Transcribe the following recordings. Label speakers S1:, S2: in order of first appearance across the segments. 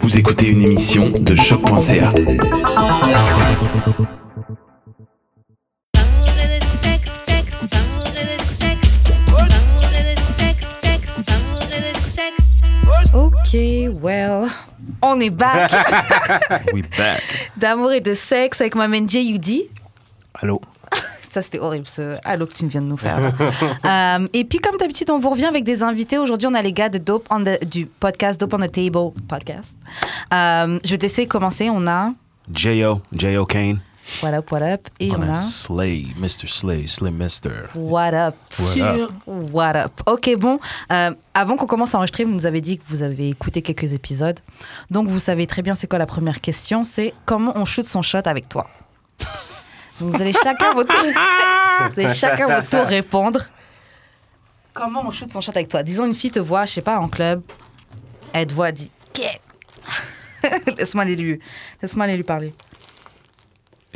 S1: Vous écoutez une émission de choc.ca.
S2: Ok, well, on est back
S3: We back.
S2: d'amour et de sexe avec ma man J.U.D.
S3: Allô.
S2: Ça, c'était horrible, ce halo que tu viens de nous faire. Euh, et puis, comme d'habitude, on vous revient avec des invités. Aujourd'hui, on a les gars de Dope on the- du podcast Dope on the Table podcast. Euh, je vais te laisser commencer. On a
S4: J.O. J.O. Kane.
S2: What Up, What Up et on,
S3: On a
S2: a
S3: Slay, Mr. Slay, Slay Mister.
S2: What Up.
S3: What up?
S2: What Up. Ok, bon. euh, avant qu'on commence à enregistrer, vous nous avez dit que vous avez écouté quelques épisodes. Donc, vous savez très bien c'est quoi la première question. C'est comment on shoot son shot avec toi Donc, vous allez chacun votre tour, vous allez chacun votre tour répondre. Comment on shoot son shot avec toi Disons, une fille te voit, je sais pas, en club. Elle te voit, elle dit Yeah. Laisse-moi aller lui, laisse-moi aller lui parler.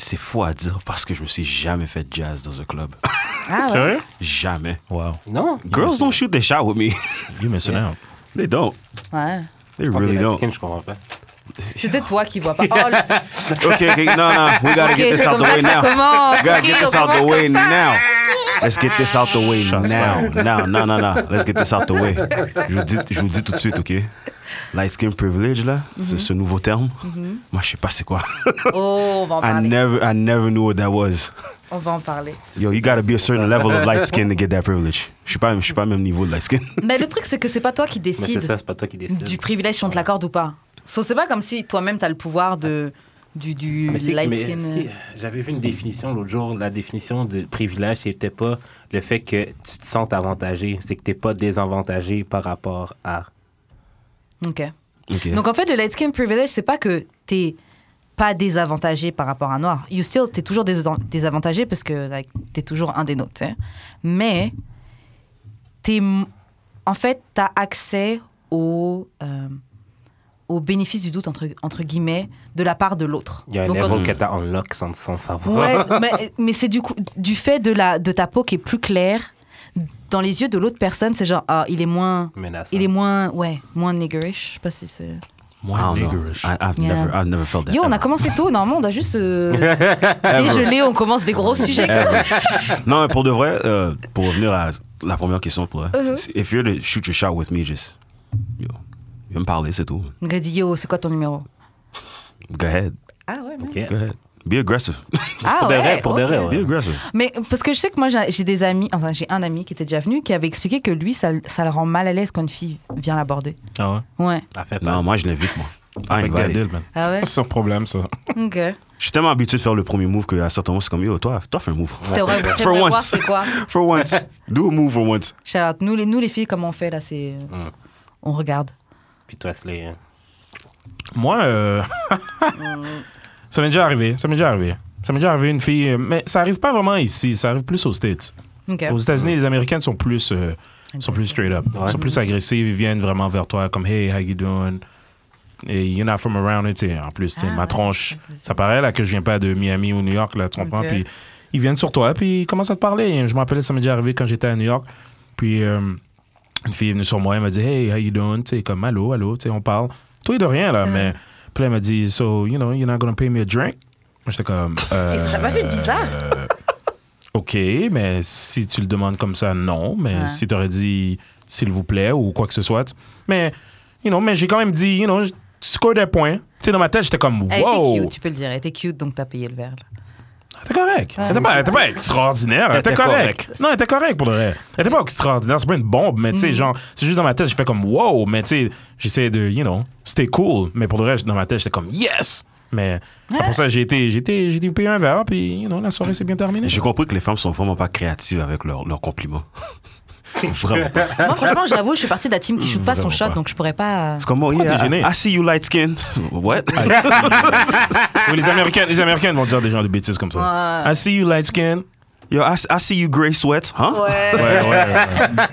S4: C'est faux à dire parce que je me suis jamais fait jazz dans un club.
S2: Ah ouais.
S3: Sérieux?
S4: jamais.
S3: Wow.
S5: Non.
S4: Girls don't shoot their shot with me.
S3: You missing out.
S4: They don't.
S2: ouais.
S4: They
S5: Ok,
S4: really don't.
S5: Mexicaine, je comprends pas.
S2: C'était toi qui vois pas. Oh, le-
S4: Okay, okay, no, no. We gotta
S2: Ok,
S4: get this
S2: c'est
S4: out
S2: comme
S4: the
S2: ça
S4: way
S2: que ça
S4: now.
S2: commence.
S4: We gotta
S2: Ok,
S4: get
S2: on
S4: this out the
S2: commence
S4: way
S2: comme ça.
S4: now. Let's get this out the way
S3: Shots
S4: now. Now, no, no, no. Let's get this out the way. Je vous dis, je vous dis tout de suite, OK? Light skin privilege, là, ce,
S2: Mhm.
S4: ce nouveau terme. Moi, je sais pas c'est quoi.
S2: Oh, Mhm. on va en
S4: I
S2: parler.
S4: never, I never knew what that was.
S2: On va en parler.
S4: Yo, you gotta be a certain level of light skin to get that privilege. Je suis pas, je suis pas même niveau de light skin.
S2: Mais le truc, c'est que c'est pas toi qui
S5: Mais c'est
S2: décides
S5: ça, c'est pas toi qui décides.
S2: du privilège si on te l'accorde ou pas. So, c'est pas comme si toi-même, t'as le pouvoir de, du, du
S5: Mais c'est-
S2: light
S5: mais
S2: skin.
S5: ce qui- J'avais vu une définition l'autre jour. La définition de privilège, c'était pas le fait que tu te sentes avantagé, c'est que t'es pas désavantagé par rapport à.
S2: euh, Ok.
S4: OK.
S2: Donc en fait, le light skin privilege, c'est pas que t'es pas désavantagé par rapport à un noir. You still, t'es toujours dés- désavantagé parce que like, t'es toujours un des nôtres. hein. Mais t'es, m- en fait, t'as accès au, euh, au bénéfice du doute, entre, entre guillemets, de la part de l'autre.
S5: Il y a un
S2: Donc,
S5: level
S2: quand-
S5: que t'as unlock sans, sans savoir.
S2: Ouais, mais, mais c'est du coup du fait de la de ta peau qui est plus claire dans les yeux de l'autre personne, c'est genre ah il est moins
S5: Menaçant.
S2: il est moins ouais moins niggerish, je sais pas si c'est.
S4: I
S3: Moi,
S4: don't know.
S3: niggerish.
S4: I, I've
S2: Yeah.
S4: never, I've never felt that.
S2: Yo, on a
S4: ever.
S2: commencé tôt, normalement on a juste euh, dégelé, on commence des gros sujets.
S4: non, mais pour de vrai, euh, pour revenir à la première question pour toi,
S2: Uh-huh.
S4: c'est- if you're to shoot your shot with me, just yo, viens me parler, c'est tout.
S2: On a dit yo, c'est quoi ton numéro
S4: Go ahead,
S2: Ah ouais.
S5: Ok.
S4: go ahead. Be aggressive.
S2: Ah
S5: Pour de
S2: ouais.
S5: vrai, pour de
S2: ok.
S5: vrai, ouais.
S4: Be aggressive.
S2: Mais parce que je sais que moi j'ai j'ai des amis, enfin j'ai un ami qui était déjà venu qui avait expliqué que lui ça, ça le rend mal à l'aise quand une fille vient l'aborder.
S3: Ah ouais?
S2: Ouais.
S5: Ça fait
S4: Non,
S5: peur.
S4: moi, je l'invite, moi. I
S3: Fait que t'as
S4: invite.
S3: deal, man.
S2: Ah ouais.
S3: C'est un problème, ça.
S2: Ok.
S4: Je suis tellement habitué de faire le premier move qu'à certains moments, c'est comme, yo, toi, toi, fais un move.
S2: T'aimerais-
S4: For
S2: t'aimerais voir
S4: once.
S2: c'est quoi
S4: For once. Do a move for once.
S2: Charlotte, nous les, nous les filles, comment on fait là C'est.
S5: Mm.
S2: On regarde.
S5: Puis toi, Slay. hein.
S3: Moi, euh, ça m'est déjà arrivé. Ça m'est déjà arrivé. Ça m'est déjà arrivé une fille. euh, Mais ça arrive pas vraiment ici. Ça arrive plus aux States.
S2: Ok.
S3: Aux États-Unis, les Américaines sont plus, euh, sont plus straight up. Ils sont plus agressives. Ils viennent vraiment vers toi comme Hey, how you doing? Et you're not from around. Et tu sais, en plus, tu sais,
S2: Ah,
S3: ma
S2: ouais.
S3: tronche, ça paraît là que je viens pas de Miami ou New York, là, tu comprends?
S2: Ok.
S3: Puis ils viennent sur toi, puis ils commencent à te parler. Je me rappelle, ça m'est déjà arrivé quand j'étais à New York. Puis euh, une fille est venue sur moi, elle m'a dit Hey, how you doing? Tu sais, comme Allô, allô, tu sais, on parle. Toi et de rien, là. Mais puis là, elle m'a dit So, you know, you're not gonna pay me a drink? Moi, j'étais comme.
S2: Et ça t'a pas fait
S3: Euh,
S2: bizarre
S3: OK, mais si tu le demandes comme ça, non. Mais
S2: Ouais.
S3: si tu aurais dit s'il vous plaît ou quoi que ce soit. tu- Mais, you know, mais j'ai quand même dit, you know, tu scores des points. Tu sais, dans ma tête, j'étais comme,
S2: Elle était
S3: wow,
S2: Eh, cute, tu peux le dire. Elle était cute, donc t'as payé le verre. là.
S3: t'es correct. Elle était pas, elle était pas extraordinaire, elle était
S4: était
S3: correct. Non, elle était correct pour le reste. Elle était pas extraordinaire, c'est pas une bombe, mais tu
S2: Mm.
S3: sais, genre, c'est juste dans ma tête, j'ai fait comme, wow, mais tu sais, j'essayais de, you know, c'était cool. Mais pour le reste, dans ma tête, j'étais comme, yes! Mais pour ça, j'ai été, j'ai été, j'ai été payé un verre, puis, you know, la soirée s'est bien terminée.
S4: J'ai compris que les femmes sont vraiment pas créatives avec leurs leurs compliments. vraiment pas.
S2: Moi, franchement, j'avoue, je suis partie de la team qui shoot pas son
S4: Vraiment
S2: shot,
S4: pas.
S2: donc je pourrais pas.
S4: C'est comme, oh, yeah,
S3: t'es gêné?
S4: I I see you light skin. What?
S3: Oui, les Américains, les Américains vont dire des gens de bêtises comme ça. I see you light skin.
S4: Yo, I, I see you gray sweats, huh?
S2: Ouais.
S3: Ouais, ouais, ouais.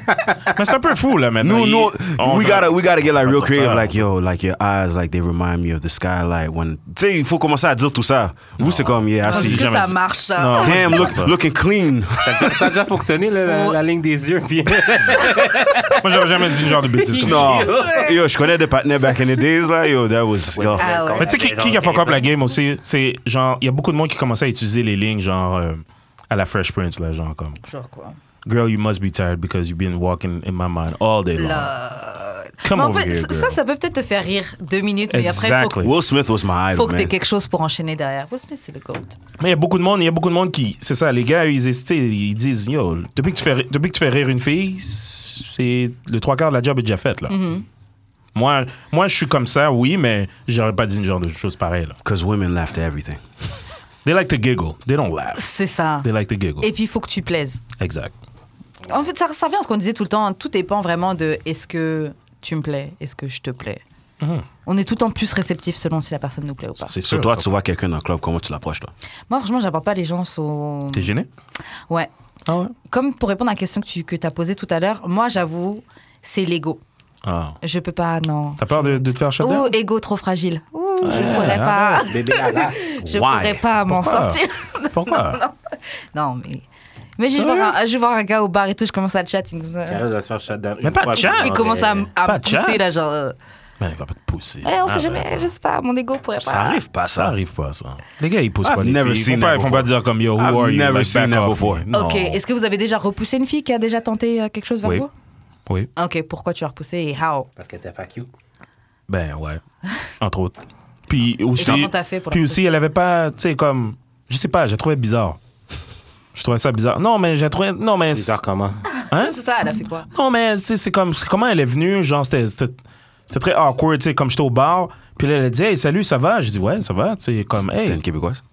S3: Mais c'est un peu fou, là, maintenant.
S4: No,
S3: Il-
S4: Oh, no,
S3: on-
S4: we gotta, we gotta get like
S3: on
S4: real
S3: peut
S4: creative.
S3: faire.
S4: Like yo, like your eyes, like they remind me of the skylight when. Tu sais, il faut commencer à dire tout ça. Vous c'est comme yeah, I
S2: Est-ce
S4: see.
S3: j'ai
S2: que
S3: jamais
S2: ça
S3: dit.
S2: marche, ça
S3: Non.
S4: Damn,
S3: j'ai
S4: look,
S3: ça.
S4: looking clean.
S5: Ça a déjà- ça a déjà fonctionné, là, la,
S2: Ouais.
S5: la ligne des yeux. Puis...
S3: Moi, j'aurais jamais dit une genre de bêtise comme ça.
S4: non, yo, je connais des partenaires back in the days là. Yo, that was yo.
S2: Ah ouais.
S3: Mais tu sais, qui, qui a fuck up la game aussi, c'est genre, il y a beaucoup de monde qui commençait à utiliser les lignes, genre, euh, à la Fresh Prince, là, genre, comme,
S2: Genre quoi
S3: Girl, you must be tired because you've been walking in my mind all day long. Come
S2: Mais en
S3: over
S2: fait,
S3: here,
S2: ça-
S3: girl.
S2: ça, ça peut peut-être te faire rire deux minutes, mais après, il faut,
S3: Exactly.
S4: Will Smith was my
S2: faut
S4: idol,
S2: que t'aies
S4: man.
S2: quelque chose pour enchaîner derrière. Will Smith, c'est le gold.
S3: Mais il y a beaucoup de monde, il y a beaucoup de monde qui, c'est ça, les gars, ils, hésitent, ils disent, yo, depuis que, tu fais, ri- depuis que tu fais rire une fille, c'est le trois quarts de la job est déjà faite, là.
S2: Mm-hmm.
S3: Moi, moi, je suis comme ça, oui, mais j'aurais pas dit une genre de chose pareille, là.
S4: Cause women laughed at everything.
S3: They like to giggle. They don't laugh.
S2: C'est ça.
S3: They like to giggle.
S2: Et puis, il faut que tu plaises.
S3: Exact.
S2: En fait, ça, ça revient à ce qu'on disait tout le temps. hein. Tout dépend vraiment de est-ce que tu me plais, est-ce que je te plais. On est tout le temps plus réceptif selon si la personne nous plaît ou pas.
S3: Mm-hmm. C'est
S4: Sur
S3: sûr.
S4: toi,
S3: ça.
S4: tu vois quelqu'un dans le club, comment tu l'approches toi?
S2: Moi, franchement, j'aborde pas les gens sont.
S3: T'es gêné?
S2: Ouais.
S3: Ah ouais?
S2: Comme pour répondre à la question que tu que as posée tout à l'heure, moi, j'avoue, c'est l'ego.
S3: Ah.
S2: Je peux pas, non.
S3: T'as peur de, de te faire shut
S2: Ouh,
S3: down?
S2: ego trop fragile. Ouh, je
S3: Ouais, Ah.
S2: pourrais pas.
S5: Bébé, là, là.
S2: Je
S4: Why?
S2: pourrais pas m'en
S3: Pourquoi
S2: sortir.
S3: Pourquoi?
S2: Non, mais. Mais je vais voir un- je vais voir un gars au bar et tout, je commence à le chat. Il, me- euh,
S5: Carole va se faire shutdown.
S3: Mais
S5: une
S3: pas de
S5: fois,
S3: chat.
S5: puis
S2: il commence à, m- à
S3: Pas
S2: me
S3: de chat.
S2: pousser, là, genre. euh,
S3: Mais elle va pas te pousser.
S2: Eh, on
S3: Ah,
S2: sait jamais, Ah.
S3: ben,
S2: je sais pas, mon ego pourrait
S4: Ça
S2: pas.
S4: arrive pas
S3: Ça
S4: ça.
S3: arrive pas, ça. Les gars, ils poussent
S4: I've
S3: pas les
S4: never
S3: filles. Ils
S4: seen
S3: font pas-
S4: that
S3: Ils font pas
S4: before.
S3: dire comme, yo, who
S4: I've
S3: are you?
S4: never
S3: Like,
S4: seen
S3: back
S4: that
S3: off.
S4: before.
S3: Non.
S2: Ok, est-ce que vous avez déjà repoussé une fille qui a déjà tenté euh, quelque chose vers
S3: Oui.
S2: vous
S3: Oui.
S2: Ok, pourquoi tu l'as repoussée et how
S5: Parce que t'es pas cute.
S3: Ben ouais, entre autres. Puis aussi,
S2: comment t'as fait pour
S3: puis
S2: la
S3: aussi, elle avait pas, tu sais comme, je sais pas, j'ai trouvé bizarre. Je trouvais ça bizarre. Non mais j'ai trouvé, non mais,
S5: Bizarre comment.
S3: hein?
S2: C'est ça, elle a fait quoi
S3: Non mais c'est c'est comme, c'est comment elle est venue, genre c'était, c'était c'était très awkward, tu sais, comme j'étais au bar, puis là, elle a dit, hey salut, ça va? Je dis ouais, ça va, tu sais, comme,
S4: C'était
S3: hey.
S4: une québécoise.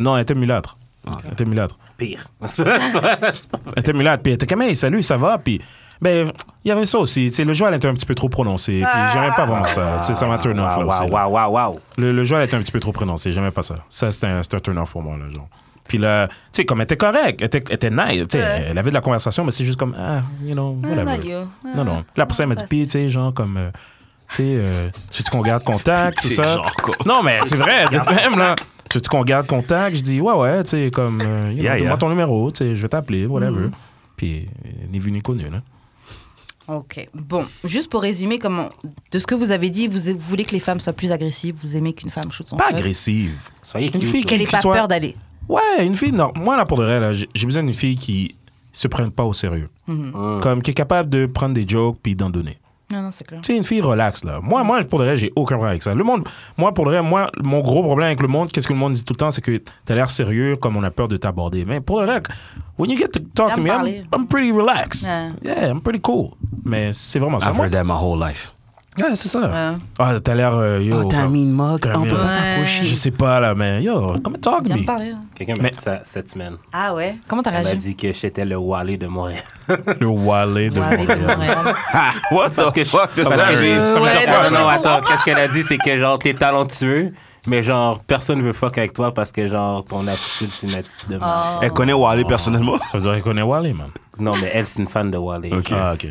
S3: Non, elle était mulâtre. Elle était mulâtre.
S5: Pire.
S3: Elle était mulâtre, puis elle était comme, hey salut, ça va, puis ben il y avait ça aussi, tu sais, le joueur était un petit peu trop prononcé, puis j'aimais pas vraiment ça, tu sais, ça m'a turn off là
S5: Waouh,
S3: aussi.
S5: waouh,
S3: là.
S5: waouh, waouh, waouh.
S3: Le, le joueur était un petit peu trop prononcé. J'aimais pas ça. Ça, c'était un, c'était un turn-off pour moi, là, genre. Puis là, tu sais, comme elle était correcte, elle était, elle était nice, tu sais, elle avait de la conversation, mais c'est juste comme, ah, you know, whatever.
S2: not you. Ah,
S3: Non, non. Là, pour ça, elle m'a dit, puis, tu sais, genre, comme, euh, tu sais, euh, tu veux qu'on garde contact, tout
S4: C'est
S3: ça.
S4: genre quoi?
S3: Non, mais c'est vrai, de même, là. Tu veux qu'on garde contact? Je dis, ouais, ouais, tu sais, comme, euh, you know,
S4: Yeah,
S3: donne-moi
S4: yeah.
S3: ton numéro, tu sais, je vais t'appeler, whatever.
S2: Mm.
S3: Puis, euh, ni vu ni connu, là.
S2: Ok, bon, juste pour résumer, comment, de ce que vous avez dit, vous, vous voulez que les femmes soient plus agressives, vous aimez qu'une femme shoot son
S3: Pas
S2: shot,
S3: agressive.
S5: Soyez
S3: Une fille
S5: cute.
S2: Qu'elle ait
S3: Qui
S2: pas
S3: soit-
S2: peur d'aller.
S3: Ouais, une fille, non. Moi, là, pour de vrai, là, j'ai j'ai besoin d'une fille qui se prenne pas au sérieux.
S2: Mm-hmm.
S4: Ah.
S3: Comme qui est capable de prendre des jokes puis d'en donner.
S2: Non, non, c'est clair.
S3: Tu sais, une fille relaxe, là.
S2: Mm-hmm.
S3: Moi, moi pour de vrai, j'ai aucun problème avec ça. Le monde, moi, pour de vrai, moi, mon gros problème avec le monde, qu'est-ce que le monde dit tout le temps, c'est que t'as l'air sérieux, comme on a peur de t'aborder. Mais pour de vrai, when you get to talk
S2: T'as
S3: to me,
S2: parlé.
S3: I'm, I'm pretty relaxed.
S2: Ouais.
S3: Yeah, I'm pretty cool. Mais c'est vraiment ça.
S4: I've
S3: Moi,
S4: heard that my whole life.
S3: ouais, c'est ça.
S2: Ouais.
S3: Ah, t'as l'air, euh, yo.
S4: Oh, t'as
S3: comme-
S4: mis une mug,
S3: t'as
S4: on
S3: mis-
S4: peut pas
S2: Ouais.
S4: t'approcher.
S3: Je sais pas, là, mais yo, come and talk to
S2: Viens me
S3: me.
S2: parler. hein.
S5: Quelqu'un
S3: Mais- Eh
S5: m'a
S3: ben,
S5: dit ça cette semaine.
S2: Ah ouais Comment t'as
S5: Elle m'a
S2: réagi
S5: dit que j'étais le Wally de Montréal.
S3: Le wallet de
S2: euh, Ouais, de
S3: Montréal.
S2: Montréal.
S4: What the
S5: que je-
S4: fuck does
S3: parce
S4: that
S3: que je-
S4: mean?
S3: Ça me
S2: Ouais,
S3: dit
S2: non,
S3: pas,
S5: non,
S2: je
S5: non,
S2: comprends
S5: attends, qu'est-ce qu'elle a dit, c'est que genre t'es talentueux, mais genre personne veut fuck avec toi parce que genre ton attitude c'est une attitude de
S2: Ah.
S5: merde.
S4: Elle connaît Eh, Wally personnellement.
S3: Ça veut dire qu'elle connaît Wally, man.
S5: Non mais elle c'est une fan de Wally.
S4: Ok.
S3: Ah, ok.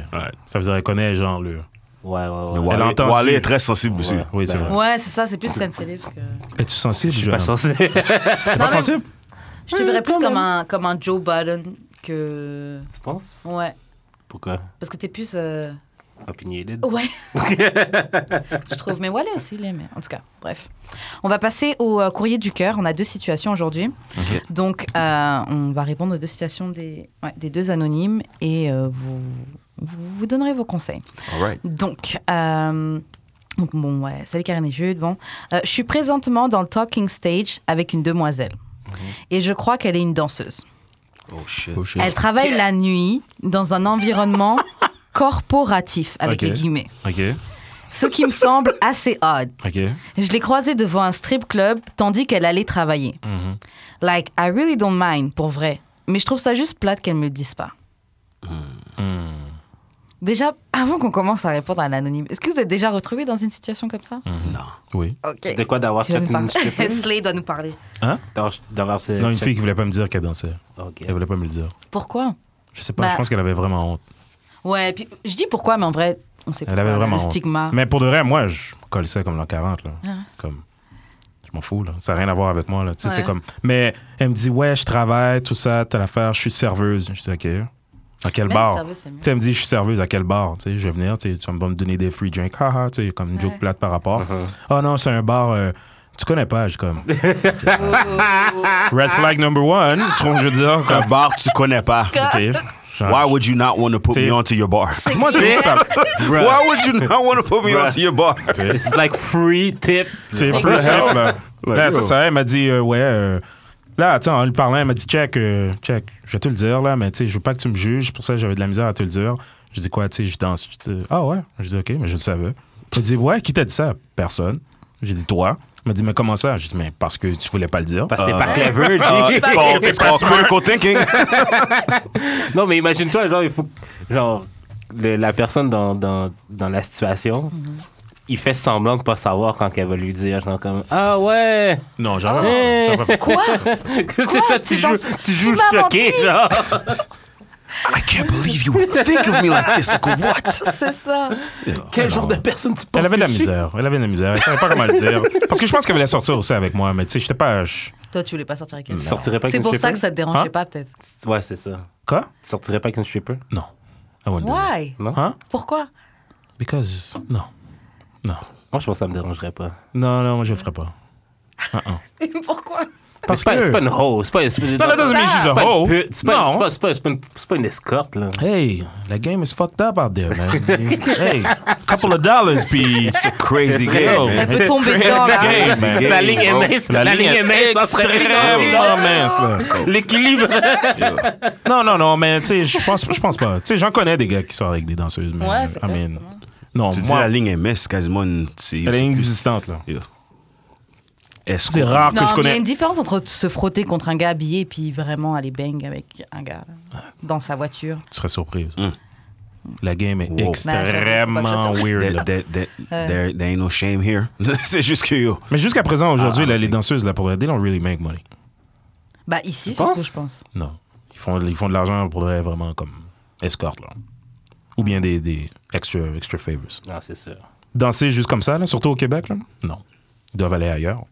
S3: Ça veut dire qu'elle connaît, genre, le.
S5: Ouais ouais ouais.
S4: Wally,
S3: Elle a entendu.
S4: Wally est très sensible aussi.
S5: Ouais.
S3: Oui, c'est
S5: Ben,
S3: vrai.
S2: Ouais, c'est ça, c'est plus sensitive que.
S3: Es-tu sensible,
S5: Je suis pas
S3: Joanna?
S5: censé.
S3: T'es
S2: Non,
S3: pas
S2: mais-
S3: sensible?
S2: Je te verrais plus comme un, comme un Joe Biden que.
S5: tu penses
S2: Ouais.
S5: Pourquoi
S2: Parce que t'es plus. euh,
S5: Opinionated.
S2: Ouais. je trouve. Mais Wallet aussi, il est. mais En tout cas, bref. On va passer au euh, courrier du cœur. On a deux situations aujourd'hui. Donc, euh, on va répondre aux deux situations des, ouais, des deux anonymes et euh, vous, vous, vous donnerez vos conseils.
S4: All right.
S2: Donc, euh, donc, bon, ouais, salut Karine et Jude. Bon, Euh, je suis présentement dans le talking stage avec une demoiselle.
S4: Mm-hmm.
S2: Et je crois qu'elle est une danseuse.
S4: Oh shit.
S2: Elle travaille la nuit dans un environnement corporatif, avec
S3: Ok.
S2: les guillemets.
S3: Ok,
S2: Ce qui me semble assez odd.
S3: ok.
S2: Je l'ai croisée devant un strip club tandis qu'elle allait travailler.
S3: Mhm.
S2: Like, I really don't
S3: Hmm.
S2: mind, pour vrai. Mais je trouve ça juste plate qu'elle me le dise pas. Déjà, avant qu'on commence à répondre à l'anonyme, est-ce que vous êtes déjà retrouvé dans une situation comme ça
S3: Hmm.
S4: Non.
S3: Oui.
S2: Ok.
S5: De quoi d'avoir
S2: Tu dois
S5: fait
S2: nous
S5: une
S2: parler.
S5: stripper?
S2: Slay doit nous parler.
S3: Hein?
S5: D'avoir- D'avoir ce.
S3: Non, une
S5: check-
S3: fille qui voulait pas me dire qu'elle dansait.
S5: Ok.
S3: Elle voulait pas me le dire.
S2: Pourquoi
S3: Je sais pas,
S5: Ben,
S2: Bah-
S3: je pense qu'elle avait vraiment honte.
S2: Ouais, puis je dis pourquoi, mais en vrai, on sait pas.
S3: Elle avait vraiment
S2: Ah, Le
S3: honte.
S2: stigma.
S3: Mais pour de vrai, moi, je colle ça comme l'an 40. Là.
S2: Ah.
S3: Comme, je m'en fous. Là. Ça n'a rien à voir avec moi. Là. Tu sais,
S2: Ouais.
S3: c'est comme... Mais elle me dit, ouais, je travaille, tout ça, telle affaire, je suis serveuse. Je dis, OK. À quel
S2: Même
S3: bar?
S2: ça veut, c'est mieux.
S3: Tu sais, elle me dit, je suis serveuse, à quel bar? Tu sais, je vais venir, tu sais, tu vas me donner des free drinks. Ha, ha, tu sais, comme une
S2: Ouais.
S3: joke plate par rapport.
S5: Mhm.
S3: Oh non, c'est un bar... euh, tu connais pas, je suis comme...
S2: Oh.
S3: Red flag number one. Tu trouves, je veux dire,
S4: Un
S3: comme...
S4: bar, tu connais pas.
S3: OK. genre,
S4: Why would you not want to put
S3: C'est-
S4: me onto your bar?
S3: Dis-moi, c'est où que ça-
S4: Why would you not want to put me onto your bar?
S5: It's like free tip.
S3: C'est plus top, là.
S4: Like,
S3: Là,
S4: yo.
S3: c'est ça, elle m'a dit, euh, ouais. euh, là, tu sais, en lui parlant, elle m'a dit, check, euh, check, je vais te le dire, là, mais tu sais, je veux pas que tu me juges, pour ça, j'avais de la misère à te le dire. Je dis, quoi, tu sais, je danse. Je dis, ah ouais. Je dis, ok, mais je le savais. Elle dit, ouais, qui t'a dit ça Personne. J'ai dit, toi. Elle m'a dit, mais comment ça Je dis, mais parce que tu voulais pas le dire.
S5: Parce que t'es pas clever,
S3: Ah,
S4: Uh,
S5: G.
S4: it's called, it's called critical thinking.
S5: Non, mais imagine-toi, genre, il faut. Genre, le- la personne dans, dans, dans la situation,
S2: Mm-hmm.
S5: il fait semblant de pas savoir quand qu'elle va lui dire, genre, comme Ah ouais!
S3: Ah, Non, j'en ai
S5: Hey.
S3: j'en ai pas fait.
S2: Quoi
S5: C'est ça, tu
S2: Tu
S5: joues,
S2: penses-
S5: tu joues
S2: m'as
S5: choqué,
S2: menti.
S5: genre.
S3: Ah,
S4: I can't believe you would think of me like this. Like what?
S2: C'est ça.
S5: Quel genre de personne tu penses
S3: Elle avait de la
S5: que je suis?
S3: misère. Elle avait de la misère. Elle savait pas comment le dire. Parce que je pense qu'elle voulait sortir aussi avec moi, mais tu sais, j'étais pas. je-
S2: Toi, tu voulais pas sortir avec elle.
S5: Tu sortirais pas avec
S2: C'est
S5: une
S2: pour ça
S5: stripper?
S2: que ça te dérangeait
S3: Hein
S2: pas, peut-être.
S5: Ouais, c'est ça.
S3: Quoi
S5: Tu sortirais pas avec une stripper?
S3: Non. I wouldn't do that.
S2: Why
S5: Non?
S3: Hein
S2: Pourquoi
S3: Because. Non. Non.
S5: Moi, je pense que ça me dérangerait pas.
S3: Non, non, moi, je le ferais pas. Ah, ah.
S2: Pourquoi
S5: Mais
S3: Parce
S5: C'est pas,
S3: que-
S5: c'est pas une hoe, c'est pas, c'est pas,
S3: Non, that doesn't mean she's a
S5: c'est pas une
S3: hoe.
S5: pute, c'est pas,
S3: Non.
S5: c'est pas, c'est pas, c'est pas une- c'est pas une escorte, là.
S3: Hey, the game is fucked up out there, man. hey, couple of dollars, puis.
S4: It's a crazy
S3: Yo.
S4: game, man.
S2: Elle peut tomber dedans, là.
S3: Hey, oh, man.
S5: La ligne est mince, la, ligne est mince, ça serait
S3: extrêmement mince, là.
S5: L'équilibre.
S3: oh. Non, non, non, mais tu sais, je pense, je pense pas. Tu sais, j'en connais des gars qui sortent avec des danseuses, mais.
S2: Ouais, c'est
S3: I
S2: clair,
S3: mean, Non,
S4: Tu dis
S3: moi,
S4: la ligne est mince, quasiment. une- C'est
S3: elle est inexistante, là.
S4: Est-ce
S3: C'est rare que
S2: Non, mais
S3: je
S2: il y a
S3: connais.
S2: une différence entre se frotter contre un gars habillé et puis vraiment aller bang avec un gars là, dans sa voiture.
S3: Tu serais surprise.
S4: Hmm.
S3: La game est
S2: Ben,
S4: Wow.
S2: Non, j'avoue, faut
S3: extrêmement
S2: pas que je sois
S3: weird.
S4: There,
S3: là.
S4: there, there, there- there ain't no shame here. c'est juste que yo.
S3: Mais jusqu'à présent, aujourd'hui,
S4: Ah,
S3: là, les
S4: ok.
S3: danseuses, là, pour vrai, they don't really make money.
S2: Bah ici
S5: Tu
S2: surtout,
S5: penses
S2: je pense.
S3: Non. Ils font, ils font de l'argent pour vrai, vraiment comme escorte, là. Ou bien des, des extra, extra favors.
S5: Non, Ah, c'est sûr.
S3: Ah, danser juste comme ça, là, surtout au Québec? Là? Non. Ils doivent aller ailleurs.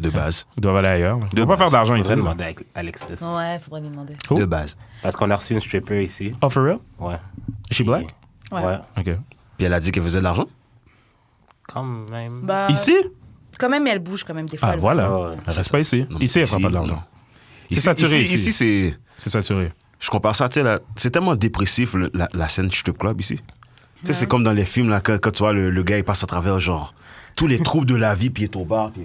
S4: De base.
S3: Ils doivent aller ailleurs. là. Ils
S4: De
S3: doivent pas faire
S4: base,
S3: d'argent
S5: On
S3: ici.
S5: va
S3: là.
S5: demander à Alexis.
S2: Ouais, faudrait lui demander.
S3: Oh.
S4: De base.
S5: Parce qu'on a reçu une stripper ici.
S3: Oh, for real? Euh,
S5: Ouais.
S3: Is she black?
S5: Ouais.
S2: Ouais.
S3: OK.
S4: Puis elle a dit qu'elle faisait de l'argent.
S5: Quand même.
S2: Bah,
S3: Ici?
S2: Quand même, elle bouge quand même des fois.
S3: Ah,
S2: elle-
S3: voilà.
S5: Ouais, ouais,
S3: Elle reste pas ici.
S4: Non, mais
S3: Ici, elle fera
S4: ici,
S3: pas de l'argent.
S4: non.
S3: C'est saturé ici.
S4: Ici, c'est.
S3: C'est saturé.
S4: Je compare ça, tu sais, la- c'est tellement dépressif le- la, la scène strip club ici. Tu sais, c'est comme dans les films, là, quand, quand tu vois le, le gars, il passe à travers, genre, tous les troubles de la vie, puis il est au bar. Puis,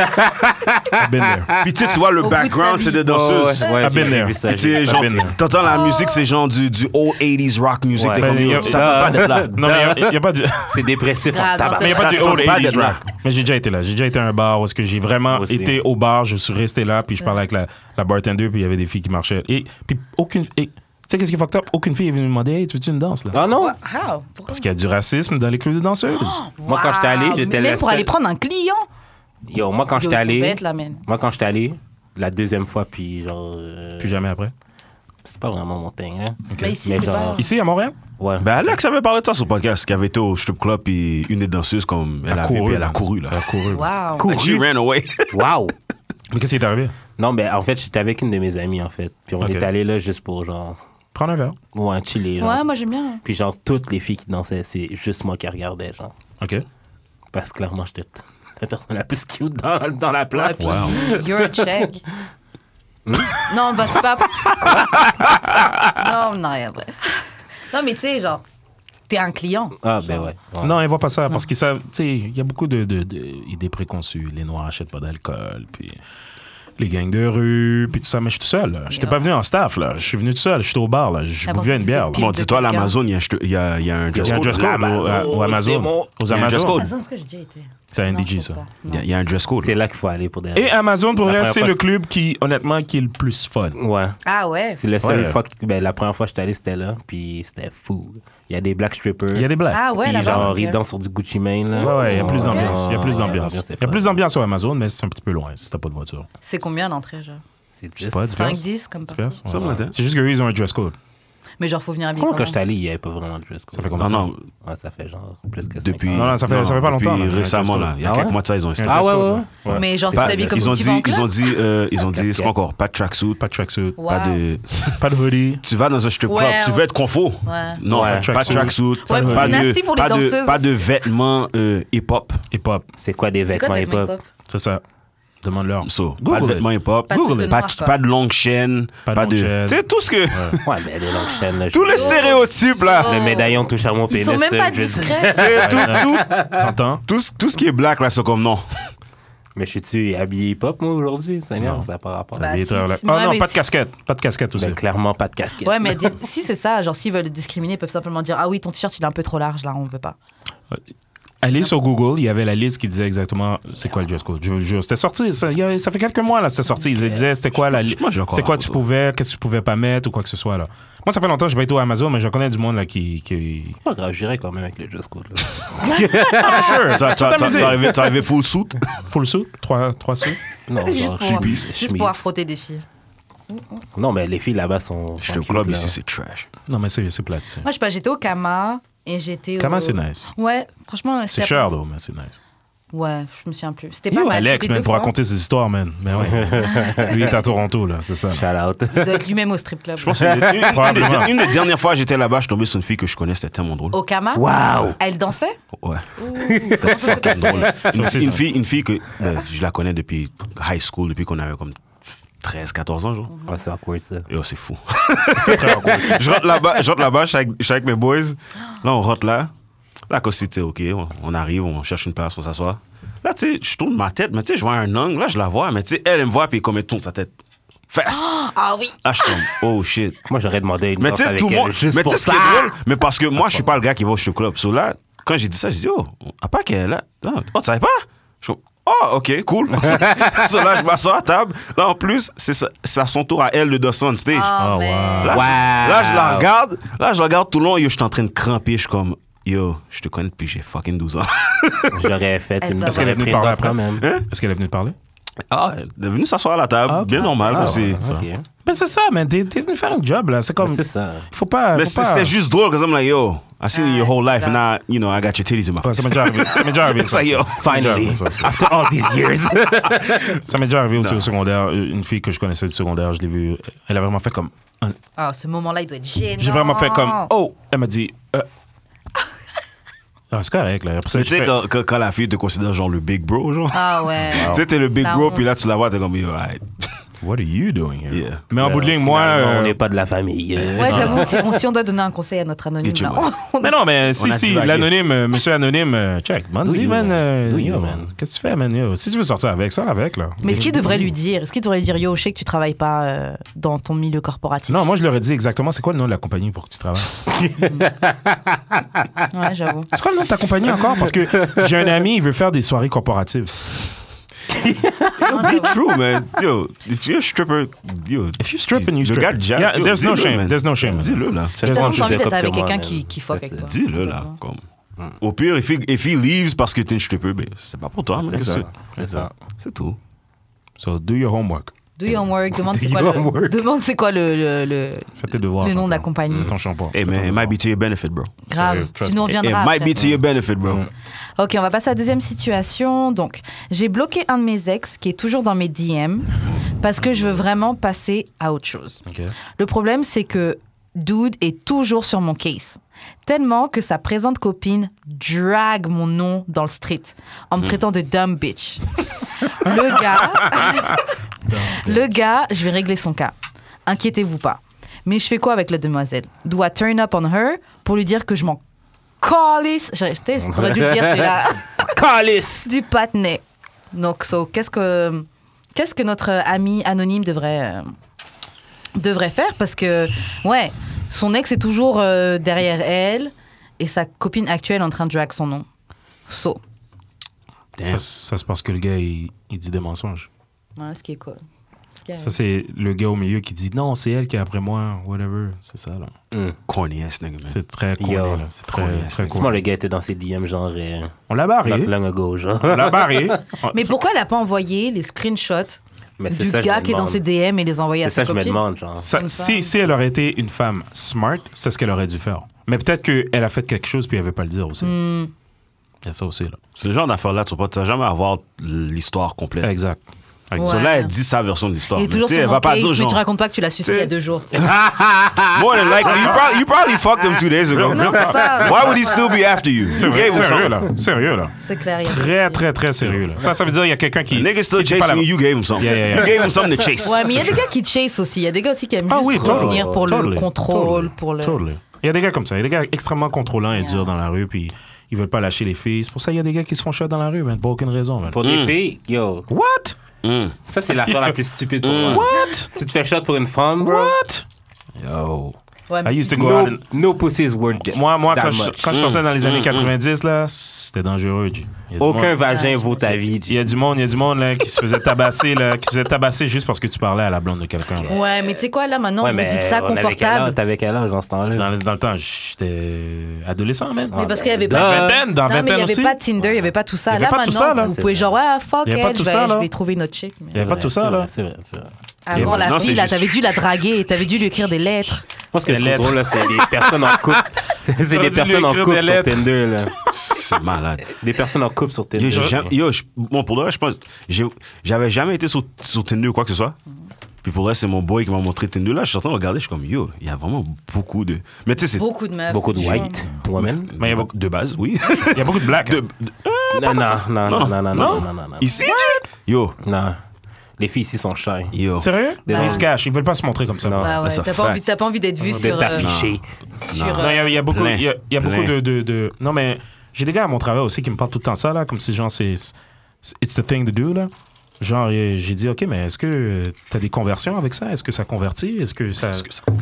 S3: I've been there.
S4: Puis, tu sais, tu vois le
S2: Au bout de sa
S4: background,
S2: vie.
S4: c'est des
S5: Oh,
S4: danseuses.
S5: ouais,
S3: I've
S5: j'ai-
S3: been
S5: j'ai
S3: there.
S5: vu ça,
S4: Puis, tu
S5: j'ai
S4: sais,
S5: vu ça.
S4: genre,
S3: I've been there.
S4: t'entends
S2: Oh.
S4: la musique, c'est genre du, du old 80s rock music.
S5: Ouais.
S4: T'es
S5: Ben,
S4: comme,
S3: y a-
S4: yo, ça peut pas d'être là.
S3: Non, mais il n'y a, pas du...
S5: C'est dépressif. en
S2: Ah, non,
S5: tabarnak.
S2: c'est-
S3: Mais y a pas
S4: Ça
S3: du
S4: tombe
S3: old
S4: pas
S3: 80s,
S4: d'être
S3: là.
S4: là.
S3: Mais j'ai déjà été là. J'ai déjà été à un bar où est-ce que j'ai vraiment
S5: Moi aussi.
S3: été au bar. Je suis resté là, puis je parlais avec la, la bartender, puis il y avait des filles qui marchaient. Et puis aucune... et Tu sais qu'est-ce qui est fucked up? Aucune fille est venue me demander « Hey, tu veux-tu une danse, là?
S5: Ah non?
S2: Quoi? How Pourquoi
S3: Parce qu'il y a du racisme dans les clubs de danseuses.
S4: Ah.
S5: Moi, quand j'étais allé, j'étais
S2: Même
S5: la
S2: pour
S5: seule-
S2: aller prendre un client.
S5: Yo, moi, quand
S2: Yo, ils
S5: j'étais
S2: sont
S5: allé.
S2: bêtes, là, man.
S5: Moi, quand j'étais allé, la deuxième fois, puis genre. euh,
S3: Plus jamais après.
S5: C'est pas vraiment mon thing, hein.
S2: Mais ici,
S5: Mais
S2: c'est
S5: genre-
S2: pas.
S3: Ici, à Montréal?
S5: Ouais.
S3: Bah.
S4: Ben, Alex avait parlé de ça sur le podcast, qui avait été au strip club, puis une des danseuses, comme, elle a, vu, puis elle a
S3: man.
S4: couru, là.
S3: Elle a couru.
S2: Wow.
S4: And she ran away.
S5: Wow!
S3: Mais qu'est-ce qui est arrivé?
S5: Non, mais en fait, j'étais avec une de mes amies, en fait. Puis on
S3: Ok.
S5: est allé là juste pour genre.
S3: Prendre un verre.
S5: Ouais, chiller, genre.
S2: Ouais, moi j'aime bien.
S5: Puis genre, toutes les filles qui dansaient, c'est juste moi qui regardais, genre.
S3: OK.
S5: Parce que clairement, j'étais la personne la plus cute dans, dans la place.
S2: You're a check. non, bah c'est pas. non, non, rien, bref. Non, mais tu sais, genre, t'es un client.
S5: Ah, ben ouais. ouais.
S3: Non, ils voient pas ça parce qu'ils savent, tu sais, il y a beaucoup de, de- de- idées préconçues. Les Noirs achètent pas d'alcool, puis les gangs de rue, puis tout ça. Mais je suis tout seul. là. J'étais pas venu en staff, là. Je suis venu tout seul. J'étais au bar, là. Je
S2: Ah,
S3: buvais
S2: bon,
S3: une bière. là.
S2: c'est
S4: Bon, dis-toi, à
S2: de
S4: l'Amazon, il y a un ch'te- il y a, il y a un
S3: Il
S4: dress
S3: y a un
S4: code. Ah, bah, oh,
S3: dress code au- à- au
S5: c'est
S3: Amazon.
S5: mon-
S3: Aux
S4: Il y a un dress
S3: Amazon.
S4: code.
S2: Amazon, est-ce que j'ai déjà été
S3: C'est un
S2: Non,
S3: DJ,
S2: je
S3: ça.
S2: pense pas.
S4: Il y a- il y a un dress code.
S5: C'est là qu'il faut aller pour des
S3: Et Amazon, pour
S5: La
S3: vrai,
S5: première
S3: c'est
S5: fois,
S3: le
S5: c'est-
S3: club qui, honnêtement, qui est le plus fun.
S5: Ouais.
S2: Ah ouais.
S5: C'est la seule
S3: Ouais.
S5: fois que, ben, la première fois que j'étais allé, c'était là, puis c'était fou. Il y a des black strippers.
S3: Il y a des blagues.
S2: Ah ouais,
S5: puis
S2: là-bas.
S5: genre,
S2: ok.
S5: ils dansent sur du Gucci Mane, là.
S3: Ouais, ouais, il y a plus
S5: Ouais.
S3: d'ambiance. Il y a plus
S5: Ouais,
S3: d'ambiance.
S5: l'ambiance est
S3: Il y a
S5: folle.
S3: plus d'ambiance sur Amazon, mais c'est un petit peu loin si t'as pas de voiture.
S2: C'est combien l'entrée, genre
S5: C'est dix.
S3: Je sais pas, 10
S2: 5,
S3: piastres.
S2: 10 comme
S3: 10
S2: partout.
S3: piastres, ouais.
S4: Ça Ah me l'attend.
S3: C'est juste qu'eux, ils ont un dress code.
S2: Mais genre, faut venir habiller.
S5: Comment
S2: Quand
S5: quand j'étais allé, il n'y avait pas vraiment de dress code.
S3: Ça fait combien
S4: Non,
S3: de temps?
S4: non,
S5: Ouais, ça fait genre plus que
S4: depuis.
S5: cinq ans.
S3: Non, non, ça fait- ça fait pas longtemps,
S4: depuis
S3: là.
S4: récemment, là. Il y a
S5: Ah
S4: quelques
S5: ouais?
S4: mois de ça, ils ont installé.
S5: Ah ouais, ouais,
S3: ouais.
S2: Mais genre, tu
S4: Pas-
S2: t'habilles comme
S4: ils, ont
S2: tu
S4: dit,
S2: vas en
S4: ils ont
S2: club
S4: dit, euh, ils ont dit,
S5: Casquette.
S4: c'est quoi encore, pas de tracksuit,
S3: Pas de tracksuit,
S2: Ouais.
S4: pas de.
S3: pas de hoodie.
S4: Tu vas dans un strip club,
S2: Ouais.
S4: tu veux être confo.
S2: Ouais.
S4: Non,
S5: Ouais.
S4: pas de tracksuit, pas,
S2: mais c'est nasty pour
S4: de,
S2: les
S4: pas, de,
S2: danseuses.
S4: pas de vêtements euh, hip-hop.
S3: Hip-hop,
S5: C'est quoi des
S2: C'est quoi
S5: vêtements
S2: tes vêtements
S5: hip-hop?
S2: hip-hop
S3: c'est ça. Demande-leur.
S4: So,
S3: Google
S4: pas de
S3: it.
S4: vêtements hip-hop,
S2: Pas de trucs de
S4: pas,
S2: noir,
S4: de-
S2: quoi.
S4: pas de longue chaîne,
S3: Pas de
S4: pas
S3: longue
S4: de.
S3: chaîne.
S4: Tu sais, tout ce que.
S5: Ouais, mais les longues chaînes, là.
S4: Tous
S5: je-
S4: les stéréotypes, là.
S5: Le médaillon touche à mon
S2: Ils
S5: pénis.
S2: sont même
S5: là,
S2: pas
S5: je veux dire-
S2: discrets.
S4: Tu sais, tout, tout,
S3: T'entends?
S4: tout, ce- tout ce qui est black, là, c'est comme non.
S5: Mais je suis-tu habillé hip-hop, moi, aujourd'hui? Seigneur, ça n'a pas rapport.
S2: Bah,
S3: Les
S2: si,
S3: trailers.
S2: si,
S3: Oh
S2: moi,
S3: non,
S2: mais
S3: pas de
S2: si-
S3: casquette. Pas de casquette aussi.
S5: Ben, clairement, pas de casquette.
S2: Ouais, mais dis- si c'est ça, genre, s'ils veulent le discriminer, ils peuvent simplement dire Ah oui, ton t-shirt, il est un peu trop large, là, on veut pas.
S3: Allez sur Google, il y avait la liste qui disait exactement c'est quoi le dress code. Je vous le jure, c'était sorti, ça, il y avait- ça fait quelques mois là, c'était sorti. Ils disaient c'était quoi la li-
S4: moi, j'ai encore
S3: c'est
S4: la
S3: quoi tu
S4: photo.
S3: pouvais, qu'est-ce que tu pouvais pas mettre ou quoi que ce soit là. Moi, ça fait longtemps que je vais être au Amazon, mais je connais du monde là qui. qui...
S5: C'est pas grave, j'irai quand même avec le dress code. là.
S3: Ah, sure,
S4: Tu
S3: tu vas t'amuser.
S4: arrives arrivé full suit.
S3: Full suit, trois, trois suits.
S5: Non,
S2: Juste
S5: Oh, genre,
S2: pour-
S5: chemise,
S2: Juste
S5: chemise.
S2: pouvoir frotter des filles.
S5: Non, mais les filles là-bas sont.
S4: Je
S5: sont
S4: te
S5: cute,
S4: club
S5: là.
S4: ici, c'est trash.
S3: Non, mais c'est c'est plate. ça.
S2: Moi, je sais pas, j'étais au Kama et j'étais au.
S3: Kama, c'est nice.
S2: Ouais, franchement,
S3: C'est
S2: c'était-
S3: cher, though, mais c'est nice.
S2: Ouais, je me souviens plus. C'était pas
S3: Yo,
S2: mal.
S3: Alex,
S2: j'étais
S3: man,
S2: deux
S3: pour
S2: fois.
S3: raconter ses histoires, man. Mais ouais. Lui, il est à Toronto, là, c'est ça. là.
S5: Shout out.
S2: Il doit être lui-même au strip club.
S4: Je pense que une, une- une des-
S3: Probablement.
S4: une des dernières fois, j'étais là-bas, je suis tombé sur une fille que je connais, c'était tellement drôle.
S2: Au Kama
S5: Waouh!
S2: Elle dansait
S4: Ouais.
S2: Comment ça se passe
S4: drôle. Une,
S3: aussi,
S4: une
S3: ça.
S4: fille, une fille que euh, je la connais depuis high school, depuis qu'on avait comme 13, 14 ans, genre.
S5: Ouais, c'est awkward ça.
S4: Yo, c'est fou. je rentre là-bas, je rentre là-bas, je suis avec, je suis avec mes boys. Là, on rentre là. Là, comme si, tu sais, OK, on, on arrive, on cherche une place, on s'assoit. Là, tu sais, je tourne ma tête, mais tu sais, je vois un angle. Là, je la vois, mais tu sais, elle, elle me voit, puis comme elle tourne sa tête. Fast.
S2: Ah oui
S4: Là, je tombe. Oh, shit.
S5: Moi, j'aurais demandé une
S4: Mais
S5: danse
S4: tu sais,
S5: avec
S4: tout le
S5: elle
S4: monde.
S5: juste
S4: Mais tu
S5: pour
S4: sais, ce
S5: ça.
S4: qui est drôle, mais parce que moi, je suis pas le gars qui va au strip club. So là, quand j'ai dit ça, j'ai dit, oh, à part qu'elle est là, Ah, oh, tu savais pas? Je suis comme, oh, ok, cool. so là, je m'assois à table. Là, en plus, c'est sa- c'est à son tour à elle de danser on stage.
S3: Ah, wow.
S4: Là,
S5: Wow.
S4: je, là, je la regarde. Là, je la regarde tout le long. Yo, je suis en train de cramper. Je suis comme, yo, je te connais depuis que j'ai fucking 12 ans.
S5: J'aurais fait
S2: Elle
S5: une
S2: doit
S5: danse
S2: Est-ce qu'elle
S3: est venue
S5: une
S3: parler
S5: danse
S3: après?
S5: quand même.
S3: Est-ce qu'elle est venue te parler?
S4: Ah, elle est venue s'asseoir à la table.
S3: Ah,
S4: bien
S3: ah,
S4: normal.
S5: Ah,
S4: comme c'est-
S5: ouais, ok.
S3: Ben, c'est ça, man. T'es t'es venu faire un job, là. C'est comme.
S5: Mais C'est ça.
S3: Faut pas.
S4: Mais
S3: faut
S4: c'était
S3: pas- Ah,
S4: c'était juste drôle. Cause I'm like, yo, I seen you your whole life. And now, you know, I got your titties in my
S3: Ouais,
S4: face.
S3: ça m'est déjà arrivé. Ça m'est déjà arrivé.
S4: Ça y est.
S3: Ça m'est déjà
S5: Finally,
S3: arrivé, ça, ça.
S5: after all these years.
S3: Ça m'est déjà arrivé aussi au secondaire. Une fille que je connaissais du secondaire, je l'ai vue. Elle a vraiment fait comme. un-
S2: Ah, ce moment-là, il doit être gênant.
S3: J'ai vraiment fait comme. Oh Elle m'a dit. euh. Ah, c'est correct, là. Après ça,
S4: Mais
S3: je
S4: tu sais,
S3: fais-
S4: quand, quand- quand la fille te considère genre le big bro, genre.
S2: Ah ouais.
S4: Tu sais, t'es le big
S2: La
S4: bro,
S2: honte.
S4: puis là, tu la vois, t'es comme, yo, alright.
S3: What are you doing here?
S4: Yeah.
S3: Mais en bout de ligne, moi.
S5: Finalement, On
S3: euh,
S5: n'est pas de la famille. euh,
S2: Ouais, j'avoue, si, on, si on doit donner un conseil à notre anonyme,
S4: Get
S2: là,
S4: your
S2: on-
S4: money.
S2: on-
S3: Mais non, mais si,
S4: a
S3: si,
S4: divagué.
S3: l'anonyme, euh, monsieur anonyme, euh, check.
S5: Do
S3: Mandy,
S5: you,
S3: man.
S5: man.
S3: euh,
S5: Do you,
S3: yo,
S5: man.
S3: Qu'est-ce que tu fais, man? Yo, Si tu veux sortir avec, sors avec, là.
S2: Mais est-ce qu'il devrait lui dire Est-ce qu'il devrait lui dire Yo, je sais que tu travailles pas euh, dans ton milieu corporatif
S3: Non, moi, je leur ai dit exactement c'est quoi le nom de la compagnie pour que tu travailles.
S2: Ouais, j'avoue.
S3: C'est quoi le nom de ta compagnie encore? Parce que j'ai un ami, il veut faire des soirées corporatives.
S4: Be true, man. Yo, if you're a stripper, yo.
S3: If you strip and you strip.
S4: Le gars de Jack,
S3: Yeah,
S4: yo,
S3: there's no
S4: dis-le,
S3: shame.
S4: man.
S3: There's no shame.
S4: Dis-le, là.
S2: De toute façon,
S5: je
S2: j'ai envie
S5: fais
S2: d'être
S5: comme
S2: avec
S5: moi,
S2: quelqu'un
S5: man.
S2: qui, qui fuck avec toi.
S4: Dis-le, là. Comme. Au pire, if he, if he leaves parce que t'es une stripper, ben, c'est pas pour toi, man.
S5: C'est
S4: Qu'est-ce
S5: ça.
S4: que-
S5: C'est ça.
S4: C'est tout.
S3: So do your homework.
S2: Do your homework. Demande
S5: Do
S2: c'est quoi,
S5: your
S2: le,
S5: homework.
S2: demande c'est quoi le, le, le,
S3: Fais tes devoirs.
S2: le nom de la
S3: Jean-Paul.
S2: compagnie.
S3: Fais Ton shampoing.
S4: Hey, man, it might be to your benefit, bro.
S2: Grave.
S3: Sérieux,
S2: Tu nous
S4: It
S2: reviendras.
S4: might
S2: après.
S4: be to your benefit, bro.
S3: Mm.
S2: Ok, on va passer à la deuxième situation. Donc, j'ai bloqué un de mes ex qui est toujours dans mes DM parce que je veux vraiment passer à autre chose.
S3: Ok.
S2: Le problème, c'est que Dude est toujours sur mon case. Tellement que sa présente copine drague mon nom dans le street en me traitant de dumb bitch. Le gars, le gars, je vais régler son cas. Inquiétez-vous pas. Mais je fais quoi avec la demoiselle Dois turn up on her pour lui dire que je m'en calisse. J'aurais j'étais- j'aurais dû le dire, celui-là
S5: Calice!
S2: du patinet. Donc, so, qu'est-ce que. Qu'est-ce que notre euh, ami anonyme devrait, euh, devrait faire Parce que, ouais, son ex est toujours euh, derrière elle et sa copine actuelle est en train de drag son nom. So.
S3: Ça, ça c'est parce que le gars, il, il dit des mensonges.
S2: Ouais, ce qui est cool. Ce qui est-
S3: Ça, c'est le gars au milieu qui dit non, c'est elle qui est après moi, whatever. C'est ça, là.
S4: Corny ass nigga, man.
S3: C'est très cool.
S5: Yo.
S3: là. C'est très,
S4: Corny,
S3: très
S5: C'est moi,
S3: cool.
S5: le gars était dans ses DM genre euh,
S3: On l'a
S5: not
S3: barré.
S5: long ago, genre.
S3: On l'a barré. On-
S2: Mais pourquoi elle n'a pas envoyé les screenshots
S5: Mais c'est
S2: du
S5: ça, je
S2: gars
S5: me
S2: qui est dans
S5: demande.
S2: ses DM et les envoyer
S5: C'est
S2: à
S5: ça,
S2: sa
S5: je me
S2: copine
S5: demande, genre.
S3: Ça,
S2: Une
S3: si,
S2: femme.
S3: si elle aurait été une femme smart, c'est ce qu'elle aurait dû faire. Mais peut-être qu'elle a fait quelque chose puis elle ne veut pas le dire aussi.
S2: Hmm.
S3: Il y a ça aussi, là.
S4: Ce genre d'affaire-là, tu ne vas jamais avoir l'histoire complète.
S3: Exact. Exact.
S2: Ouais.
S4: So là, elle dit sa version de l'histoire.
S2: Il est
S4: mais
S2: toujours
S4: tu sais,
S2: sur
S4: elle
S2: mon
S4: va pas
S2: case,
S4: dire
S2: mais
S4: genre.
S2: tu racontes pas que tu l'as suivi il y a
S4: T'sais-
S2: deux jours. t'sais.
S4: More than likely, you probably, you probably fucked him two days ago.
S2: Non, c'est ça.
S4: Why would he still be after you?
S3: C'est
S4: You
S3: vrai,
S4: gave him
S3: sérieux,
S4: something.
S3: là. Sérieux, là.
S2: C'est clair. il y a-
S3: Très, très, très sérieux, là. Ça, ça veut dire qu'il y a quelqu'un qui.
S4: Nigga still
S3: qui dit pas la-
S4: chasing you, you gave him something.
S3: Yeah, yeah, yeah.
S4: You gave him something to chase.
S2: Ouais, mais il y a des gars qui chase aussi. Il y a des gars aussi qui aiment
S3: Ah
S2: juste
S3: oui,
S2: revenir
S3: totally.
S2: pour
S3: Totally.
S2: le contrôle,
S3: Totally.
S2: pour le.
S3: Totally. Il y a des gars comme ça. Il y a des gars extrêmement contrôlants et
S2: Yeah.
S3: durs dans la rue, puis ils veulent pas lâcher les filles. C'est pour ça qu'il y a des gars qui se font shot dans la rue, man. Pour aucune raison, man.
S5: Pour
S2: Hmm.
S5: des filles, yo,
S3: What?
S4: Mm.
S5: ça, c'est l'affaire la plus stupide pour moi.
S3: What?
S5: Si tu fais shot pour une femme, bro,
S3: What? Yo.
S2: Ouais, mais
S3: I used to go out
S5: no,
S3: and-
S5: no pussies were dead.
S3: Moi, moi
S5: That
S3: quand, je,
S5: much.
S3: quand je sortais dans les années 90, là, c'était dangereux, G. Il y a du
S5: Aucun
S3: monde-
S5: vagin vaut ta vie.
S3: Il y a du monde, il y a du monde là, qui se faisait tabasser, là, qui se faisait tabasser juste parce que tu parlais à la blonde de quelqu'un. là.
S2: Ouais, mais tu sais quoi, là, maintenant,
S5: Ouais,
S2: vous
S5: mais
S2: dites ça
S5: on avait quel âge-
S2: confortable.
S5: T'avais quel âge dans ce temps-là?
S3: Dans, dans le temps, j'étais adolescent, man.
S2: Mais parce qu'il y avait
S3: Dans
S2: pas.
S3: la vingtaine,
S2: Non,
S3: dans la
S2: mais il
S3: vingtaine
S2: n'y avait
S3: aussi.
S2: pas Tinder, il n'y avait pas tout ça.
S3: Il y avait
S2: Là,
S3: pas tout
S2: maintenant,
S3: ça, là.
S2: vous pouvez genre, ah, fuck,
S3: Il y avait
S2: elle,
S3: pas
S2: je
S3: tout
S2: vais,
S3: ça, là.
S2: je vais trouver notre chick. Mais
S3: Il y avait pas tout ça, là.
S5: C'est vrai, c'est vrai.
S2: Avant, la
S4: Non,
S2: fille,
S4: c'est
S2: là,
S4: juste-
S2: t'avais dû la draguer, t'avais dû lui écrire des lettres.
S5: Moi, ce que
S3: Des
S5: je trouve
S3: lettres.
S5: drôle, là, c'est des personnes en couple. C'est c'est
S3: T'aurais
S5: des
S3: dû
S5: personnes
S3: lui
S5: en
S3: écrire
S5: couple
S3: des
S5: sur
S3: lettres.
S5: Tinder, là.
S4: C'est malade.
S5: Des personnes en couple sur Tinder.
S4: Yo, j'ai jamais- yo, je- bon, pour le reste, je pense, j'ai- j'avais jamais été sur, sur Tinder ou quoi que ce soit.
S2: Mhm.
S4: Puis pour le reste, c'est mon boy qui m'a montré Tinder. Là, je suis en train de regarder, je suis comme, yo, il y a vraiment beaucoup de. Mais tu sais, c'est.
S2: Beaucoup de meufs.
S5: Beaucoup de
S2: Ouais.
S5: white women.
S4: Mais il y a beaucoup- De base, oui.
S3: Il y a beaucoup de blagues.
S4: De-
S5: Non, non, non, non, non, non, non, non, non, non.
S4: Ici, Jay? Yo,
S5: Non. Les filles ici sont shy.
S4: yo.
S3: Sérieux?
S5: Non.
S3: Ils se cachent, ils veulent pas se montrer comme ça.
S5: Non.
S2: Bah ouais,
S4: That's a
S2: t'as pas envie-
S4: fact.
S2: t'as pas envie d'être vu sur.
S5: D'être
S2: euh,
S5: affichées.
S2: sur,
S4: Non.
S2: euh,
S3: Non, il y a, il y a beaucoup,
S4: Plein.
S3: il y a- il y a beaucoup
S4: Plein.
S3: de, de- de- Non, mais j'ai des gars à mon travail aussi qui me parlent tout le temps de ça, là, comme si, genre, c'est. c'est- It's the thing to do, là. Genre, euh, j'ai dit, OK, mais est-ce que euh, t'as des conversions avec ça? Est-ce que ça convertit? Est-ce que ça.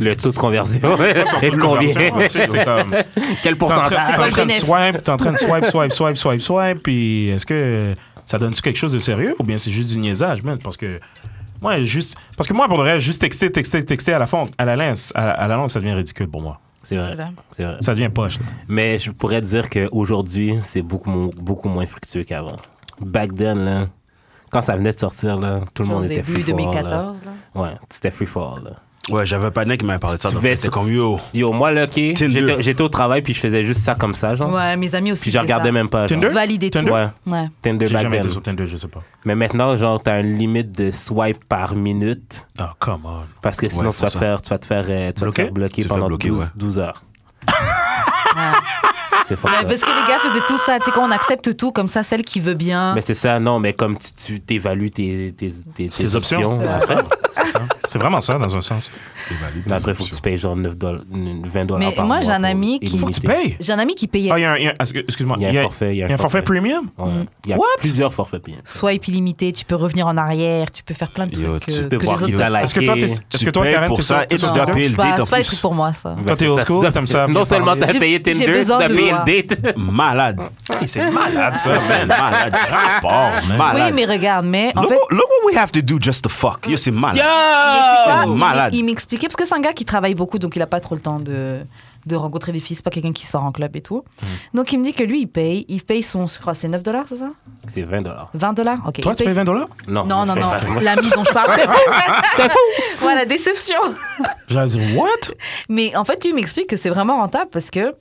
S5: Le taux de conversion est de combien?
S3: C'est comme.
S5: Quel
S3: T'es en train-
S5: pourcentage?
S2: C'est
S3: t'es
S2: quoi
S3: en
S2: le
S3: train de
S2: bénéfice?
S3: swipe, t'es en train de swipe, swipe, swipe, swipe, swipe, puis est-ce que euh, ça donne-tu quelque chose de sérieux ou bien c'est juste du niaisage, man? Parce que moi, juste, parce que moi, pour le reste, juste texter, texter, texter à la fond, à la lance, à, à la longue, ça devient ridicule pour moi.
S5: C'est
S2: C'est
S5: vrai.
S2: vrai.
S5: C'est vrai.
S3: Ça devient poche. là.
S5: Mais je pourrais te dire qu'aujourd'hui, c'est beaucoup, mo- beaucoup moins fructueux qu'avant. Back then, là, quand ça venait de sortir, là, tout le
S2: genre
S5: monde
S2: début
S5: était free for all. là.
S2: 2014, là.
S5: Ouais, c'était free for all. là.
S4: Ouais, j'avais pas de mec qui m'avait parlé de ça.
S5: Tu
S4: donc
S5: vas
S4: C'était
S5: sur-
S4: comme, yo.
S5: Yo, moi, là, OK, j'étais j'étais au travail puis je faisais juste ça comme ça, genre.
S2: Ouais, mes amis aussi.
S5: Puis je regardais même pas. genre.
S3: Tinder?
S2: Valider tout.
S3: Tinder?
S5: Ouais.
S2: Ouais.
S5: Tinder
S3: J'ai
S5: back
S3: jamais
S5: then.
S3: été sur Tinder, je sais pas.
S5: Mais maintenant, genre, t'as une limite de swipe par minute
S3: Oh, come on.
S5: parce que sinon,
S4: Ouais,
S5: tu,
S4: faut
S5: vas te
S4: ça.
S5: faire, tu vas te faire, euh, tu vas te
S3: Bloquer?
S5: faire bloquer
S4: Tu te fais
S5: pendant
S4: bloquer,
S5: 12,
S4: ouais.
S5: 12 heures.
S2: Ouais.
S5: C'est fort.
S3: Ah.
S2: Ouais, parce que les gars faisaient tout ça, tu sais, quand on accepte tout, comme ça, celle qui veut bien.
S5: Mais c'est ça, non, mais comme tu- tu t'évalues tes, tes, tes, tes
S3: Tes options.
S5: options,
S3: C'est ça. C'est ça. C'est vraiment ça, dans un sens.
S5: Mais après, il faut que tu payes genre 9 dollars, 20 dollars
S2: Mais
S5: par
S2: moi,
S5: mois
S2: j'ai un
S5: pour
S2: ami qui-
S5: illimité.
S3: Faut que tu payes.
S2: J'ai un ami qui payait
S3: Ah, il y a un. il y a- Excuse-moi.
S5: Il y a un forfait,
S3: Il y a un forfait premium?
S5: Ouais. Il y a
S3: What?
S5: plusieurs forfaits payants.
S2: swipe illimité, tu peux revenir en arrière, tu peux faire plein de trucs.
S4: Yo,
S2: euh,
S4: tu peux
S2: que
S5: Tu peux
S2: les
S5: voir
S2: autres
S5: qui
S2: peuvent
S5: t'a
S2: pas.
S5: liké.
S3: Est-ce que toi, t'es- est-ce que toi,
S4: payes
S3: Karen,
S4: pour
S3: t'es
S4: ça
S3: sur- t'es
S4: et tu
S3: sur
S2: Non,
S4: dois
S3: Tinder?
S4: payer le
S2: c'est pas-
S4: date en
S2: Bah, C'est pas les trucs
S4: plus.
S2: pour moi, ça.
S5: Ben,
S3: Toi, t'es
S5: c'est
S3: au
S5: ça,
S3: school,
S5: tu dois-
S3: t'aimes ça,
S5: Non
S3: bien
S5: seulement
S3: parler.
S5: t'as payé
S2: J'ai- j'ai
S5: Tinder, tu
S2: besoin
S5: dois
S2: de
S5: payer
S2: voir.
S5: le date.
S4: Malade.
S3: Hey, C'est malade, ça.
S4: C'est malade. Rapport,
S2: Oui,
S4: malade.
S2: mais regarde, mais en
S4: Look,
S2: fait.
S4: what- look what we have to do just to fuck. Yo, c'est malade.
S2: mais tu sais
S5: Yeah!
S2: quoi,
S4: c'est
S2: il-
S4: malade.
S2: Il m'expliquait, parce que c'est un gars qui travaille beaucoup, donc il a pas trop le temps de, de rencontrer des filles, c'est pas quelqu'un qui sort en club et tout. Donc il me dit que lui, il paye, il paye son, je crois, c'est 9 dollars, c'est ça
S5: C'est 20 dollars.
S2: 20 dollars Ok.
S3: Toi,
S2: il
S3: tu payes
S2: paye-
S3: 20 dollars?
S5: Non,
S2: Non,
S5: je
S2: non,
S5: fais
S2: non,
S5: pas.
S2: l'ami dont je parle. T'es fou T'es fou Voilà, déception
S3: J'allais dire, what?
S2: Mais en fait, lui, il m'explique que c'est vraiment rentable parce que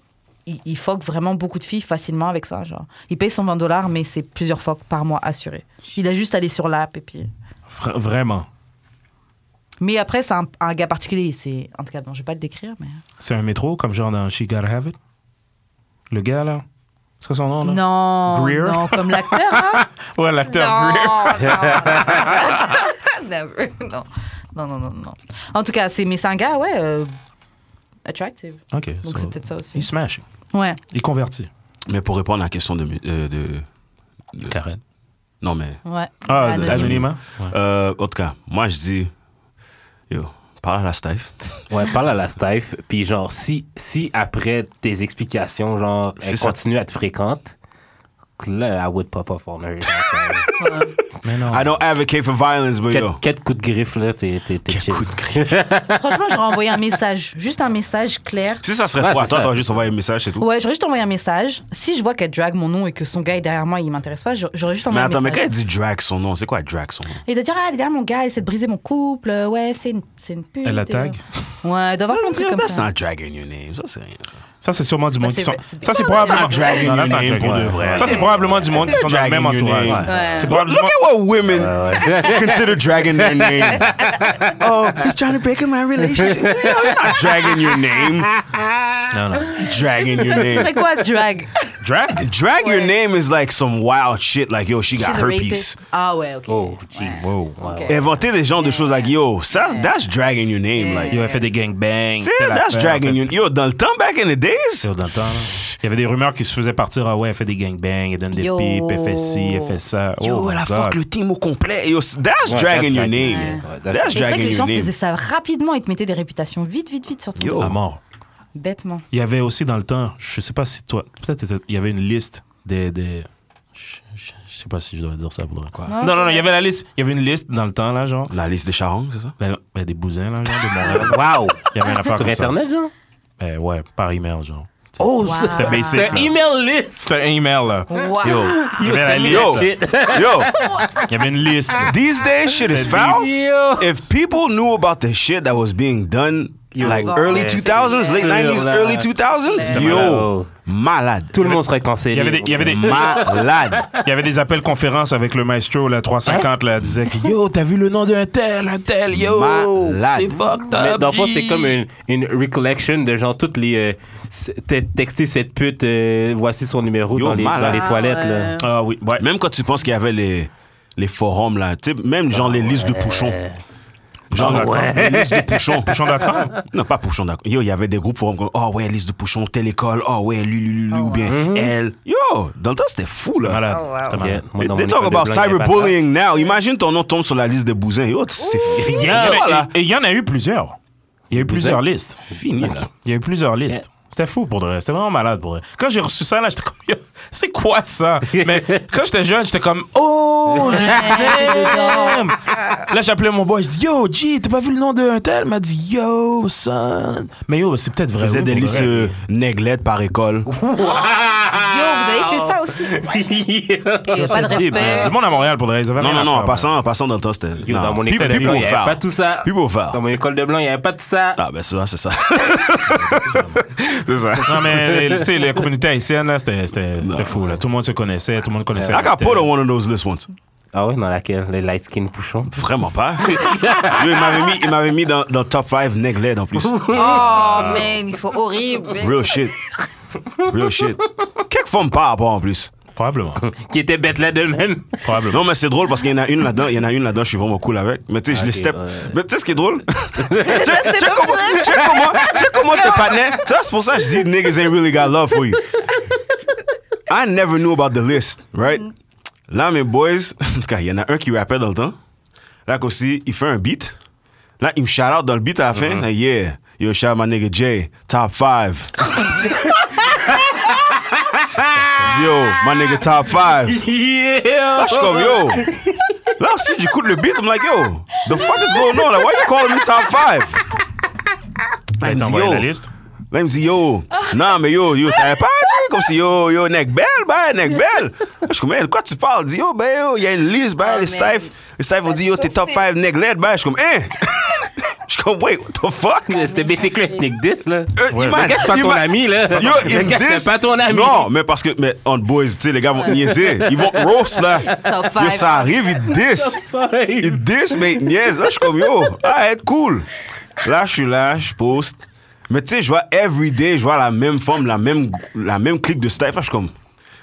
S2: il, il fuck vraiment beaucoup de filles facilement avec ça. Genre. Il paye son 20 dollars, mais c'est plusieurs fucks par mois assuré. Il a juste à aller sur l'app et puis.
S3: Vra- Vraiment.
S2: Mais après, c'est un, un gars particulier. C'est en tout cas, bon, je vais pas le décrire, mais
S3: C'est un métro, comme genre dans She Gotta Have It? Le gars, là? C'est quoi son nom, là?
S2: non,
S3: Oh Greer?
S2: non, comme l'acteur. Hein?
S3: Ouais, l'acteur
S2: non,
S3: Greer.
S2: non, non, Never, non, non, non, non, non. En tout cas, c'est mais c'est un gars, ouais, euh, attractive.
S3: OK.
S2: Donc
S3: so-
S2: c'est peut-être ça
S3: Il
S2: aussi.
S3: smash.
S2: Ouais.
S3: Il convertit.
S4: Mais pour répondre à la question de, mu- euh, de-
S3: Karen.
S4: Non, mais.
S2: Ouais.
S3: Ah,
S2: Anonyme.
S3: anonymat.
S4: Euh, en tout cas, moi, je dis, yo, parle à la staff.
S2: Oh.
S5: Ouais, parle à la staff. Puis genre, si, si après tes explications, genre,
S4: C'est
S5: elle
S4: ça.
S5: continue à être fréquente, là, I would pop off on her. Genre,
S3: Mais non.
S4: I don't advocate for violence, but yo.
S3: oh.
S5: Quatre, quatre coups de griffe, là, t'es t'es- t'es chill.
S4: coups de griffe.
S2: Franchement, j'aurais envoyé un message, juste un message clair.
S4: Si ça serait
S5: Ouais,
S4: toi,
S5: c'est
S4: attends,
S5: ça.
S4: attends, juste envoyer un message, c'est tout.
S2: Ouais, j'aurais juste envoyé un message. Si je vois qu'elle drague mon nom et que son gars est derrière moi, il m'intéresse pas, j'aurais- j'aurais juste
S4: mais
S2: envoyé
S4: attends,
S2: un
S4: mais
S2: message.
S4: quand elle dit drag son nom, c'est quoi drag son nom?
S2: Et de dire, ah, elle est derrière mon gars, elle essaie de briser mon couple, euh, ouais, c'est une, c'est une pute.
S3: Elle la
S2: et,
S3: tag?
S2: euh, Ouais, elle doit avoir plein de trucs
S4: Yo,
S2: comme
S4: that's
S2: ça.
S4: not dragging your name. Ça, c'est rien, ça.
S3: Ça, c'est sûrement du monde
S2: Bah,
S3: qui
S2: c'est
S3: sont.
S2: vrai, c'est-
S3: Ça, c'est
S4: Ah,
S3: probablement.
S4: dragging
S3: Non, là,
S4: your
S3: c'est un
S4: name
S3: truc,
S4: pour
S3: ouais.
S4: de vrai.
S3: Ça, c'est probablement du monde qui sont dans le
S4: Dragging
S3: même
S4: your
S3: entourage.
S4: name.
S2: Ouais.
S3: C'est
S4: But look
S3: probablement.
S4: at what women consider dragging their name. oh, he's trying to break up my relationship. You know, you're not dragging your name.
S3: Non, non.
S4: Dragging your
S2: Ce
S4: name.
S2: serait quoi, drag
S3: Drag?
S4: Drag your
S2: Ouais.
S4: name is like some wild shit. Like, yo, she got
S2: She's a
S4: herpes.
S2: rapist. Ah ouais, ok.
S5: Oh, jeez.
S3: Wow.
S5: Ouais,
S2: Ok.
S5: ouais.
S4: Inventer des genres de choses like, yo, ça, that's dragging your name. Like,
S3: Il avait fait des gangbangs.
S4: Tu sais,
S3: telle
S4: that's
S3: affaire,
S4: dragging
S3: telle-
S4: you. Yo, dans le temps, back in the days,
S3: Sur dans le temps, là. Il y avait des rumeurs qui se faisaient partir. Ah ouais, elle fait des gangbangs, elle donne des
S2: Yo.
S3: pipes, elle fait ci, elle fait ça.
S4: yo,
S3: oh,
S4: elle
S3: my
S4: a
S3: God.
S4: fuck le team au complet. Yo, that's
S5: Ouais,
S4: dragging your
S5: that's dragging
S4: name.
S5: your name. Ouais,
S4: That's
S5: that's
S2: C'est vrai que
S4: dragging
S2: les gens
S4: your name.
S2: faisaient ça rapidement, ils te mettaient des réputations vite, vite, vite sur ton
S4: Yo.
S2: dos.
S3: À mort.
S2: Bêtement.
S3: Il y avait aussi dans le temps, je sais pas si toi, peut-être t'étais- il y avait une liste des. des- je, je- je sais pas si je dois dire ça pour vrai.
S4: Quoi?
S3: Non, non, non, il y avait la liste. Il y avait une liste dans le temps, là, genre.
S4: La liste des charons, c'est ça?
S3: Ben, ben, des bousins, là, genre, de Montréal.
S5: Wow.
S3: Il y avait une affaire
S5: Sur
S3: comme ça.
S5: Internet, genre?
S3: Ben ouais, par email, genre.
S5: Oh,
S2: Wow.
S5: ça,
S3: C'était basic.
S5: C'était
S3: là.
S5: un email list.
S3: C'était un email, là.
S5: Oh.
S2: Wow.
S4: Yo,
S3: Il y avait la liste.
S4: yo,
S5: Shit.
S4: yo,
S3: Il y avait une liste.
S4: these days shit is
S3: Oh.
S4: foul.
S5: Yo.
S4: If people knew about the shit that was being done like
S2: bon,
S4: early
S2: ouais,
S4: 2000s, late
S5: sûr,
S4: 90s,
S5: là.
S4: early 2000s,
S5: Ouais.
S4: yo, malade.
S5: Tout le monde serait cancellé.
S3: Il y avait des- il y avait des-
S4: Malade.
S3: Il y avait des appels conférences avec le maestro, là, 350, là, disait que Yo, t'as vu le nom d'un tel, un tel, yo!
S4: Malade.
S3: C'est fucked up!
S5: Mais dans le fond, c'est
S3: G.
S5: comme une, une recollection de genre toutes les. Euh, c- t'es texté cette pute, euh, voici son numéro
S4: Yo,
S5: dans les, dans
S4: malade.
S5: les toilettes. là.
S2: Ah,
S3: Ah oui, ouais.
S4: Même quand tu penses qu'il y avait les, les forums, là, tu sais, même genre les listes de Pouchon.
S3: Ah
S4: Genre
S3: ouais.
S4: les listes de Pouchon.
S3: Pouchon d'accord.
S4: Non, pas Pouchon, d'accord. Yo, il y avait des groupes forums comme Oh ouais, liste de Pouchon, telle école, oh ouais, lui, lui, lui, lui, ou bien elle. Yo, dans le temps, c'était fou, là.
S3: Malade.
S2: Oh, wow.
S3: C'était
S5: Ok,
S3: malade.
S5: moi, dans
S4: They
S5: mon
S4: talk
S5: école de
S4: about
S5: blanc, il y avait pas ça.
S4: cyberbullying now. Imagine ton nom tombe sur la liste des bousins. Yo, c'est fini.
S5: Yo.
S4: là.
S5: Mais-
S4: Voilà.
S3: Ah, Et il y en a eu plusieurs. Il y a eu plusieurs listes.
S4: Fini, là.
S3: Il y a eu plusieurs listes. C'était fou pour de vrai. C'était vraiment malade pour vrai. Quand j'ai reçu ça, là, j'étais comme, Yo, c'est quoi ça? Mais quand j'étais jeune, j'étais comme, oh,
S2: Eh,
S3: damn! Là, j'appelais mon boy, je dis, yo, G, t'as pas vu le nom d'un tel? Il m'a dit, yo, son. Mais yo, c'est peut-être vrai.
S4: Faisait
S3: oui,
S4: des
S3: pour de
S4: listes
S3: vrai.
S4: euh, néglettes par école.
S2: Yo, vous avez fait ça aussi Il y a pas de
S3: Tout
S2: respect.
S3: ben, le monde à Montréal pour de vrai. Ils avaient
S4: Non,
S3: rien
S4: non,
S3: à
S4: non, en
S3: faire,
S4: passant, en passant dans le temps, c'était.
S5: Yo,
S4: non.
S5: dans mon
S4: Puis-
S5: école de
S4: puis
S5: blanc,
S4: pour
S5: il n'y avait
S4: faire.
S5: pas tout ça.
S4: Puis pour faire.
S5: Dans mon école de blanc, il n'y avait pas tout ça.
S4: Ah, ben, ça, c'est ça. c'est ça.
S3: Non, mais les- tu sais, les communautés haïtiennes, là, c'était- c'était c'était fou. Là. Tout le monde se connaissait, tout le monde connaissait.
S4: I got
S3: C'était-
S4: put on one of those list once.
S5: Ah ouais, dans laquelle Les light skin pouchons.
S4: Vraiment pas. Yo, il m'avait mis, il m'avait mis dans, dans le top 5 Negled en plus.
S2: Oh, man, ils sont horribles.
S4: Real shit. Real shit. Quelques femmes par rapport en plus.
S3: euh, Probablement.
S5: Qui étaient bêtes là de même.
S3: Probablement.
S4: Non, mais c'est drôle parce qu'il y en a une là-dedans, il y en a une là-dedans, je suis vraiment cool avec. Mais tu sais, je les step.
S5: ouais.
S4: Mais tu sais ce qui est drôle? check,
S2: c'est
S4: check
S2: pas
S4: comment,
S2: vrai.
S4: check comment, check comment tes partenaires. Tu vois, c'est pour ça que je dis niggas ain't really got love for you. I never knew about the list, right? Là, mes boys, en tout cas, il y en a un qui rappelle dans le temps. Là, aussi, il fait un beat. Là, il me shout out dans le beat à la fin. Like, yeah, yo, shout out my nigga Jay, top 5. yo, my nigga top 5.
S5: Yeah!
S4: Ah, Je suis comme yo. Là ensuite j'écoute le beat, I'm like yo, the fuck is going on? Like why you calling me top 5? Là
S3: T'as
S4: il me dit
S3: envoyé
S4: yo.
S3: la liste?
S4: Là il me dit yo. Non mais yo, yo, t'avais pas dit comme si yo, yo, nec belle, ben, nec belle. Je suis comme mais de quoi tu parles? Il dit yo, ben yo, il y a une liste,
S2: Oh,
S4: ben, les staffs. Les staffs ont dit yo, t'es top 5 nec led, ben. Je suis comme hein? Je suis comme wait, what the fuck?
S5: C'était basically un sneak diss, là.
S4: Euh,
S5: Ouais.
S4: imagine-
S5: Le gars, c'est pas ton
S4: ima-
S5: ami, là.
S4: Yo,
S5: Le
S4: ils
S5: gars,
S4: disent-
S5: c'est pas ton ami.
S4: Non, mais parce que, mais on boys, tu sais, les gars vont te niaiser. Ils vont te roast, là.
S2: Top
S4: Yo,
S2: five.
S4: ça arrive, ils te disent. Ils te disent, mais ils te niaisent. Là, je suis comme, yo, ah, être cool. Là, je suis là, je poste. Mais tu sais, je vois everyday, je vois la même forme, la même, la même clique de step. Là, je suis comme,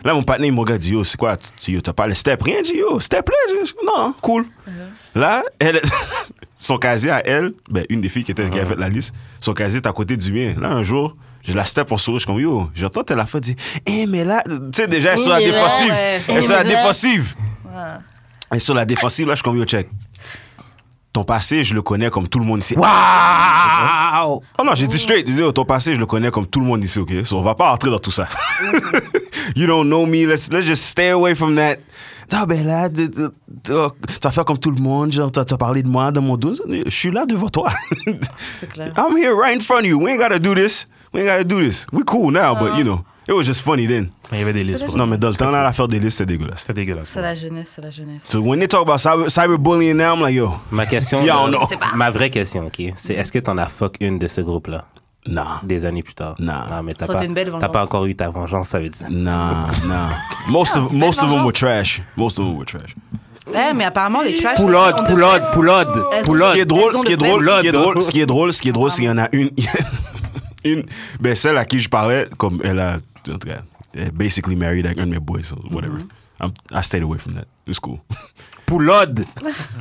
S4: là, mon partenaire, il me regarde, dit, yo, c'est quoi, tu- tu yo, t'as pas les steps? Rien, je dis, yo, step là. Je- je- Non, non, cool.
S2: Uh-huh.
S4: Là, elle, son casier à elle, ben, une des filles qui, était, qui a fait la liste, son casier est à côté du mien. Là, un jour, je la step en sourire, je suis comme, yo, j'entends, t'es la fête, dit, eh, mais là, tu sais, déjà, elle est sur la
S2: mais là,
S4: défensive.
S2: ouais.
S4: Elle est sur la
S2: mais là.
S4: défensive. Et sur la défensive, là, je suis comme yo check. Ton passé, je le connais comme tout le monde ici. Waouh! Oh non, j'ai dit straight. J'ai dit, oh, ton passé, je le connais comme tout le monde ici, OK? So, on va pas rentrer dans tout ça.
S2: Mm-hmm.
S4: you don't know me. Let's, let's just stay away from that. Ah ben là, de- de- de- oh, tu as fait comme tout le monde. Genre, tu as, tu as parlé de moi dans mon dos. Je suis là devant toi.
S2: C'est clair.
S4: I'm here right in front of you. We ain't gotta do this. We ain't gotta do this. We cool now,
S2: Uh-huh.
S4: but you know, it was just funny then.
S3: Mais il y avait des listes.
S2: la
S3: pour-
S4: Non, mais dans le temps, là, l'affaire des listes, c'était dégueulasse.
S3: C'était dégueulasse.
S2: C'est la jeunesse, c'est la jeunesse.
S4: So when they talk about cyber, cyberbullying now, I'm like, yo,
S5: Ma question.
S4: Yeah,
S5: là,
S4: on know.
S2: C'est pas-
S5: Ma vraie question, OK? C'est est-ce que t'en as fuck une de ce groupe-là
S4: nah,
S5: des années plus tard?
S4: Nah.
S5: Non, mais t'as
S2: Ça,
S5: pas,
S2: t'as une belle
S5: t'as
S2: vengeance.
S5: pas encore eu ta vengeance, ça veut dire.
S4: nah, nah. Most of most of them were trash. Most of them were trash.
S2: Eh, mais apparemment, les trash.
S5: Poulode,
S2: on
S5: poulode,
S2: déteste.
S5: poulode,
S2: Elles ont-
S4: Ce qui est
S5: poulode.
S4: drôle,
S2: Ils ont
S4: ce qui est
S2: le
S4: drôle,
S5: best.
S4: ce qui est drôle, ce qui est drôle, ce qui est drôle, c'est qu'il y en a une, une, ben celle à qui je parlais, comme elle a, en tout cas, elle est basically married avec un de mes boys, so whatever.
S2: Mm-hmm.
S4: I'm, I stayed away from that. It's cool.
S5: Poulode.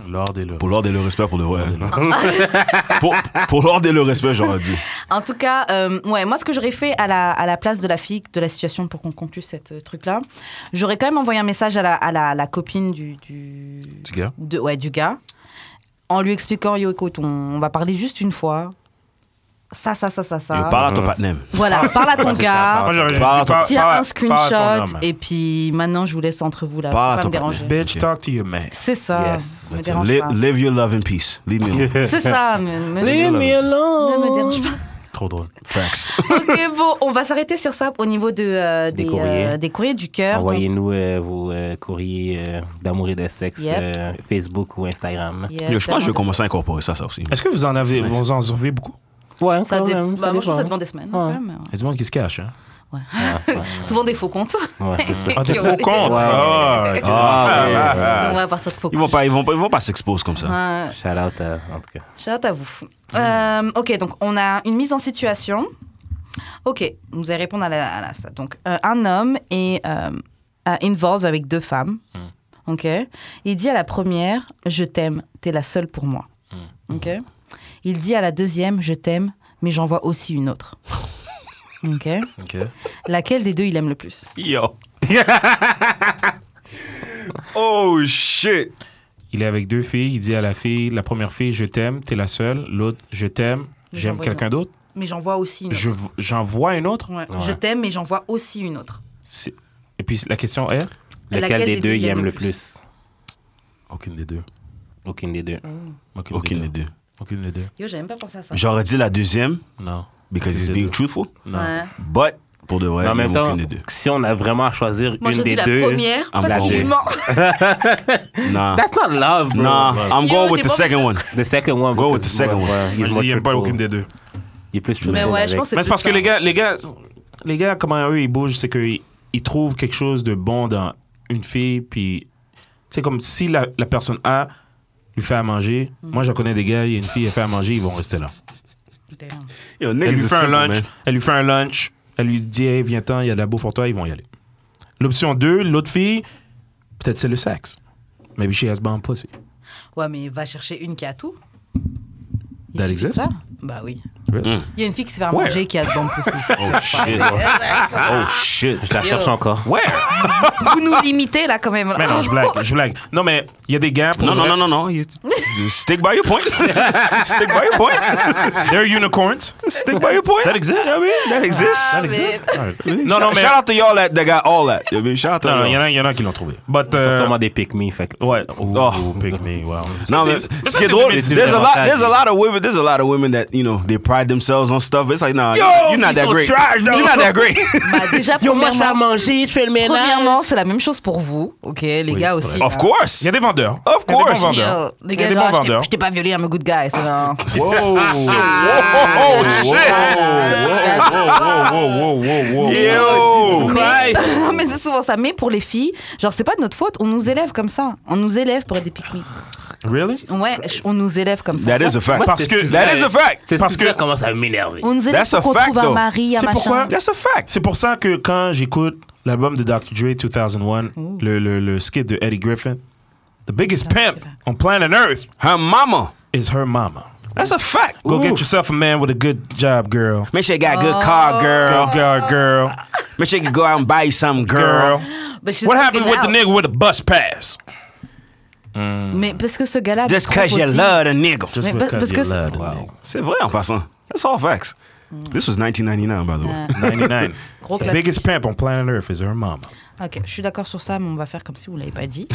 S3: Lord est là.
S4: Pour l'ordre et le respect, pour le ouais.
S2: Ah.
S4: pour pour l'ordre et le respect, j'aurais dit.
S2: En tout cas, euh, ouais, moi, ce que j'aurais fait à la, à la place de la fille, de la situation, pour qu'on conclue cette euh, truc-là, j'aurais quand même envoyé un message à la, à la, à la copine du, du,
S3: Du gars.
S2: de- ouais, du gars, en lui expliquant, yo, écoute, on, on va parler juste une fois. Ça, ça, ça, ça, ça.
S4: Yo, parle à ton partenaire.
S2: Voilà, parle à ton
S5: c'est ça,
S2: gars.
S5: parle.
S3: j'aurais
S4: Parle à ton-
S3: Ah, parle-
S2: Tiens
S3: parle à-
S2: un
S3: parle à ton
S2: screenshot
S3: homme.
S2: et puis maintenant je vous laisse entre vous là. Faut
S4: Parle à
S2: pas
S4: ton
S2: me déranger.
S4: partenaire.
S3: Bitch, talk to your man.
S2: C'est ça.
S5: Yes.
S2: me dérange
S4: Live,
S2: pas.
S4: live your love in peace. Leave me alone.
S2: C'est ça. mais- mais- Ne me dérange pas.
S3: Trop drôle.
S4: Facts.
S2: Ok, bon, on va s'arrêter sur ça au niveau de, euh,
S5: Des
S2: des,
S5: courriers.
S2: euh, des courriers du cœur.
S5: Envoyez-nous euh, vos euh, courriers euh, d'amour et de sexe,
S2: Yep.
S5: euh, Facebook ou Instagram.
S2: Donc, yeah,
S4: Yo, je pense que je vais
S2: tellement
S4: commencer à incorporer ça, ça aussi.
S3: Est-ce que vous en avez, vous en observez beaucoup?
S5: Ouais,
S2: de- Ça,
S5: quand
S2: dé-
S5: même,
S2: bah, moi, je trouve que ça
S5: dépend.
S2: dépend des semaines.
S5: Ouais.
S2: quand même.
S3: Il y a du monde qui se cache, hein?
S5: Ouais, ouais.
S2: Souvent des faux comptes.
S5: Ouais, c'est ça.
S3: Ah, t'es
S2: Qui
S3: faux
S2: ont-
S3: compte!
S5: Ouais.
S3: Ah, ouais.
S5: Ah, ouais.
S2: On va partir de faux
S4: Ils vont
S2: comptes.
S4: pas, ils vont pas, ils vont pas s'exposer comme ça.
S2: Ouais.
S5: Shout out, euh, en tout cas.
S2: Shout out à vous. Euh, ok, donc on a une mise en situation. Ok, vous allez répondre à la, à la- ça. Donc euh, un homme est euh, euh, involved avec deux femmes.
S3: Mm.
S2: Ok, il dit à la première je t'aime, t'es la seule pour moi.
S3: Mm.
S2: Ok, il dit à la deuxième je t'aime, mais j'en vois aussi une autre. Ok,
S3: Ok.
S2: laquelle des deux il aime le plus
S4: Yo. oh shit.
S3: Il est avec deux filles, il dit à la fille, la première fille, je t'aime, t'es la seule. L'autre, je t'aime,
S2: Je
S3: j'aime
S2: vois
S3: quelqu'un d'autre.
S2: Mais j'en vois aussi une autre.
S3: Je- J'en vois une autre.
S2: Ouais.
S5: Ouais.
S2: Je t'aime, mais j'en vois aussi une autre.
S3: C'est- Et puis la question est
S5: Lequel des deux il aime le plus
S3: Aucune des deux.
S5: Aucune des deux.
S3: Aucune,
S4: Aucune des deux.
S3: Aucune des deux.
S2: Yo, j'ai même pas pensé à ça.
S4: J'aurais dit la deuxième
S3: Non.
S4: because he's
S3: Aucune des
S4: being
S3: deux.
S4: truthful,
S3: Non.
S2: Ouais.
S4: but pour de vrai,
S5: Mais en
S4: il
S5: même
S4: aime
S5: temps,
S4: aucune des deux.
S5: si on a vraiment à choisir
S2: Moi,
S5: une
S2: je
S5: des
S2: dis la
S5: deux.
S2: première
S4: Ah,
S2: parce
S5: bon,
S2: qu'il
S5: oui.
S2: ment.
S4: Nah.
S5: That's not love, bro.
S4: Nah, I'm going
S2: Yo, j'ai
S4: with the
S2: pas
S4: second one.
S5: The second one.
S4: Go with
S5: because-
S4: the second one.
S5: Ouais, he's
S3: Moi, je
S5: more
S3: dis, il aime pas
S5: truthful.
S3: aucune des deux.
S5: Il est plus
S2: Mais
S5: truthful
S2: ouais, je
S5: avec.
S2: pense que
S3: Mais c'est parce que
S2: plus
S3: les
S2: ça.
S3: gars, les gars, les gars, comment eux ils bougent, c'est qu'ils ils trouvent quelque chose de bon dans une fille, puis c'est comme si la, la personne A lui fait à manger.
S2: Mm.
S3: Moi, je connais des gars, il y a une fille, elle fait à manger, ils vont rester là.
S2: Damn.
S4: Yo,
S3: Elle
S4: niggas
S3: lui
S4: is
S3: fait un
S4: simple,
S3: lunch,
S4: man.
S3: elle lui fait un lunch, elle lui dit, hey, viens ten il y a de la bouffe pour toi, ils vont y aller. L'option 2, l'autre fille, peut-être c'est le sexe. Maybe she has bomb pussy.
S2: Ouais, mais va chercher une qui a tout.
S3: Bah,
S2: Il
S3: That
S2: suffit de
S3: exists?
S2: ça. Bah oui.
S3: Really?
S2: Il y a une fille qui se fait à
S3: Ouais.
S2: manger qui a de bonnes poussies.
S4: Oh shit. Oh shit.
S5: Je la cherche encore.
S3: Ouais!
S2: Vous nous limitez là quand même.
S3: Mais non, je blague, je blague. Non, mais il y a des gars. pour
S4: Non,
S3: de
S4: non,
S3: vrai-
S4: non, non, non. You- you Stick by your point. Stick by your point.
S3: They're unicorns.
S4: Stick by your point.
S3: That exists.
S4: I mean, that exists.
S2: Ah,
S3: That
S2: mais-
S3: exists.
S4: Non,
S3: Non,
S4: non,
S3: non, mais.
S4: Shout out to y'all that, that got all that. I mean, shout out to
S3: Non, non,
S4: y'all.
S3: il y en a- il y, en a qui l'ont trouvé. But,
S5: C'est
S3: euh,
S5: sûrement des pick me. Fait que-
S3: Ouais.
S5: Oh.
S3: pick me, wow.
S4: Non, mais
S3: Ça, c'est-
S4: ce
S3: ça,
S4: qui est
S3: c'est
S4: drôle,
S3: du-
S5: c'est
S4: there's a lot,
S5: démocratique.
S4: there's a lot of women, there's a lot of women that you know they pride themselves on stuff. It's like, nah, you're not
S5: ils
S4: that
S5: sont
S4: great.
S5: trash, though.
S4: You're not that great.
S2: Bah, déjà,
S5: Yo, moi, je vais à
S2: premièrement,
S5: manger, je fais le ménage.
S2: premièrement, c'est la même chose pour vous. Ok, les
S3: Oui,
S2: gars
S3: c'est
S2: aussi.
S3: vrai.
S4: of
S2: là.
S4: course.
S3: Il y a des vendeurs.
S4: Of
S3: Il y a des bons
S4: course.
S3: vendeurs.
S2: Yo, euh, les
S3: Il y a
S2: gars,
S3: des
S2: genre,
S3: bons
S2: je t'ai-
S3: vendeurs.
S2: je t'ai pas violé, I'm a good guy. c'est genre-
S4: Oh, oh, shit. Yo.
S2: Mais, mais c'est souvent ça. Mais pour les filles, genre, c'est pas de notre faute. On nous élève comme ça. On nous élève pour être des pique
S3: Really?
S2: Ouais, je- on nous élève comme ça.
S4: That is a fact.
S3: Parce que-
S4: that is a fact.
S5: C'est
S3: Parce
S5: parce que Oh,
S3: que-
S5: ça commence à m'énerver.
S2: On nous élève
S4: That's a
S2: pour qu'on
S4: fact,
S2: trouve un
S4: though.
S2: mari, un
S3: C'est
S2: machin.
S3: pourquoi-
S4: That's a fact.
S3: C'est pour ça que quand j'écoute l'album de Dr. Dre 2001, le, le, le skit de Eddie Griffin, The biggest pimp on planet Earth
S4: Her mama.
S3: is her mama.
S4: That's a fact.
S3: Go
S4: Ooh.
S3: get yourself a man with a good job, girl.
S4: Make sure you got a good car,
S3: Girl,
S4: girl.
S3: girl, girl,
S4: Make sure you can go out and buy you something, girl.
S3: girl.
S2: But she's
S3: What happened
S2: looking
S3: with the
S2: out.
S3: nigga with a bus pass?
S2: Mais parce que ce gars-là.
S4: Just
S2: trompe
S4: cause you
S2: aussi.
S4: love a nigga.
S3: Just
S2: Mais pa-
S3: because
S2: parce
S3: you
S2: que c'est-
S3: love
S5: Wow.
S4: C'est vrai en passant. That's all facts. This was 1999, by the way.
S3: 99.
S2: Gros
S3: The
S2: classique.
S3: biggest pimp on planet Earth is her mama.
S2: Ok, je suis d'accord sur ça, mais on va faire comme si vous l'avez pas dit.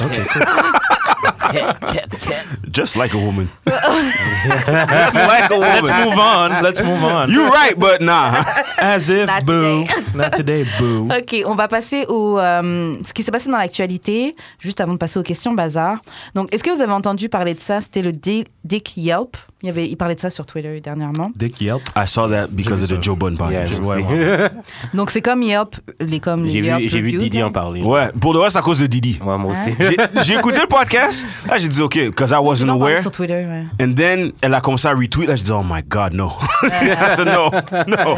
S4: Just like a woman. Just like a
S3: Let's
S4: woman.
S3: move on. Let's move on.
S4: You're right, but nah.
S3: As if,
S2: Not
S3: boo. Not today, boo.
S2: Ok, on va passer au euh, ce qui s'est passé dans l'actualité, juste avant de passer aux questions bazar. Donc, est-ce que vous avez entendu parler de ça C'était le Di- Dick Yelp. Il, y avait, il parlait de ça sur Twitter dernièrement.
S3: Dick Yelp.
S4: I saw that because of the Joe Budden podcast.
S5: Yes.
S3: Ouais, ouais.
S2: Donc, c'est comme Yelp, les comme les
S5: J'ai
S2: Yelp
S5: vu, j'ai vu
S2: reviews, hein.
S5: Didi
S2: là.
S5: en parler.
S4: Ouais, pour le reste, à cause de Didi.
S5: Moi, moi aussi.
S4: J'ai j'ai écouté le podcast. Là, j'ai dit, OK, because I
S2: Il
S4: wasn't
S2: en parlait
S4: aware.
S2: sur Twitter, ouais.
S4: And then, elle a commencé à retweet. Là, j'ai dit, oh my God, no. That's a no. No.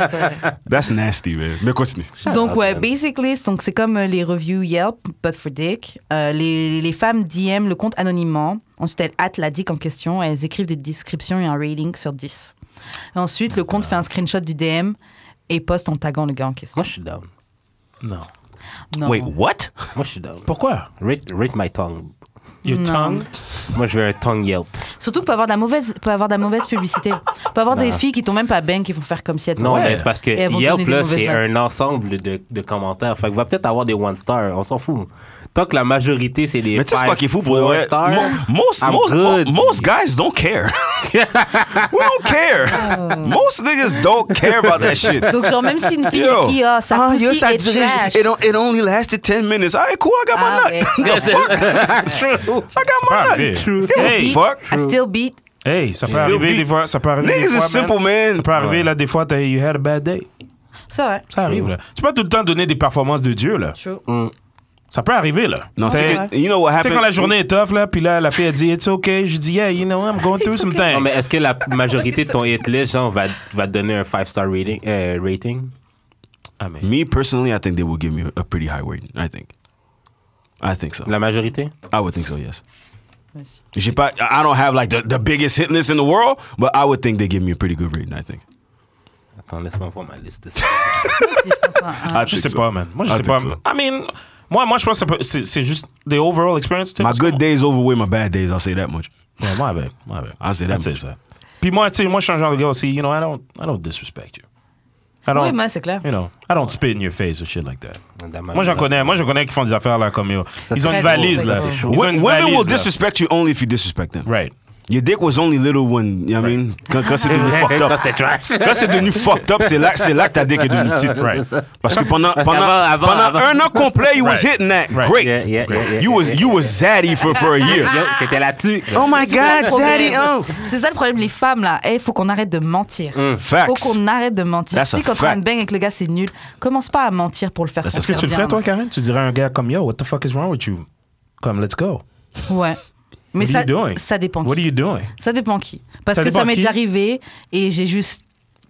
S4: That's nasty, man. Mais continue.
S2: Donc,
S5: up,
S2: ouais,
S5: man.
S2: basically, donc c'est comme euh, les reviews Yelp, but for dick. Euh, les, les femmes DM le compte anonymement. Ensuite, elles hâtent la dick en question. Elles écrivent des descriptions et un rating sur 10. Ensuite, le
S5: Ah.
S2: compte fait un screenshot du DM et poste en taguant le gars en question.
S5: Moi, je suis down.
S3: Non.
S2: Non.
S4: Wait, what?
S5: Moi, je suis down.
S3: Pourquoi?
S5: Rate, rate my tongue.
S3: Your tongue?
S5: Moi, je veux un tongue yelp.
S2: Surtout pour avoir de la mauvaise, pour avoir de la mauvaise publicité. Pour avoir des filles qui t'ont même pas bang, qui vont faire comme si elles
S5: Bah. Non,
S2: t'ont-
S5: mais c'est parce que
S2: Et elles vont
S5: Yelp,
S2: donner
S5: là,
S2: des mauvaises
S5: c'est
S2: notes.
S5: un ensemble de, de commentaires. Fait que va peut-être avoir des one star, on s'en fout. Tant que la majorité, c'est des
S4: Mais tu sais, c'est pas
S5: five,
S4: qu'il faut pour le
S5: four
S4: vrai.
S5: stars,
S4: Mo- Most,
S5: I'm
S4: most,
S5: good.
S4: mo- most guys don't care. We don't care.
S2: Oh.
S4: Most niggas don't care about that shit.
S2: Donc, genre, même si une fille
S4: Yo.
S2: écrit, ah, sa
S4: Ah,
S2: pussy
S4: yo, ça
S2: est
S4: dirait-
S2: trash.
S4: It, don't- it only lasted 10 minutes. All right, cool, I got my
S2: Ah,
S4: nut.
S2: ouais.
S4: The fuck? I got my
S3: Ah,
S4: nut.
S3: oui.
S4: Hey,
S2: Beat,
S4: fuck.
S2: I still beat.
S3: Hey, ça peut
S4: Still
S3: arriver
S4: be-
S3: des fois. Ça peut arriver des
S4: Niggas
S3: fois,
S4: is simple,
S3: man.
S4: man.
S3: Ça peut arriver, là, des fois, t'as- you had a bad day.
S2: C'est vrai.
S3: Ça arrive, là. Tu peux pas tout le temps donner des performances de Dieu, là.
S2: True.
S3: Ça peut arriver, là.
S4: Non, tu sais
S3: T'es-
S2: vrai.
S4: que- you know what
S3: Tu sais,
S4: happened?
S3: quand la journée est tough, là, puis là, la fille, elle dit, it's okay. Je dis, yeah, you know, I'm going through some
S5: Non,
S3: things.
S5: mais est-ce que la majorité de ton hit list, genre, va, va te donner un five star rating? euh, rating?
S3: Ah, mais-
S4: Me personally, I think they will give me a pretty high rating. I think. I think so.
S5: La majorité?
S4: I would think so, yes. J'ai pas, I don't have like the, the biggest hit list in the world, but I would think they give me a pretty good rating, I think.
S5: Attends, laisse-moi voir ma liste. de-
S4: I
S3: Je
S4: think
S3: sais
S4: so.
S3: pas, man. Moi, je
S4: I
S3: sais
S4: think
S3: pas.
S4: so.
S3: I mean, moi, moi je pense que ça peut- c'est c'est juste the overall experience. tu sais,
S4: My
S3: parce
S4: good
S3: que-
S4: days overweigh my bad days, I'll say that much.
S3: Ouais, moi, avec. Moi, avec.
S4: Ah, c'est la
S3: That's it,
S4: bouche.
S3: ça. Puis moi, tu sais, moi, je suis un genre de gars aussi, you know, I don't, I don't disrespect you. I don't,
S2: Oui, moi, c'est clair.
S3: You know, I don't spit in your face or shit like that.
S5: Dans ma-
S3: Moi, j'en connais. Moi, j'en connais qui font des affaires, là, comme, yo. Ils ont
S2: c'est très
S3: une valise,
S2: drôle,
S3: là.
S2: ça, c'est
S3: Ils
S2: chaud.
S3: ont
S4: Wo-
S3: une
S4: women will
S3: valise, là.
S4: disrespect you only if you disrespect them.
S3: Right.
S4: Your dick was only little when, you know what I mean? Quand, quand c'est devenu fucked
S5: Quand
S4: up.
S5: c'est trash.
S4: Quand c'est devenu fucked up, c'est là, c'est là que ta dick est devenue petite.
S3: Right.
S4: Parce que pendant, pendant,
S5: qu'avant- avant-
S4: pendant
S5: avant-
S4: un an complet, you was
S3: Right.
S4: hitting that.
S3: Right.
S4: Great.
S5: Yeah, yeah, yeah, yeah,
S4: you was,
S5: yeah,
S4: you was zaddy for, for a year.
S5: Yo, t'étais là-dessus.
S4: Oh my
S2: C'est ça le
S4: God, zaddy,
S2: problème.
S4: oh.
S2: C'est ça le problème, les femmes là. Il faut qu'on arrête de mentir.
S3: Hum,
S2: Faut
S4: Facts.
S2: qu'on arrête de mentir.
S4: That's a
S2: Si quand tu as
S4: fact.
S2: une bang avec le gars, c'est nul, commence pas à mentir pour le faire
S3: Est-ce que
S2: sentir
S3: tu le
S2: bien,
S3: ferais, toi,
S2: là.
S3: Karen? Tu dirais à un gars comme, yo, what the fuck is wrong with you? Comme, let's go.
S2: Ouais. Mais
S3: What
S2: ça,
S3: are you doing?
S2: ça dépend
S3: What are
S2: qui.
S3: you doing?
S2: Ça dépend qui. Parce
S3: Ça
S2: que ça
S3: dépend
S2: m'est
S3: qui.
S2: déjà arrivé et j'ai juste.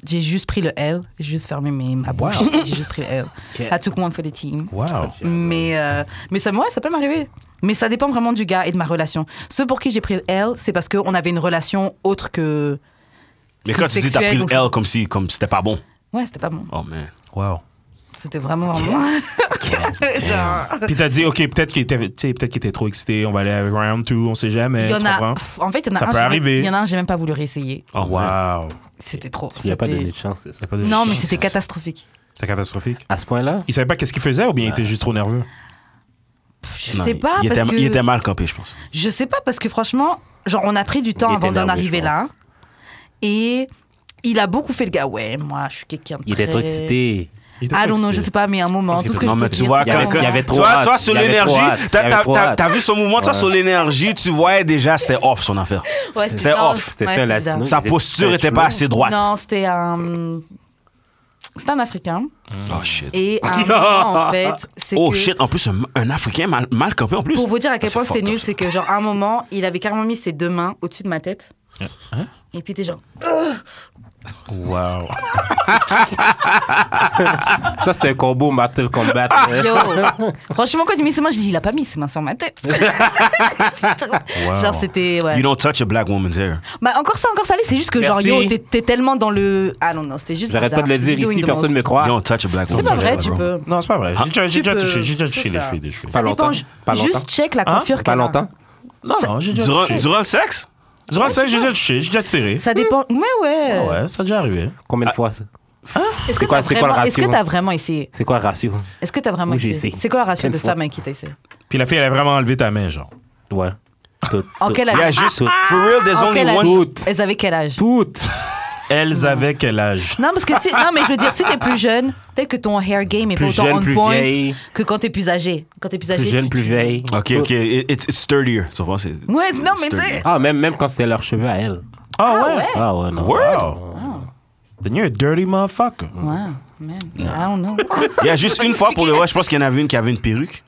S2: J'ai juste pris le L, j'ai juste fermé mes, ma bouche, j'ai juste pris le L.
S5: Yeah.
S2: I took one for the team.
S3: Wow.
S2: Mais, euh, mais ça, ouais, ça peut m'arriver. Mais ça dépend vraiment du gars et de ma relation. Ceux pour qui j'ai pris le L, c'est parce qu'on avait une relation autre que.
S4: Mais quand tu dis t'as
S2: sexuel,
S4: pris le
S2: donc
S4: L comme si comme c'était pas bon.
S2: Ouais, c'était pas bon.
S4: Oh man.
S3: Wow.
S2: C'était vraiment. vraiment- Genre,
S3: Puis t'as dit, OK, peut-être qu'il était, tu sais, peut-être qu'il était trop excité, on va aller avec round 2, on sait jamais.
S2: il y en
S3: tu
S2: a.
S3: comprends?
S2: pff, En fait, il y en a
S3: Eh, Ça
S2: un.
S3: peut
S2: j'ai-
S3: arriver.
S2: Il y en a un, j'ai même pas voulu réessayer.
S3: Oh, wow.
S2: C'était trop.
S5: Il n'y a pas
S2: c'était-
S5: donné de chance, c'est ça.
S2: Non, mais c'était catastrophique.
S3: C'était catastrophique.
S5: À ce point-là?
S3: Il savait pas qu'est-ce qu'il faisait ou bien il était juste trop nerveux?
S2: Pff, Je
S4: Non,
S2: sais
S4: il-
S2: pas.
S4: il,
S2: parce
S4: était,
S2: que...
S4: il était mal campé, je pense.
S2: Je sais pas parce que franchement, genre on a pris du temps
S5: Il était
S2: avant d'en
S5: énervé,
S2: arriver
S5: je
S2: là.
S5: pense.
S2: Et il a beaucoup fait le gars. Ah Ouais, moi je suis quelqu'un de
S5: Il était
S2: très-
S5: trop excité.
S3: Il était
S2: Ah non,
S3: trop
S2: non, je
S3: excité.
S2: sais pas, mais à un moment, tout ce que
S4: non,
S2: je peux
S4: mais
S2: te
S4: tu
S2: dire,
S4: vois,
S2: c'est
S5: Il y avait-
S2: qu'à un
S5: il y
S2: moment-
S5: avait trop
S4: toi,
S5: hâte.
S4: toi, sur
S5: Il y avait
S4: l'énergie,
S5: trop
S4: t'as-
S5: hâte. Il y avait
S4: t'as
S5: trop
S4: t'as-
S5: hâte.
S4: t'as vu son mouvement, toi, sur l'énergie, tu voyais déjà, c'était off son affaire.
S2: Ouais,
S4: C'était
S2: non,
S4: off.
S5: C'était
S2: ouais,
S5: un
S2: bizarre.
S5: latino.
S4: Sa
S5: C'était-
S4: posture
S5: c'était
S4: était pas
S5: chaud.
S4: assez droite.
S2: Non, c'était un. C'était un Africain.
S4: Oh shit.
S2: Et à un moment, en fait, c'est
S4: Oh
S2: que-
S4: shit, en plus, un, un Africain mal, mal campé en plus.
S2: Pour vous dire à quel
S4: C'est
S2: point c'était
S4: fucked up,
S2: nul,
S4: ça.
S2: c'est que genre à un moment, il avait carrément mis ses deux mains au-dessus de ma tête. Et puis t'es genre.
S3: Wow.
S5: Ça, c'était un combo Mortal Kombat. là.
S2: Yo. Franchement, quand il mis ses mains, je dis, il a pas mis ses mains sur ma tête. Genre, c'était. Ouais.
S4: You don't touch a black woman's hair.
S2: Bah, encore ça, encore ça allait. C'est juste que,
S5: Merci.
S2: genre, yo, t'es- t'es tellement dans le. Ah non, non, c'était juste.
S5: J'arrête pas
S2: bizarre.
S5: de le dire
S2: Doing
S5: ici,
S2: the
S5: personne
S2: most.
S5: ne me
S4: You
S5: croit.
S4: don't touch a black
S2: C'est
S4: woman's
S2: pas
S4: hair.
S2: vrai, tu
S4: bro.
S2: peux.
S3: Non, c'est pas vrai. J'ai déjà, j'ai
S2: Tu
S3: déjà
S2: peux.
S3: touché, j'ai déjà
S2: C'est
S3: touché les
S2: ça.
S3: filles des cheveux.
S5: Pas
S2: Ça
S5: longtemps.
S2: dépend.
S5: Pas longtemps.
S2: Juste check la
S3: Hein?
S2: coiffure
S5: Pas
S2: qu'elle a.
S5: longtemps.
S3: Non, non, j'ai déjà
S4: Durant,
S3: touché.
S4: durant le sexe?
S3: Durant le sexe, j'ai déjà touché, j'ai déjà tiré. Ah
S2: Ça dépend. Mais ouais.
S3: Ouais, ça a déjà arrivé.
S5: Combien de fois ça?
S2: Est-ce que
S5: Ah C'est quoi-
S2: t'as
S5: c'est quoi le
S2: vraiment- est-ce que
S5: ratio?
S2: t'as vraiment essayé
S5: C'est quoi le ratio?
S2: Est-ce que t'as vraiment
S5: Oui, j'ai
S2: essayé
S5: essayé.
S2: C'est quoi la ratio
S5: Plein
S2: de
S5: de fois.
S2: femmes à qui t'as essayé
S3: Puis la fille, elle a vraiment enlevé ta main, genre.
S5: Ouais. Tout,
S2: En
S5: tout,
S2: quelle
S4: Il y a
S2: âge Ah,
S4: juste. For real, there's
S2: En
S4: only
S2: quel âge
S4: one.
S5: Toutes.
S2: Elles avaient quel âge
S5: Toutes.
S3: Elles avaient quel âge?
S2: Non, parce que si- non, mais je veux dire, si t'es plus jeune, peut-être que ton hair game est
S5: Plus
S2: pas autant
S5: jeune,
S2: on
S5: plus
S2: point
S5: vieille.
S2: que quand t'es plus âgé. Quand t'es plus âgé.
S5: Plus jeune,
S2: tu-
S5: plus vieille.
S4: Ok, ok. it- It's, it's sturdier. Tu vois, c'est.
S2: Ouais, non, mais tu sais.
S4: Sturdy.
S5: Ah, même, même quand c'était leurs cheveux à elle.
S3: Ah ouais?
S5: Ah ouais, non.
S3: Wow. Then you're a dirty motherfucker.
S2: Wow, man. I don't know.
S4: Il y a juste une fois pour le vrai, je pense qu'il y en avait une qui avait une perruque.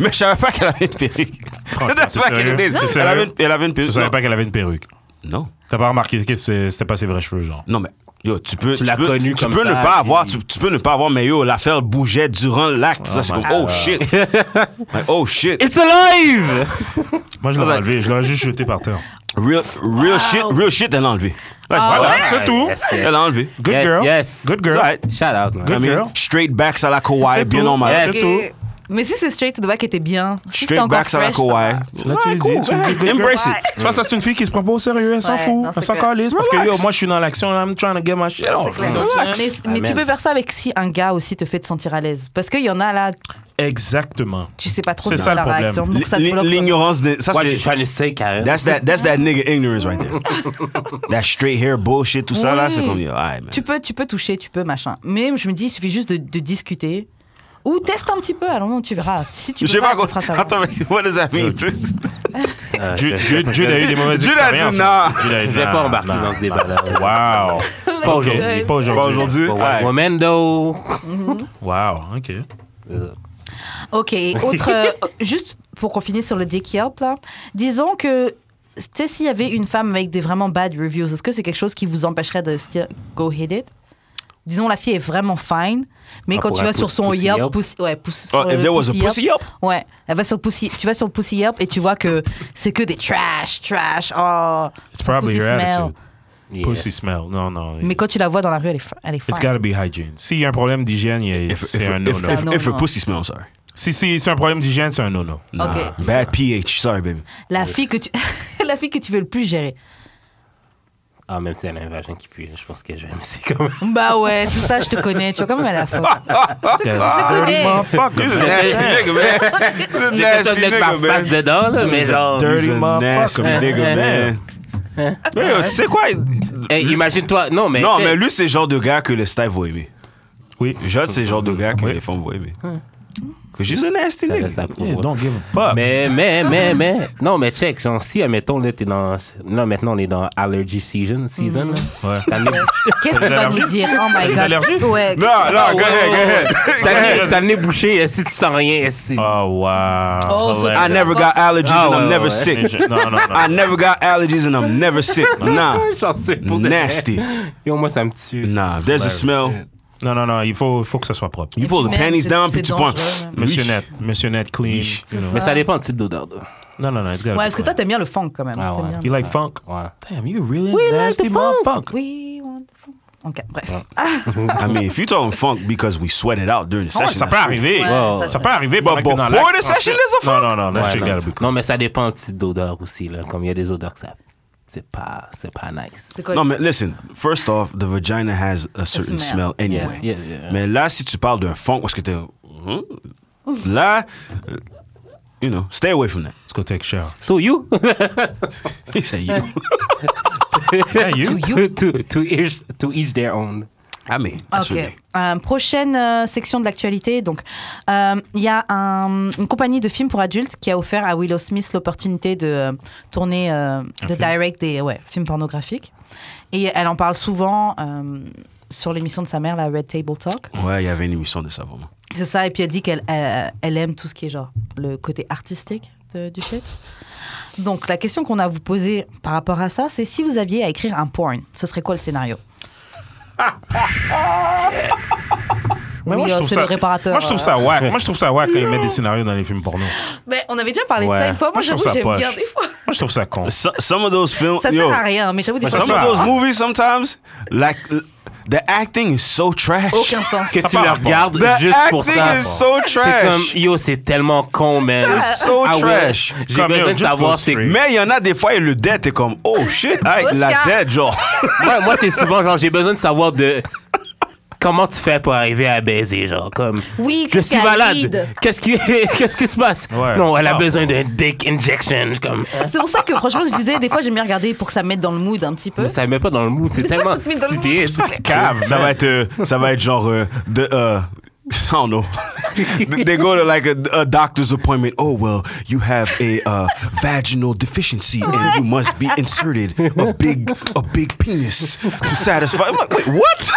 S4: Mais je savais pas qu'elle avait une perruque.
S3: Franchement,
S4: That's
S3: c'est
S4: back in the
S3: sérieux.
S4: days.
S3: C'est
S4: Elle
S3: sérieux.
S4: avait une, elle avait une
S3: Tu
S4: perruque.
S3: savais
S4: Non.
S3: pas qu'elle avait une perruque.
S4: non.
S3: T'as pas remarqué que c'est- c'était pas ses vrais cheveux, genre.
S4: Non, mais. Yo, tu peux,
S5: Tu l'as
S4: peux,
S5: connue
S4: tu
S5: comme
S4: peux
S5: ça,
S4: ne pas
S5: puis-
S4: avoir, tu, tu peux ne pas avoir, mais yo, l'affaire bougeait durant l'acte. ça, c'est comme, oh shit. Like, oh shit.
S5: It's alive!
S3: Moi, je l'aurais
S4: Ouais.
S3: enlevé. Je l'aurais juste jeté par terre.
S4: Real, real shit, real shit, elle l'a enlevé. Like, voilà.
S3: Voilà, c'est tout.
S5: Yes,
S4: Elle
S5: yes.
S4: l'a enlevé.
S3: Good
S5: Yes,
S3: girl.
S5: yes.
S3: Good
S4: It's
S3: girl.
S4: alright.
S5: Shout out, man.
S4: I mean,
S3: girl.
S4: straight backs à la Kawhi,
S3: C'est
S4: bien
S3: tout.
S4: normal.
S5: Yes.
S3: C'est tout.
S2: Mais si c'est straight, tu vois qu'elle était bien. Si c'était
S4: Straight
S2: encore
S4: backs à la
S2: fresh, ça
S4: Kawhi.
S3: C'est Là, tu lui dis, tu lui dis, good
S4: Ouais,
S3: girl.
S4: Embrace it.
S3: Tu vois, ça, c'est une fille qui se prend pas au sérieux. Elle s'en
S2: Ouais,
S3: fout.
S2: non,
S3: Elle
S2: c'est
S3: s'en
S2: clair.
S3: calisse. Parce que,
S4: Relax.
S3: yo, moi, je suis dans l'action. I'm trying to get my shit off.
S2: clair.
S3: You know what I'm saying?
S2: Mais, mais tu
S5: Amen.
S2: peux faire ça avec si un gars aussi te fait te sentir à l'aise. Parce qu'il y en a là,
S3: Exactement.
S2: tu sais pas trop
S3: C'est
S2: c'est quoi
S3: ça, le
S2: leur
S3: problème.
S2: réaction. Donc ça te
S4: L-
S2: bloque.
S4: L'ignorance, de- ça
S5: What you
S4: c'est.
S5: trying to say, Karen?
S4: That's that, that's that nigga ignorance right there. that straight hair bullshit, tout ça là, c'est
S2: Oui.
S4: comme, yo, alright, man.
S2: Mm. Tu peux, tu peux toucher, tu peux machin. Mais je me dis, il suffit juste de, de discuter. Ou teste un petit peu, allons, tu verras. Si tu
S4: Je
S2: peux
S4: sais pas
S2: tu
S4: quoi.
S2: feras savoir.
S4: Attends, mais what does that mean? Tu sais,
S5: Euh,
S3: Dieu,
S5: je-
S3: Dieu, Dieu a eu des mauvaises
S4: Dieu l'a dit
S3: expériences.
S4: non.
S3: Dieu l'a dit
S5: Je vais
S3: non,
S5: pas embarquer
S3: non.
S5: dans ce débat-là.
S3: Wow.
S5: Pas
S3: Ok,
S5: aujourd'hui.
S3: Pas aujourd'hui.
S4: Pas aujourd'hui.
S5: Pour
S4: Ouais.
S5: One Woman, though.
S3: Wow, OK.
S2: Ok, autre. euh, juste pour qu'on finisse sur le dick Yelp, là. Disons que, tu sais, s'il y avait une femme avec des vraiment bad reviews, est-ce que c'est quelque chose qui vous empêcherait de se dire go hit it Disons, la fille est vraiment fine, mais
S5: Ah,
S2: quand
S5: pour
S2: tu
S5: un
S2: vas sur
S5: pussy-
S2: son
S5: pussy
S2: Yelp,
S5: Yelp?
S2: pussy- ouais, pousse-
S4: Oh,
S2: sur
S4: if
S2: le
S4: there was a pussy up.
S2: Ouais, elle va sur Pussy, tu vas sur Pussy Yelp et tu vois que c'est que des trash, trash, oh.
S3: It's probably
S2: pussy
S3: your
S2: smell.
S3: attitude.
S5: Yeah.
S3: Pussy smell. Non, non.
S2: Mais quand tu la vois dans la rue, elle est, fi- elle est
S3: It's
S2: fine.
S3: gotta be hygiene. S'il y a un problème d'hygiène, il y a-
S4: If, if,
S3: c'est un
S4: if,
S3: no-no.
S4: if,
S2: No,
S4: if
S2: no.
S4: a pussy smell, I'm sorry.
S3: Si, si, c'est un problème d'hygiène, c'est un no-no.
S4: Nah,
S2: Ok.
S4: Bad pH, sorry baby.
S2: La fille que tu, la fille que tu veux le plus gérer.
S5: Ah, même si elle a un vagin qui pue, je pense que je vais aimer. C'est comme.
S2: Bah ouais, tout ça, je te connais. Tu vois quand même à la faute. Je te- je te connais.
S4: He's a
S3: Motherfucker.
S4: nasty nigga, man. He's a
S5: J'ai peut-être
S4: nasty
S5: mettre
S4: nigga,
S5: ma face
S4: man.
S5: dedans, là, mais genre.
S4: He's
S3: Dirty
S4: a nasty
S3: motherfucker.
S4: nigga, man. Mais yo, tu sais quoi? il-
S5: Hey, imagine-toi. Non, mais.
S4: Non,
S5: tu sais,
S4: mais lui, c'est le genre de gars que le staff va aimer.
S3: Oui.
S4: Jade, c'est le genre de gars que
S3: Oui.
S4: les femmes vont aimer. C'est juste un nasty
S5: ça
S4: nigga.
S5: reste à prouver.
S3: Yeah, don't give a fuck.
S5: Mais, mais, mais, mais. Non, mais check, genre, si, admettons, là, t'es dans. Là, maintenant, on est dans allergy season. season là.
S3: Mm. Ouais.
S5: T'as amené-
S2: Qu'est-ce
S3: Des
S2: qu'elle va nous
S3: allergies.
S2: dire Oh my
S3: Des
S2: god.
S3: allergies
S2: Ouais.
S4: Non, non, go ahead, go ahead.
S5: T'as amené- T'as amené bouché euh, si tu sens rien. Si...
S3: Oh, wow.
S2: Oh,
S3: Ouais.
S4: I never got allergies
S5: Ah,
S4: and I'm
S5: ouais,
S4: never
S5: ouais.
S4: sick.
S3: Non, non, non.
S4: I never got allergies and I'm never sick. Nah.
S5: Ah, J'en sais pour de vrai.
S4: Nasty.
S5: Yo, moi, ça me tue.
S3: Mm.
S4: Nah, if there's a smell.
S3: Non, non, non, il faut, faut que ça soit propre.
S4: You pull the
S2: Même,
S4: panties
S2: c'est-
S4: down, puis
S2: c'est
S4: tu prends.
S2: dangereux, même.
S3: Monsieur
S4: Oui.
S3: net, monsieur net clean.
S4: Oui.
S3: you know.
S5: Mais ça dépend du type d'odeur. là.
S3: Non, non, non, it's gotta
S2: Ouais,
S3: be
S2: parce que
S3: clean.
S2: toi, t'aimes bien le funk quand même.
S5: Ah
S2: T'aimes
S5: ouais.
S2: bien.
S3: You like funk?
S5: Ouais.
S3: Damn, you really
S2: We like
S3: nasty
S2: the funk.
S3: motherfucker.
S2: We want the funk. Ok, bref.
S4: I mean, if you talking funk because we sweat it out
S5: Ah
S4: during the
S3: Ouais,
S4: session.
S3: ça peut
S4: that's-
S3: arriver.
S2: Ouais,
S5: Wow.
S3: Ça peut arriver. pendant que t'es dans
S4: before
S3: l'acte.
S4: the session, there's a
S3: Non, non, non, that
S5: Ouais,
S3: shit
S5: non.
S3: gotta be clean.
S5: non, mais ça dépend du type d'odeur aussi. Là. Comme il y a des odeurs que ça. C'est pas, c'est pas nice.
S2: C'est quoi
S4: Non, mais listen, first off, the vagina has a certain smell
S2: smell.
S5: Yes,
S4: anyway.
S5: yes, yes.
S4: Mais là, si tu parles d'un funk, parce que t'es. Là, euh, you know, stay away from that.
S3: Let's go take a shower.
S5: So you?
S4: He said you.
S3: Is that you?
S5: to, to, to, each, to each their own.
S4: I mean, that's
S2: Ok.
S4: what they-
S2: Euh, prochaine euh, section de l'actualité. Donc, euh, il y a un- une compagnie de films pour adultes qui a offert à Willow Smith l'opportunité de euh, tourner, euh, de
S3: film.
S2: direct des ouais, films pornographiques. Et elle en parle souvent euh, sur l'émission de sa mère, la Red Table Talk.
S4: Ouais, il y avait une émission de ça, vraiment.
S2: C'est ça. Et puis elle dit qu'elle elle, elle aime tout ce qui est genre le côté artistique de- du shit. Donc, la question qu'on a à vous poser par rapport à ça, c'est si vous aviez à écrire un porn, ce serait quoi le scénario
S3: Mais
S2: Oui,
S3: moi, je
S2: euh,
S3: trouve
S2: c'est
S3: ça-
S2: le réparateur, euh.
S3: Moi, je trouve ça whack. Moi, je trouve ça whack quand ils mettent des scénarios dans les films porno.
S2: Mais on avait déjà parlé
S5: Ouais.
S2: de ça une fois. Moi,
S3: Moi, je trouve
S2: j'avoue,
S3: ça
S2: j'aime bien
S3: poche.
S2: des fois.
S3: Moi, je trouve ça con.
S4: So- some of those films.
S2: Ça
S4: yo,
S2: sert à rien, mais j'avoue, des
S4: But
S2: fois,
S4: some
S3: ça
S4: of
S3: va.
S4: those movies sometimes, like the acting is so trash.
S2: aucun sens.
S5: Que tu
S3: part
S5: le
S3: pas.
S5: regardes
S4: The
S5: juste pour
S4: acting
S5: ça.
S4: is so
S5: T'es comme,
S4: trash.
S5: yo, c'est tellement con, man.
S4: It's so
S5: Ah ouais,
S4: trash.
S5: J'ai
S3: Comme, yo,
S5: besoin de
S3: just go
S5: savoir c'est
S3: straight.
S4: Mais il y en a des fois, le dead, t'es comme, oh shit, hey, la
S2: Oscar.
S4: dead, genre.
S5: Ouais, moi, c'est souvent genre, j'ai besoin de savoir de. Comment tu fais pour arriver à baiser, genre, comme.
S2: Oui,
S5: Je suis
S2: Khalid.
S5: malade. Qu'est-ce qui, qu'est-ce qui se passe?
S3: Ouais,
S5: non, elle a
S3: stop.
S5: besoin d'un dick injection. Comme.
S2: C'est pour ça que franchement, je disais, des fois, j'aime bien regarder pour que ça me mette dans le mood un petit peu.
S5: Mais ça met pas dans le mood. C'est
S2: Mais ça,
S5: tellement
S2: ça se met dans le mood.
S5: stupide.
S3: Cave,
S4: Ça va
S3: man.
S4: être, euh, ça va être genre, euh, de, euh, I don't know. They go to like a, a doctor's appointment. Oh well, you have a uh, vaginal deficiency, and you must be inserted a big, a big penis to satisfy. I'm like, wait, what?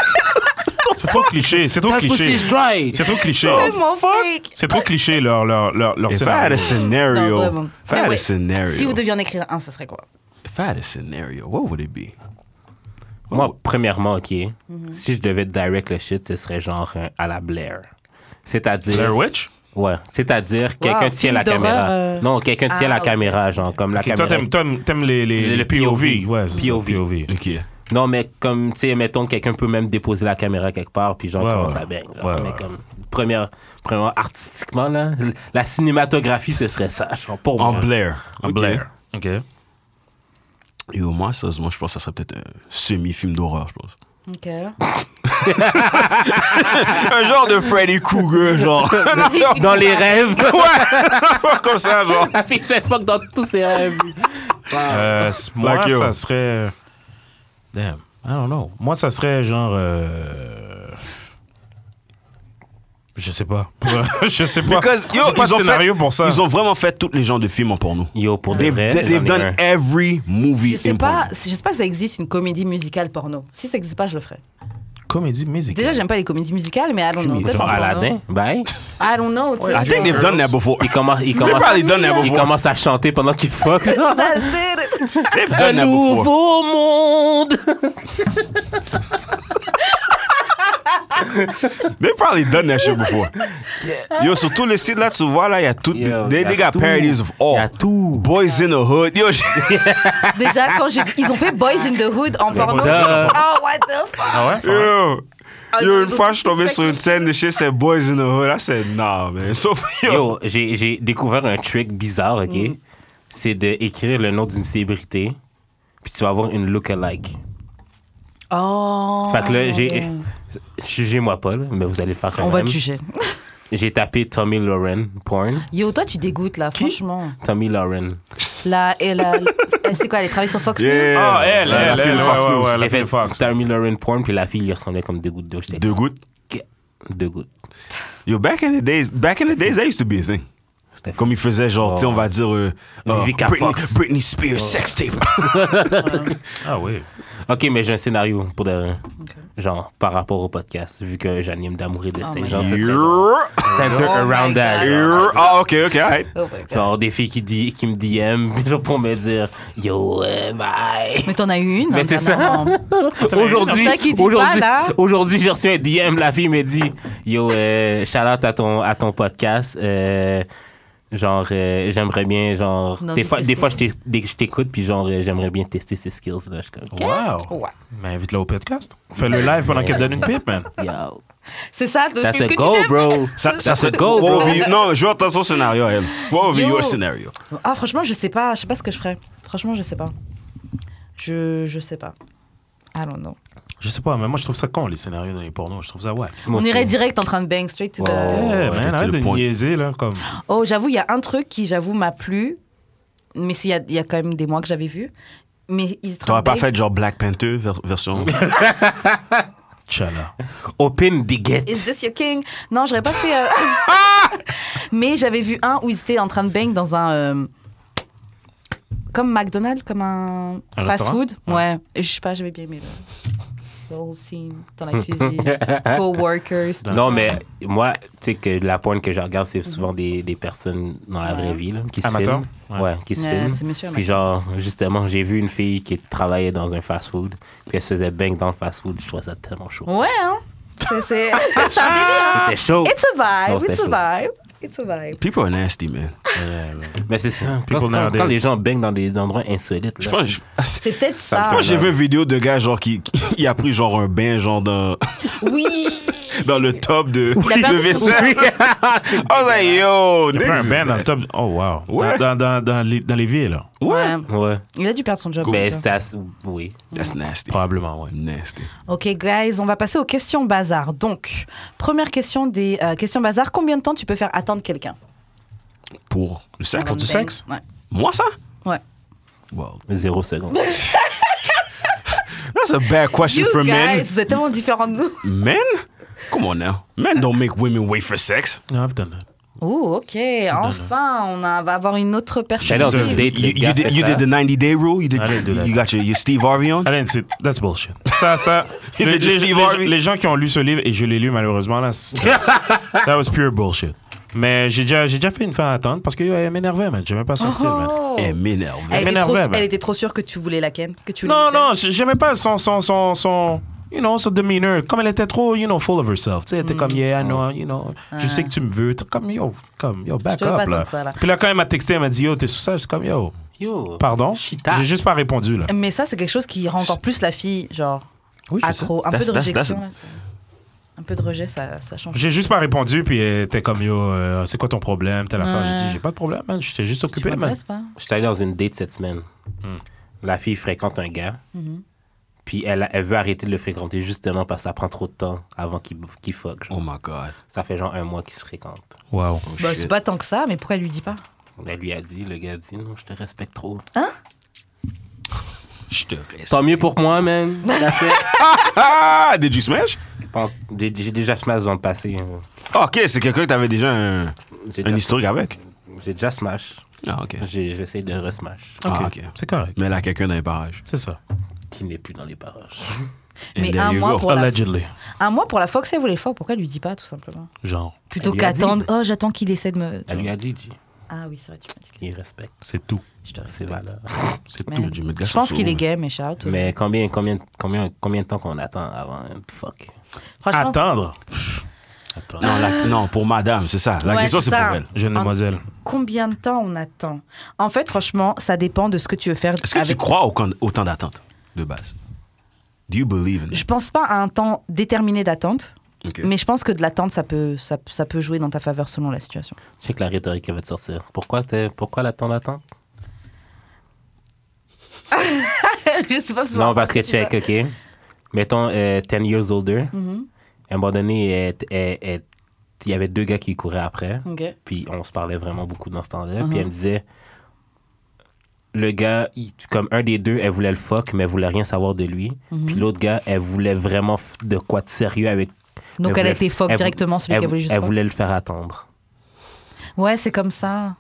S3: C'est trop cliché. C'est trop
S5: That pussy
S3: cliché.
S5: is dry.
S3: C'est trop cliché.
S2: Tellement fake.
S3: C'est trop cliché, leur, leur, leur, leur
S4: If I had
S3: scénario.
S4: a scenario,
S2: Non, vraiment.
S4: if I
S2: Mais
S4: had
S2: ouais,
S4: a scenario,
S2: Si vous deviez en écrire un, ce serait quoi
S4: if I had a scenario, what would it be?
S5: Moi, premièrement, OK,
S2: Mhm.
S5: si je devais direct le shit, ce serait genre un à la Blair. C'est-à-dire...
S3: Blair Witch?
S5: Ouais. C'est-à-dire, quelqu'un tient
S2: film
S5: la
S2: d'horreur,
S5: caméra.
S2: euh.
S5: Non, quelqu'un tient
S2: Ah,
S5: la
S2: ok.
S5: caméra, genre, comme la
S3: Ok, toi,
S5: caméra...
S3: t'aimes, t'aimes- t'aimes les, les,
S5: Le- le
S3: les POV. Ouais, c'est ça,
S5: POV.
S4: Okay.
S5: Non, mais comme, tu sais, mettons, quelqu'un peut même déposer la caméra quelque part, puis genre,
S3: Ouais,
S5: commence
S3: ouais.
S5: à bang. genre.
S3: Ouais,
S5: mais
S3: ouais.
S5: comme, première, première, artistiquement, là, la cinématographie, ce serait ça, genre, pour
S4: En
S5: moi.
S4: Blair.
S3: En Blair. OK.
S4: Et au moins, sérieusement, je pense que ça serait peut-être un semi-film d'horreur, je pense.
S2: Ok.
S4: un genre de Freddy Krueger, genre.
S5: Dans les rêves.
S4: ouais, comme ça, genre.
S5: La fille se fait fuck dans tous ses rêves.
S3: Euh, c- moi,
S4: Like you.
S3: ça serait... euh, Damn. I don't know. Moi, ça serait genre... euh, Je sais pas. je sais pas.
S4: Because, yo,
S3: J'ai pas
S4: ils
S3: de
S4: ont
S3: scénario
S4: fait-
S3: pour ça.
S4: Ils ont vraiment fait toutes les genres de films en porno.
S5: Yo, pour des
S4: They've,
S5: rêves.
S4: they've done every movie
S2: Je sais
S4: in
S2: pas,
S4: porno.
S2: je sais pas si ça existe une comédie musicale porno. Si ça existe pas, je le ferais.
S3: Comédie musicale.
S2: Déjà, j'aime pas les comédies musicales, mais allons know.
S4: Genre
S2: Peut-être
S5: Genre
S2: en porno.
S5: Aladdin, bye.
S2: I don't know. tu sais,
S4: I think
S2: genre-
S4: they've done that before.
S5: Il commence, il
S4: They've
S5: commence,
S4: probably done that
S5: il
S4: before.
S5: commence à chanter pendant qu'il fuck.
S2: That's it.
S4: They've
S5: Un
S4: done that before.
S5: nouveau monde.
S4: They've probably done that shit before. Yo, sur tous les sites là, tu vois là, il y a tout.
S5: Yo,
S4: they,
S5: y a
S4: they got
S5: tout.
S4: parodies of all.
S5: Il y a tout.
S4: Boys in the Hood. Yo, j'ai-
S2: Déjà, quand j'ai, ils ont fait Boys in the Hood en porno.
S5: Duh.
S2: Oh, what the fuck?
S3: Ah ouais?
S4: Yo, yo,
S2: Ah, non,
S4: une fois, je suis tombé
S2: c'est
S4: sur une scène de chez ces boys in the hood. Là, c'est nah, man. So, yo,
S5: Yo, j'ai j'ai découvert un trick bizarre, OK?
S2: Mm.
S5: C'est d'écrire le nom d'une célébrité, puis tu vas avoir une look-alike.
S2: Oh.
S5: fait que là, j'ai... Jugez-moi pas, là, mais vous allez le faire quand
S2: On va
S5: même.
S2: te juger.
S5: J'ai tapé Tommy Lauren porn.
S2: Yo, toi, tu dégoûtes là, franchement.
S5: Tommy Lauren.
S2: La, et la, elle, c'est quoi, elle travaille sur Fox News
S4: yeah.
S3: Ah, elle,
S4: La
S3: elle,
S4: fille
S3: elle,
S4: de
S3: ouais,
S4: Fox
S3: ouais,
S4: News.
S3: ouais, elle a
S5: J'ai
S3: fait
S5: fait
S3: le Fox.
S5: Tommy Lauren porn, puis la fille, il ressemblait comme des gouttes d'eau. J'étais
S4: Deux gouttes.
S5: comme, deux gouttes.
S4: Yo, back in the days, back in the days, that used to be a thing.
S5: C'était fou.
S4: Comme ils faisaient genre,
S5: Oh.
S4: tu sais, on va dire. euh, euh,
S5: Vivica
S4: Britney,
S5: Fox.
S4: Britney Spears sex tape.
S3: Ah oui.
S5: Ok, mais j'ai un scénario pour de. Genre, par rapport au podcast, vu que j'anime d'amour et de
S2: Oh
S5: sexe.
S2: my
S5: genre, ça serait genre,
S4: Yo,
S5: center
S2: Oh my
S5: around that.
S2: God.
S5: genre.
S4: yo. Ah, ok, ok, alright.
S2: Oh my God.
S5: Genre, des filles qui, di- qui me DM, genre, pour me dire Yo, euh, bye.
S2: Mais t'en as eu une.
S5: Mais
S2: hein,
S5: c'est ça.
S2: dernièrement.
S5: Aujourd'hui,
S2: C'est ça qu'il dit pas,
S5: aujourd'hui,
S2: là.
S5: aujourd'hui, j'ai reçu un DM. La fille me dit Yo, euh, shout-out à ton, à ton podcast. euh, genre, euh, j'aimerais bien, genre.
S2: Non,
S5: des,
S2: mais
S5: fois,
S2: c'est
S5: des
S2: ça.
S5: fois, je t'é- dès que je t'écoute, puis genre, euh, j'aimerais bien tester ces skills. Là. Je suis comme, OK.
S3: Wow.
S2: Ouais.
S3: Mais invite-la au podcast. Fais le live pendant qu'elle donne une pipe, man.
S5: Yo,
S2: C'est ça. donc,
S5: that's
S2: que
S5: a
S2: tu
S5: goal,
S2: t'aimes.
S5: bro.
S4: Ça, ça
S5: That's a
S4: c'est.
S5: goal,
S4: What
S5: bro.
S4: would be, non, je veux entendre son scénario, elle. What would be
S2: Yo.
S4: your scenario?
S2: Ah, franchement, je sais pas. Je sais pas ce que je ferais. Franchement, je sais pas. Je, je sais pas. Allons, non.
S3: Je sais pas, mais moi, je trouve ça con, les scénarios dans les pornos. Je trouve ça ouais.
S5: Moi
S2: On
S5: aussi. hein.
S2: irait direct en train de bang straight to the-
S5: Wow.
S3: Ouais,
S5: Ouais,
S3: man,
S4: straight to
S3: arrête
S4: the
S3: de
S4: point.
S3: niaiser, là, comme...
S2: Oh, j'avoue, il y a un truc qui, j'avoue, m'a plu. Mais s'il y a, il y a quand même des mois que j'avais vu. Mais ils se
S4: T'aurais pas
S2: trombaient.
S4: fait genre Black Panther ver- version.
S3: Tchala.
S5: Open the gate.
S2: Is this your king? Non, j'aurais pas fait. euh, Mais j'avais vu un où ils étaient en train de bang dans un. euh, Comme McDonald's, comme un,
S3: Un
S2: fast
S3: restaurant?
S2: food. Ouais. Je sais pas, j'avais bien aimé le. The whole scene, dans la cuisine, co-workers. tout
S5: Non,
S2: ça.
S5: mais moi, tu sais que la pointe que je regarde, c'est souvent des, des personnes dans la vraie vie là, qui se
S3: Amateurs?
S5: filment.
S3: Ouais.
S5: Ouais. qui se
S2: Ouais, c'est
S5: filment.
S2: monsieur
S5: Puis genre, justement, j'ai vu une fille qui travaillait dans un fast-food, puis elle se faisait bang dans le fast-food. Je trouvais ça tellement chaud.
S2: Ouais, hein? C'est- C'est c'est un délire. hein.
S5: C'était chaud.
S2: It's a
S5: Non,
S2: vibe,
S5: c'était
S2: it's a
S5: chaud.
S2: vibe, it's a vibe.
S4: People are nasty, man.
S5: Mais c'est ça. Quand,
S3: People
S5: quand-
S3: nowadays.
S5: quand les gens baignent dans des endroits insolites,
S4: Je
S5: là,
S4: pense que je-
S2: C'est peut-être ça.
S4: je pense que j'ai vu une vidéo de gars genre qui, qui a pris genre un bain genre dans,
S2: Oui.
S4: dans le top de,
S2: Il a
S4: de
S2: perdu
S4: vaisselle. I was like, yo,
S3: Il y a
S4: niggas
S3: pas un
S4: is
S3: band dans le top. Oh, wow.
S4: Ouais.
S3: Dans, dans, dans, dans les, dans les villes, là.
S4: Ouais.
S5: ouais.
S2: Il a dû perdre son job.
S5: Mais
S2: ça.
S5: c'est assez- Oui.
S4: That's nasty.
S3: Probablement, ouais.
S4: Nasty.
S2: Ok, guys, on va passer aux questions bazar. Donc, première question des euh, questions bazar. Combien de temps tu peux faire attendre quelqu'un
S4: Pour le sexe.
S2: Avant
S3: du
S2: de bang.
S3: sexe
S2: Ouais.
S4: Moi, ça?
S2: Ouais.
S4: Wow.
S5: Zéro seconde.
S4: That's a bad question
S2: You
S4: for
S2: guys,
S4: men.
S2: vous êtes tellement différents de nous.
S4: Men? Come on now. Men don't make women wait for sex.
S3: No, I've done that.
S2: Oh, ok. Enfin, on a- va avoir une autre
S5: J'allais dans
S2: perspective.
S5: une date.
S4: You,
S5: les
S4: you,
S5: gars,
S4: did,
S5: fait
S4: you
S5: ça.
S4: did the 90 day rule. You did.
S3: I didn't do that.
S4: You got your, your Steve Harvey on.
S3: I didn't see. That's bullshit. Ça, ça.
S4: You
S3: les,
S4: did your
S3: les-
S4: Steve
S3: les-
S4: Harvey.
S3: les gens qui ont lu ce livre, et je l'ai lu malheureusement, là, c'est- that was pure bullshit. Mais j'ai déjà, j'ai déjà fait une fin à attendre parce qu'elle m'énervait, man. J'aimais pas son style, man.
S2: Oh.
S4: Eh, m'énerve.
S2: Elle, était
S3: m'énerve,
S2: trop,
S3: elle.
S2: elle était trop sûre que tu voulais la ken, que tu
S3: Non,
S2: l'évitais.
S3: non, j'aimais pas son, son, son, son, you know, son demeanor. Comme elle était trop, you know, full of herself. Tu sais, elle était
S2: Mm.
S3: comme, yeah, I know, you know, je sais que tu me veux. T'es Comme, yo, comme, yo, back
S2: Ah. te veux pas
S3: up,
S2: tant
S3: là.
S2: que ça, là.
S3: Puis là, quand elle m'a texté, elle m'a dit, yo, t'es sous ça, je suis comme, yo,
S5: Yo.
S3: pardon.
S5: Chita.
S3: J'ai juste pas répondu, là.
S2: Mais ça, c'est quelque chose qui rend encore plus la fille, genre,
S3: Oui, je sais.
S2: accro. Un peu de
S4: That's- that's-
S2: réjection, là, ça- Un peu de rejet, ça, ça change.
S3: J'ai juste pas répondu, puis elle était comme, yo, euh, c'est quoi ton problème, telle affaire. J'ai
S2: Ouais.
S3: dit, j'ai pas de problème, man. J'étais juste
S2: Tu
S3: occupé, man.
S2: m'intéresses pas
S5: J'étais allé dans une date cette semaine. La fille fréquente un gars. Puis elle, elle veut arrêter de le fréquenter justement parce que ça prend trop de temps avant qu'il qu'il fuck. genre.
S4: Oh my God.
S5: Ça fait genre un mois qu'ils se fréquentent.
S3: Wow.
S4: Oh,
S2: Bah,
S4: shit.
S2: c'est pas tant que ça, mais pourquoi elle lui dit pas
S5: Elle lui a dit, le gars a dit, non, je te respecte trop.
S4: Je te reste.
S5: Tant mieux pour moi, man. La fête.
S4: Ah, did you smash?
S5: Bon, J'ai j'ai déjà smash dans le passé. hein.
S4: Ah, ok, c'est quelqu'un que t'avais déjà un,
S5: J'ai
S4: un
S5: déjà-
S4: historique avec.
S5: J'ai déjà smash.
S4: Ah, ok.
S5: J'ai- J'essaie de resmash.
S4: Ah, ok.
S3: C'est correct.
S4: Mais elle a quelqu'un dans les parages.
S3: C'est ça.
S5: Qui n'est plus dans les parages.
S4: And
S2: Mais
S4: there
S2: un
S4: you
S2: mois,
S4: go.
S2: pour la...
S3: Allegedly.
S2: un mois pour la Fox, elle voulait Fox, pourquoi elle lui dit pas, tout simplement
S3: Genre,
S2: Plutôt
S5: Elle lui a
S2: qu'attendre,
S5: dit.
S2: oh, j'attends qu'il essaie de me.
S5: Elle lui a dit, G,
S2: Ah oui, c'est vrai, tu m'as dit que-
S5: il respecte
S3: c'est tout.
S2: je te
S5: ses
S2: respecte.
S5: valeurs.
S3: C'est
S2: Mais-
S3: tout.
S4: J'ai mis de
S2: Je
S4: glace
S2: pense
S4: sous-
S5: euh,
S2: qu'il est gay, mais shout out.
S5: Mais combien, combien, combien, combien de temps qu'on attend avant un fuck?
S2: Franchement,
S3: Attendre.
S4: Non, la- non, pour madame, c'est ça. La
S2: Ah. Ouais,
S4: question, c'est
S2: c'est
S4: pour
S2: ça.
S4: elle.
S3: Jeune
S2: En-
S3: demoiselle.
S2: combien de temps on attend En fait, franchement, ça dépend de ce que tu veux faire.
S4: Est-ce que tu
S2: avec-
S4: crois au, con- au temps d'attente, de base? Do you believe in
S2: Je
S4: it?
S2: pense pas à un temps déterminé d'attente,
S4: Ok.
S2: mais je pense que de l'attente, ça peut, ça, ça peut jouer dans ta faveur selon la situation.
S5: Je sais que la rhétorique elle va te sortir. Pourquoi, t'es- pourquoi l'attendre, l'attendre?
S2: je sais pas.
S5: Non, parce que check, OK. Mettons, euh, 10 years older.
S2: Mm-hmm.
S5: À un moment donné, elle- elle- elle- il y avait deux gars qui couraient après.
S2: Ok. Uh-huh.
S5: Puis on se parlait vraiment beaucoup dans ce temps-là. Puis elle me disait, le gars, il- comme un des deux, elle voulait le fuck, mais elle voulait rien savoir de lui.
S2: Mm-hmm.
S5: Puis l'autre gars, elle voulait vraiment f- de quoi de sérieux avec.
S2: Donc elle a
S5: voulait-
S2: été fuck
S5: elle-
S2: directement, celui
S5: elle-
S2: qui a voulu juste
S5: Elle
S2: fuck.
S5: voulait le faire attendre.
S2: Ouais, c'est comme ça.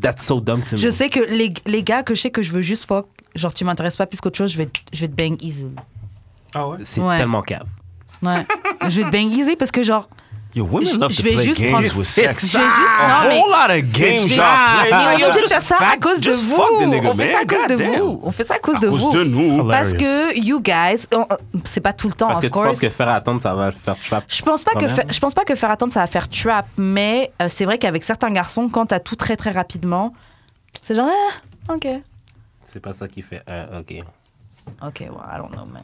S5: That's so dumb to me.
S2: Je sais que les, les gars que je sais que je veux juste fuck, genre tu m'intéresses pas plus qu'autre chose, je vais, te- je vais te bang easy.
S3: Ah ouais?
S5: C'est
S2: Ouais.
S5: tellement cave.
S2: Ouais. je vais te bang easy parce que genre,
S4: Yo, women
S2: Je-
S4: love
S2: je
S4: to
S2: vais
S4: play
S2: juste
S4: games
S2: prendre-
S4: with
S2: c'est-
S4: sex.
S2: je vais juste-
S4: A
S2: non, mais-
S4: whole lot of games
S2: Mais
S4: y'all play.
S2: on est obligé de
S4: Just
S2: faire ça à
S4: fuck-
S2: cause de
S4: just fuck the
S2: vous.
S4: nigga,
S2: On fait
S4: man.
S2: ça à cause de
S4: Goddamn.
S2: vous. On fait ça à cause de
S4: À cause
S2: vous.
S4: de
S3: Ah,
S4: nous.
S2: Parce
S3: Hilarious.
S2: que you guys, on- on- c'est pas tout le temps, Ah,
S5: Parce
S2: of
S5: que tu
S2: course.
S5: penses que faire attendre, ça va faire trap.
S2: Je pense pas
S5: quand
S2: que
S5: même.
S2: fa- je pense pas que faire attendre ça va faire trap, mais euh, c'est vrai qu'avec certains garçons, quand t'as tout très très rapidement, c'est genre ah, ok,
S5: C'est pas ça qui fait. euh, ok.
S2: ok, well, I don't know man.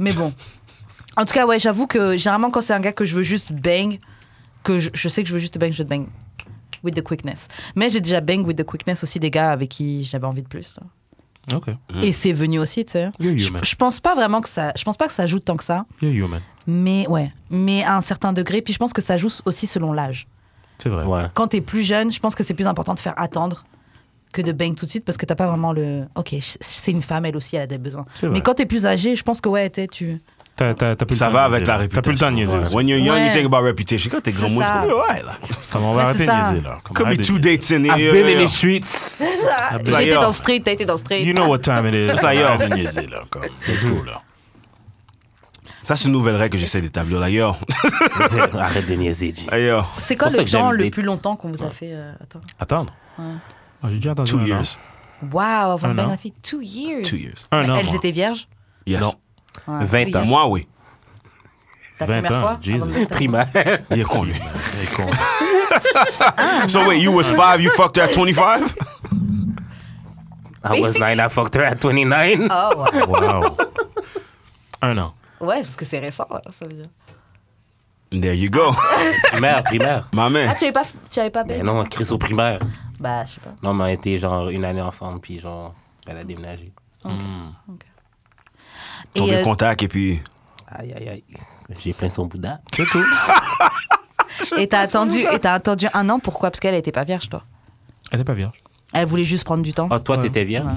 S2: Mais bon, en tout cas ouais, j'avoue que généralement quand c'est un gars que je veux juste bang, que je, je sais que je veux juste bang, je te bang with the quickness. Mais j'ai déjà bang with the quickness aussi des gars avec qui j'avais envie de plus. là.
S3: OK.
S2: Et c'est venu aussi, tu sais.
S3: You're
S2: Je
S3: human.
S2: je pense pas vraiment que ça, je pense pas que ça joue tant que ça,
S3: You're human.
S2: mais ouais, mais à un certain degré. Puis je pense que ça joue aussi selon l'âge.
S3: C'est vrai.
S5: Ouais.
S2: quand t'es plus jeune, je pense que c'est plus important de faire attendre que de bang tout de suite parce que t'as pas vraiment le. Ok, ch- c'est une femme, elle aussi, elle a des besoins.
S3: C'est vrai.
S2: Mais quand t'es plus âgé, je pense que ouais, t'es tu.
S3: T'as, t'as, t'as plus le
S4: Ça
S3: temps
S4: va
S3: de
S4: avec
S3: niaiser,
S4: la
S3: là.
S4: réputation.
S3: T'as plus le temps de niaiser
S4: Ouais.
S3: aussi.
S4: When you're young, you
S2: Ouais.
S4: think about reputation. Quand t'es
S2: C'est
S4: grand, moi, c'est
S2: ça.
S4: comme, ouais, là.
S3: Ça, on va
S2: Ouais,
S3: arrêter
S2: c'est
S3: de
S2: ça.
S3: niaiser, là. Comme
S4: Could
S3: arrête
S4: be
S3: de
S4: two
S3: niaiser.
S4: dates in a
S5: I've
S4: year.
S5: been in
S4: yeah.
S5: the streets.
S3: Like,
S2: J'étais
S4: yo.
S2: dans le street, t'as été dans le street.
S3: Ah, bah, You know what time it is.
S4: Ça y est.
S3: Arrête de niaiser, là. Comme, let's go, là.
S4: Ça, c'est une nouvelle règle que j'essaie d'établir, d'ailleurs.
S5: Arrête de niaiser, G.
S4: D'ailleurs.
S2: C'est quoi
S5: pour ça
S2: le
S5: que j'aime
S2: temps le
S5: les-
S2: plus longtemps qu'on vous a fait euh, Attends.
S3: Attendre. Ah, j'ai déjà attendu
S4: Two
S3: un an.
S4: years.
S2: Waouh, avant
S3: Un
S2: de bang
S3: an.
S2: la fille, two years. Bah,
S4: Two years.
S3: Un an,
S2: Elles
S3: moi.
S2: étaient vierges
S4: Yes.
S5: Non.
S2: Ouais,
S5: 20
S2: two
S5: ans.
S2: years.
S4: Moi, oui.
S2: T'as ta
S3: 20
S2: première
S3: ans,
S2: fois
S3: Jesus.
S2: avant de-
S5: Primaire.
S4: Il est con, lui. So wait, you was five, you fucked her at 25?
S5: I was nine, I fucked her at 29.
S2: Ah ouais.
S3: Wow. Un an.
S2: Ouais, parce que c'est récent, là, ça veut dire.
S4: There you go.
S5: Primaire, primaire.
S4: My
S2: Ah,
S4: man.
S2: tu avais pas, tu avais pas
S5: Mais
S2: payé
S5: Ben non, Chris au primaire.
S2: Bah, je sais pas.
S5: Non, mais on a été genre une année ensemble, puis genre, elle a déménagé.
S4: Ton
S2: Et, euh,
S4: contact et puis.
S5: Aïe, aïe, aïe. J'ai plein son Bouddha.
S3: C'est tout.
S2: et t'as attendu, et t'as attendu un an, pourquoi Parce qu'elle était pas vierge, toi.
S3: Elle n'est pas vierge.
S2: Elle voulait juste prendre du temps.
S5: Ah, toi,
S3: Ouais.
S5: t'étais vierge?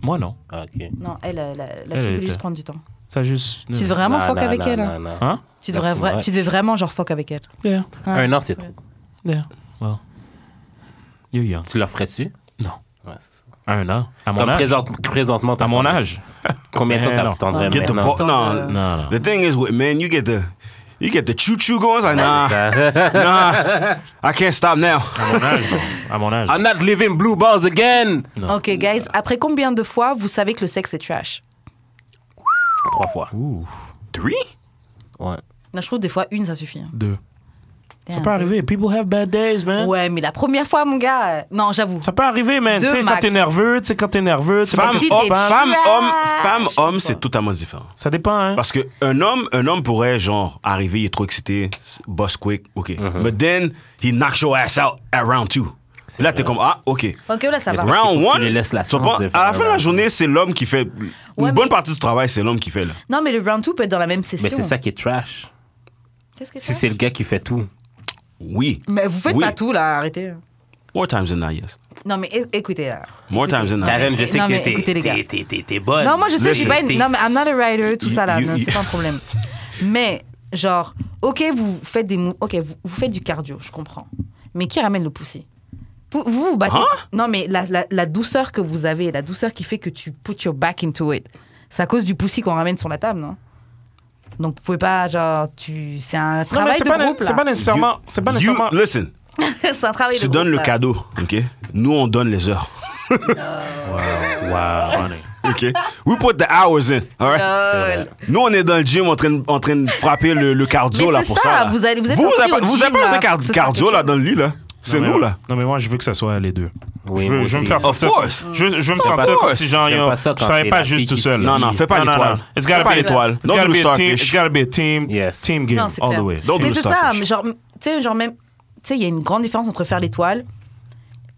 S3: Moi, non.
S5: Ah, ok.
S2: Non, elle, euh, la, la
S3: Elle
S2: fille voulait
S3: était-
S2: juste prendre du temps.
S3: Ça juste.
S2: Tu devrais vraiment
S5: Non,
S2: fuck
S5: non,
S2: avec
S5: non,
S2: elle.
S5: non,
S2: hein.
S5: non.
S3: Hein?
S2: Tu devrais,
S5: Merci,
S2: vra-
S5: ouais.
S2: tu devais vraiment genre fuck avec elle.
S3: Yeah.
S5: Un an, c'est trop.
S3: Yeah. Well. Yo, yo.
S5: Tu l'offrais-tu?
S3: Non.
S5: Ouais, c'est ça.
S3: Un an. À mon
S5: Comme
S3: âge.
S5: présente- présentement,
S3: À mon
S5: t'attendrais-
S3: âge.
S5: Combien de
S3: Eh
S5: temps
S3: non.
S2: Ah,
S5: t'attendrais
S4: Get the
S5: maintenant?
S4: po- no,
S3: Non, non.
S4: The thing is with men, you get the you get the choo choo going. It's like nah, nah, I can't stop now.
S3: À mon âge, non. À mon âge.
S4: Ah.
S5: I'm not living blue balls again!
S2: Ok, guys, après combien de fois vous savez que le sexe est trash
S5: Trois fois.
S3: Ouh.
S4: Three?
S5: Ouais.
S2: Non, je trouve des fois une, ça suffit. hein.
S3: Deux. Ça
S2: Damn.
S3: peut arriver. People have bad days, man.
S2: Ouais, mais la première fois, mon gars. euh, Non, j'avoue.
S3: Ça peut arriver, man. Tu
S2: Deux
S3: sais, quand
S2: max.
S3: t'es nerveux, tu sais, quand t'es nerveux, tu sais,
S4: Femme,
S3: quand t'es-
S2: Petite
S4: homme,
S2: et
S4: femme,
S2: trash.
S4: homme, femme, homme, c'est totalement différent.
S3: ça dépend, hein.
S4: Parce que un homme, un homme pourrait genre arriver, il est trop excité, s- boss quick, ok. But then he knocks your ass out at round two. Là t'es comme ah ok.
S2: Ok, là, ça
S5: Mais
S2: va.
S5: c'est Parce qu'il
S4: Round
S5: faut que
S4: one,
S5: tu lui laisses la
S4: tu
S5: chance
S4: comprends?
S5: de
S4: à la fin
S5: faire
S4: de
S5: un
S4: la
S5: round
S4: journée, c'est l'homme qui fait une
S2: Ouais,
S4: bonne
S2: mais-
S4: partie du travail, c'est l'homme qui fait là.
S2: Non, mais le round 2 peut être dans la même session.
S5: Mais c'est ça qui est trash.
S2: hein. Qu'est-ce que
S5: Si
S2: c'est
S5: c'est le gars qui fait tout.
S4: Oui.
S2: Mais vous faites
S4: Oui.
S2: pas tout, là, arrêtez. hein.
S4: More times than not, yes.
S2: Non, mais é- écoutez, euh, là.
S4: More times than not.
S5: Karen, je
S2: mais-
S5: sais
S2: non,
S5: que
S2: mais
S5: t'es-
S2: écoutez, les gars.
S5: t'es- t'es- t'es- t'es bonne.
S2: Non, moi je sais, je suis
S5: Listen.
S2: pas une.
S5: T'es-
S2: Non, mais I'm not a writer, tout
S4: You-
S2: ça là.
S4: you-
S2: Non,
S4: you-
S2: C'est pas un problème. Mais, genre, ok, vous faites des mou- Ok, vous, vous faites du cardio, je comprends. Mais qui ramène le poussy Tout- Vous vous battez.
S4: Hein
S2: non, mais la, la- la douceur que vous avez, la douceur qui fait que tu put your back into it, c'est à cause du poussy qu'on ramène sur la table, non Donc, vous pouvez pas, genre, tu. C'est un
S3: Non, mais
S2: travail
S3: c'est
S2: de
S3: pas,
S2: groupe. là.
S3: c'est pas nécessairement. C'est pas
S4: You-
S3: nécessairement.
S4: listen,
S2: c'est un travail de
S4: tu
S2: groupe.
S4: donnes le
S2: là.
S4: cadeau, OK? Nous, on donne les heures,
S3: Wow.
S4: OK? We put the hours in, all right?
S2: Lol.
S4: Nous, on est dans le gym en train, de- en train de frapper le, le cardio,
S2: Mais
S4: là,
S2: c'est
S4: pour ça.
S2: ça,
S4: là.
S2: vous allez- vous êtes
S4: vous,
S2: inscrit
S4: avez-
S2: au
S4: vous
S2: gym,
S4: appelez ça
S2: là,
S4: car-
S2: c'est ça,
S4: cardio,
S2: quelque
S4: là,
S2: chose.
S4: dans le lit, là. C'est
S3: Non, mais-
S4: nous, là.
S3: Non, mais moi, je veux que ça soit les deux.
S5: Oui,
S3: je, veux,
S5: moi
S3: je veux me
S5: aussi.
S3: faire
S4: Of
S3: sortir.
S4: course.
S3: Je, veux- je veux
S5: J'aime
S3: me faire
S5: pas
S3: sortir
S5: ça.
S3: comme si genre,
S5: J'aime
S3: yo,
S5: pas ça
S3: je
S5: quand
S3: travaille
S5: c'est
S3: pas
S5: la
S3: juste
S5: fille
S3: tout
S5: qui
S3: seul.
S5: se
S4: Non, non, fais pas
S3: Non, non,
S4: l'étoile.
S3: non. It's
S4: Fais
S3: gotta
S4: pas
S3: be a
S4: l'étoile.
S3: It's
S4: Don't
S3: gotta
S4: do
S3: be a team.
S4: starfish.
S3: It's gotta be a team.
S5: Yes.
S3: Team game
S2: Non, c'est
S3: all the
S2: clair.
S3: way.
S4: Don't
S2: mais
S4: do
S2: c'est
S4: the
S2: ça,
S4: starfish.
S2: mais genre, tu sais, genre même, tu sais, il y a une grande différence entre faire l'étoile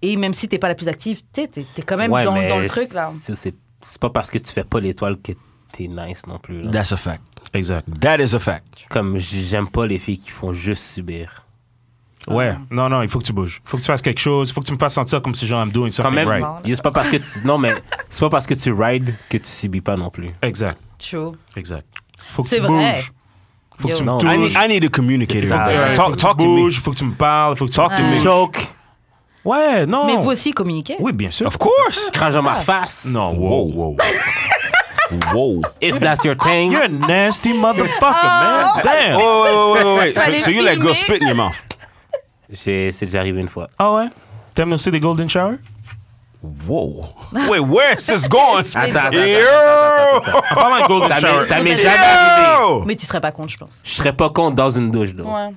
S2: et même si t'es pas la plus active, tu sais, t'es t'es quand même
S5: Ouais,
S2: dans,
S5: mais
S2: dans le truc là.
S5: C'est c'est- c'est pas parce que tu fais pas l'étoile que t'es nice non plus. là.
S4: That's a fact.
S3: Exact.
S4: That is a fact.
S5: Comme j- j'aime pas les filles qui font juste subir.
S3: Ouais. Non, non, il faut que tu bouges. Il faut que tu fasses quelque chose. Il faut que tu me fasses sentir comme si genre I'm doing
S5: Quand
S3: something
S5: même,
S3: right.
S5: yo, c'est pas parce que tu. Non, mais c'est pas parce que tu rides que tu subis pas non plus.
S3: Exact.
S2: Chaud.
S3: Exact. Faut que
S2: C'est
S3: tu
S2: vrai. Ah,
S3: bouges. Faut
S2: Yo.
S3: que tu
S5: Non,
S3: me
S4: I
S3: touches.
S4: need, I need a communicator.
S5: C'est ça.
S4: Yeah.
S3: Ouais, faut
S4: Talk,
S3: que
S4: talk
S3: tu
S4: to me.
S3: bouges, faut que tu me parles, faut que tu
S4: Talk to me.
S5: Choke!
S3: Ouais, non.
S2: Mais vous aussi communiquez.
S3: Oui, bien sûr.
S4: Of course.
S5: Crache dans ma face!
S3: Non, wow, wow.
S4: Whoa.
S5: If that's your thing!
S3: Ah, You're a nasty motherfucker,
S2: Ah.
S3: man. Damn.
S4: Oh, wait, wait, wait, wait,
S2: Fallait
S4: wait. So, so you let
S2: filmer.
S4: girls spit in your mouth.
S5: J'ai- C'est déjà arrivé une fois.
S3: Ah ouais? T'aimes aussi les Golden Shower?
S4: Whoa. Wait, where's this going?
S5: Attends, attends,
S4: Yo!
S3: Pas mal Golden
S5: Ça
S3: Shower.
S5: m'est- ça m'est
S2: Yo!
S5: jamais arrivé.
S4: Yo!
S2: Mais tu serais pas contre, je pense.
S5: Je serais pas contre dans une douche, là.
S2: Ouais.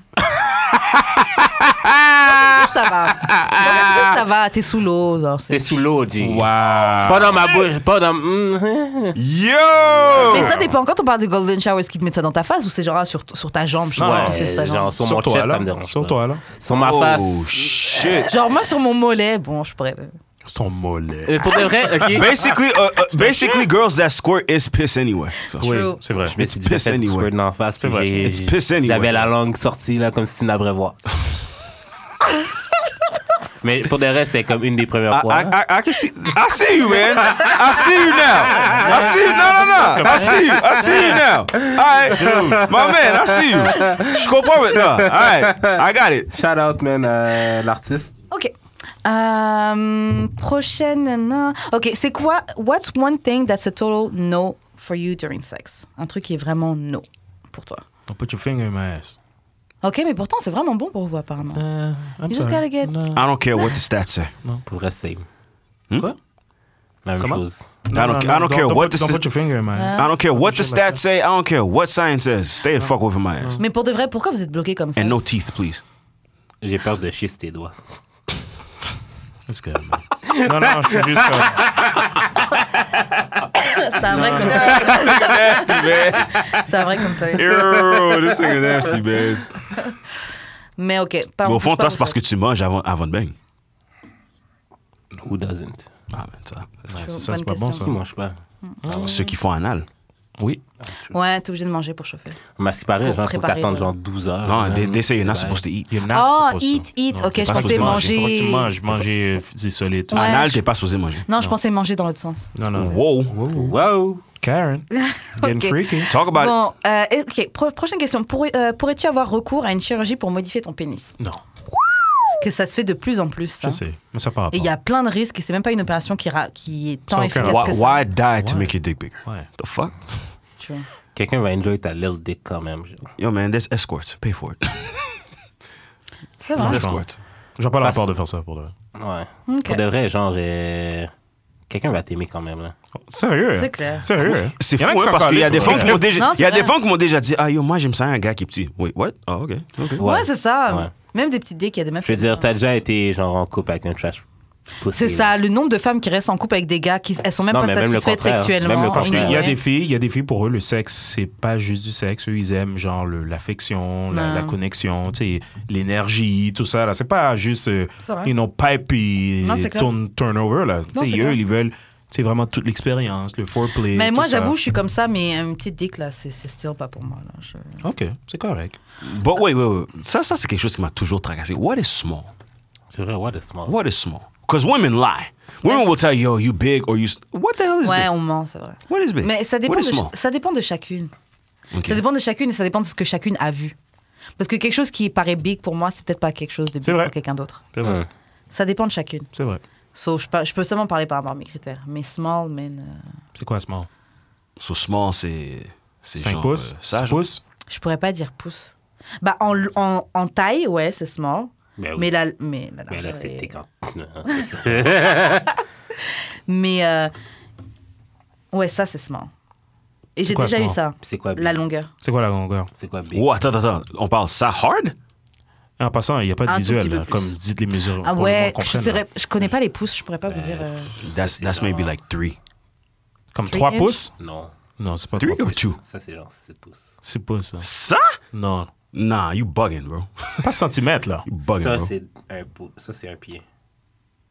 S2: ça va. Dans la douche, ça va, t'es sous l'eau. genre, c'est-
S5: T'es sous l'eau, G.
S4: Wow.
S5: Pas dans ma bouche, pas dans. Mhm.
S4: Yo!
S2: Mais ça dépend. Quand on parle de golden shower, est-ce qu'ils te mettent ça dans ta face ou c'est genre ah, sur, sur ta jambe je sais pas,
S5: Ouais,
S2: Ah, c'est sur ta jambe.
S5: genre sur, mon
S3: toi,
S5: chest,
S3: là.
S5: ça me dérange.
S3: Sur
S5: pas.
S3: toi, là.
S5: Sur ma
S4: Oh,
S5: face.
S4: shit.
S2: Genre moi sur mon mollet, bon, je pourrais. le-
S3: C'est ton mollet.
S5: Euh, Pour de vrai, ok.
S4: Basically, uh, uh, basically, girls that squirt is piss anyway. So-
S3: Oui,
S2: True.
S3: c'est vrai.
S5: Mais
S4: It's
S5: tu te
S4: piss
S5: fais
S4: anyway.
S5: squirt dans la face. puis
S3: vrai.
S5: j'ai-
S4: It's piss anyway.
S5: J'avais la langue sortie, là, comme si c'était un abreuvoir. Mais pour de vrai, c'est comme une des premières
S4: I,
S5: fois.
S4: I, I, I can see. I see you, man. I see you now. I see you. No, no, no. I see you. I see you now. All right, my man. I see you. Je comprends maintenant. All right, I got it.
S5: Shout out, man, à l'artiste.
S2: Ok. Euh, prochaine. nana. Ok, c'est quoi? What's one thing that's a total no for you during sex? Un truc qui est vraiment no pour toi.
S3: Don't put your finger in my ass.
S2: Ok, mais pourtant, c'est vraiment bon pour vous, apparemment.
S3: Uh, I'm
S2: You just gotta
S3: sorry.
S2: get-
S3: No.
S4: I don't care what the stats say.
S5: Pour vrai, c'est.
S3: Quoi?
S5: La même
S3: Comment?
S5: chose.
S4: I don't- I don't care
S3: don't
S4: what the
S3: put- Don't
S4: sti-
S3: put your finger in my ass.
S4: I don't care what the
S3: Shit like
S4: stats say. I don't care what science says. Stay the fuck away from my ass.
S2: Mais pour de vrai, pourquoi vous êtes bloqué comme ça
S4: And no teeth, please.
S5: J'ai peur de chier sur tes doigts.
S2: Ah.
S3: That's good, man. Non, non, je suis juste comme...
S2: C'est un vrai concern. C'est un vrai concern.
S4: Yo, this thing is nasty, man.
S2: Mais ok. pas-
S4: Mais au fond,
S2: pas
S4: toi,
S2: vous
S4: c'est parce que
S2: autres.
S4: tu manges avant, avant de bang.
S5: Who doesn't?
S4: Ah, ben, ça.
S3: Ouais,
S2: Bonne
S3: c'est ça, c'est pas bon, ça.
S2: question.
S5: Qui mange pas?
S2: Mm.
S4: Ceux qui font anal.
S3: Oui.
S2: Ouais, t'es obligé de manger pour chauffer.
S5: Mais c'est pareil,
S2: Pour
S5: genre, faut
S2: préparer,
S5: t'attendre
S2: là.
S5: genre 12 heures.
S4: Non,
S2: Mm.
S5: genre,
S4: they, they say you're not
S5: bye.
S4: supposed to eat.
S3: You're
S2: Oh,
S3: not supposed to.
S2: eat, eat.
S4: Non,
S2: ok,
S4: t'es
S2: je
S4: pas
S3: Ah,
S2: pensais
S4: supposé manger.
S2: manger.
S3: Faut que tu manges, manger, euh, c'est solide. tout ça.
S2: Ouais.
S4: Anal,
S2: je-
S4: t'es pas supposé manger.
S2: Non, je pensais manger dans l'autre sens.
S3: Non, non, non.
S4: Wow.
S5: Wow!
S3: Karen, getting
S2: Ok.
S3: freaky.
S4: Talk about it.
S2: Bon, euh, ok. pro- prochaine question. Pour- euh, Pourrais-tu avoir recours à une chirurgie pour modifier ton pénis
S3: Non,
S2: Que ça se fait de plus en plus. ça.
S3: je sais. Mais ça par
S2: Hein? Et il
S3: rapport.
S2: y a plein de risques et c'est même pas une opération qui, ra- qui est tant
S3: Ça a aucun
S2: efficace
S4: Why,
S2: que ça.
S4: why die to
S3: Why?
S4: make your dick bigger?
S3: Ouais.
S4: The fuck?
S2: tu vois.
S5: Quelqu'un va enjoy ta little dick quand même. genre.
S4: Yo, man, there's escorts. Pay for it.
S2: C'est
S3: Non,
S2: vrai.
S3: je pense. Je vois pas le
S5: Face-
S3: rapport de faire ça pour le.
S5: Ouais.
S2: Ok.
S5: Pour de vrai, genre, euh, quelqu'un va t'aimer quand même. Là.
S3: Sérieux? hein?
S2: C'est clair.
S3: Sérieux?
S4: C'est
S3: Y en a
S4: fou,
S3: qui
S4: hein,
S3: sont
S4: parce qu'il y a
S3: calés,
S4: des
S3: pour
S4: femmes qui m'ont déjà,
S2: Non,
S4: il y a
S2: c'est
S4: des
S2: vrai.
S4: femmes qui m'ont déjà dit, ah yo, moi j'aime ça un gars qui est petit. Wait, what? Ah, ok. ok.
S2: Ouais, c'est ça.
S5: Ouais.
S2: Même des petites dés qu'il y a des meufs.
S5: Je veux
S2: qui
S5: dire,
S2: font ça.
S5: t'as déjà été genre en couple avec un trash pussy,
S2: C'est
S5: là.
S2: ça, le nombre de femmes qui restent en couple avec des gars qui elles sont même
S5: Non,
S2: pas
S5: mais même le
S2: satisfaites
S5: contraire.
S2: sexuellement.
S5: Même le
S3: Parce qu'il y a
S5: Ouais.
S3: des filles, il y a des filles pour eux, le sexe, c'est pas juste du sexe. Eux, ils aiment genre le- l'affection, la,
S2: Non.
S3: la connexion, tu sais, l'énergie, tout ça. là. C'est pas juste, euh,
S2: C'est vrai.
S3: you know, pipe et
S2: Non, c'est clair.
S3: turn- turnover. Là. Tu
S2: Non,
S3: sais,
S2: c'est
S3: eux,
S2: clair.
S3: ils veulent tu sais, vraiment toute l'expérience, le foreplay.
S2: Mais
S3: tout
S2: moi,
S3: ça.
S2: j'avoue, je suis comme ça, mais euh, une petite dick, là, c'est c'est still pas pour moi. Là. Je-
S3: OK, c'est correct.
S4: But wait, wait, wait. Ça, ça c'est quelque chose qui m'a toujours tracassé. What is small?
S5: C'est vrai, what a small.
S4: What is small? Because women lie. Women will tell you, yo, you big or you. s- What the hell is
S2: Ouais,
S4: big?
S2: on ment, c'est vrai.
S4: What is big?
S2: Mais ça dépend,
S4: What
S2: de,
S4: is small?
S2: ch- ça dépend de chacune.
S4: Ok.
S2: Ça dépend de chacune et ça dépend de ce que chacune a vu. Parce que quelque chose qui paraît big pour moi, c'est peut-être pas quelque chose de
S3: C'est
S2: big
S3: vrai.
S2: pour quelqu'un d'autre.
S3: C'est
S4: Hein.
S3: vrai.
S2: Ça dépend de chacune.
S3: C'est vrai.
S2: So, je, par- je peux seulement parler par rapport à mes critères. Mais small, man, euh,
S3: C'est quoi, small?
S4: So small, c'est. C'est
S3: 5
S4: genre.
S3: pouces?
S4: euh, ça,
S3: 5
S4: genre.
S3: pouces?
S2: je pourrais pas dire pouce. Bah, en, l- en, en taille, ouais, c'est small.
S5: Ben oui.
S2: Mais la, mais la
S5: Mais là,
S2: largeur est-
S5: c'était quand. hein.
S2: Mais euh, ouais, ça c'est smart. Et j'ai
S3: quoi,
S2: déjà eu
S3: smart
S2: ça.
S5: C'est quoi, big?
S2: La longueur.
S3: C'est quoi la longueur?
S5: C'est quoi, big?
S4: Oh, attends, attends, attends. On parle ça hard?
S3: Et En passant, il n'y a pas de
S2: Un tout
S3: visuel,
S2: petit peu
S3: là,
S2: plus.
S3: comme dites les mesures.
S2: Ah
S3: pour
S2: ouais,
S3: qu'on
S2: je,
S3: comprenne,
S2: dirais-
S3: là.
S2: je connais pas les pouces, je pourrais pas vous dire. euh,
S4: That's, that's maybe like three.
S3: Comme
S2: Three
S3: 3
S2: inch.
S3: pouces?
S5: Non.
S3: Non, c'est pas
S4: Three
S3: 3
S4: or
S3: pouces.
S4: two?
S5: Ça, c'est genre 6 pouces.
S3: 6 pouces. hein.
S4: Ça?
S3: Non.
S4: Nah, you bugging, bro.
S3: Pas centimètres, là.
S4: You bugging,
S5: ça,
S4: bro.
S5: c'est un pouce. Ça, c'est un pied.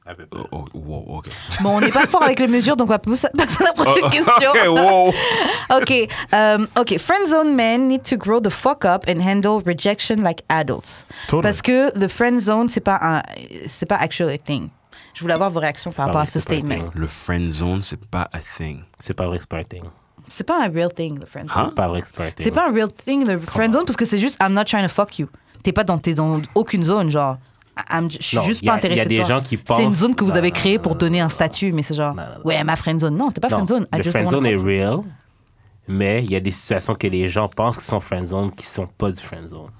S5: À peu près.
S4: Oh, wow, ok.
S2: Bon, on n'est pas fort avec les mesures, donc on va passer passer à la prochaine
S5: Oh,
S2: question.
S4: Ok, wow.
S2: ok, euh, ok. Friendzone men need to grow the fuck up and handle rejection like adults.
S3: Totally.
S2: Parce que the friendzone c'est pas un, c'est pas actually a thing. Je voulais avoir vos réactions par
S5: pas
S2: rapport à
S5: vrai,
S2: ce
S5: c'est pas un
S2: statement.
S5: thing.
S4: Le friend zone, c'est pas a thing.
S5: C'est pas vrai que c'est pas un thing.
S2: C'est pas un real thing, the friendzone.
S4: Hein?
S5: C'est pas vrai que c'est pas un thing.
S2: C'est pas un real thing, le friend zone, parce que c'est juste I'm not trying to fuck you. T'es pas dans, t'es dans aucune zone, genre. I'm ju- je suis
S5: Non,
S2: juste
S5: y a-
S2: pas intéressé.
S5: y a des gens qui
S2: C'est une
S5: pensent-
S2: zone que vous
S5: Non,
S2: avez
S5: non,
S2: créée
S5: non,
S2: pour
S5: non,
S2: donner
S5: non,
S2: un
S5: non.
S2: statut, mais c'est genre,
S5: Non, non, non.
S2: ouais, ma friend zone. Non, t'es pas
S5: Non,
S2: friend zone.
S5: Le friendzone est real, mais il y a des situations que les gens pensent qu'ils sont friendzone qui sont pas du friendzone.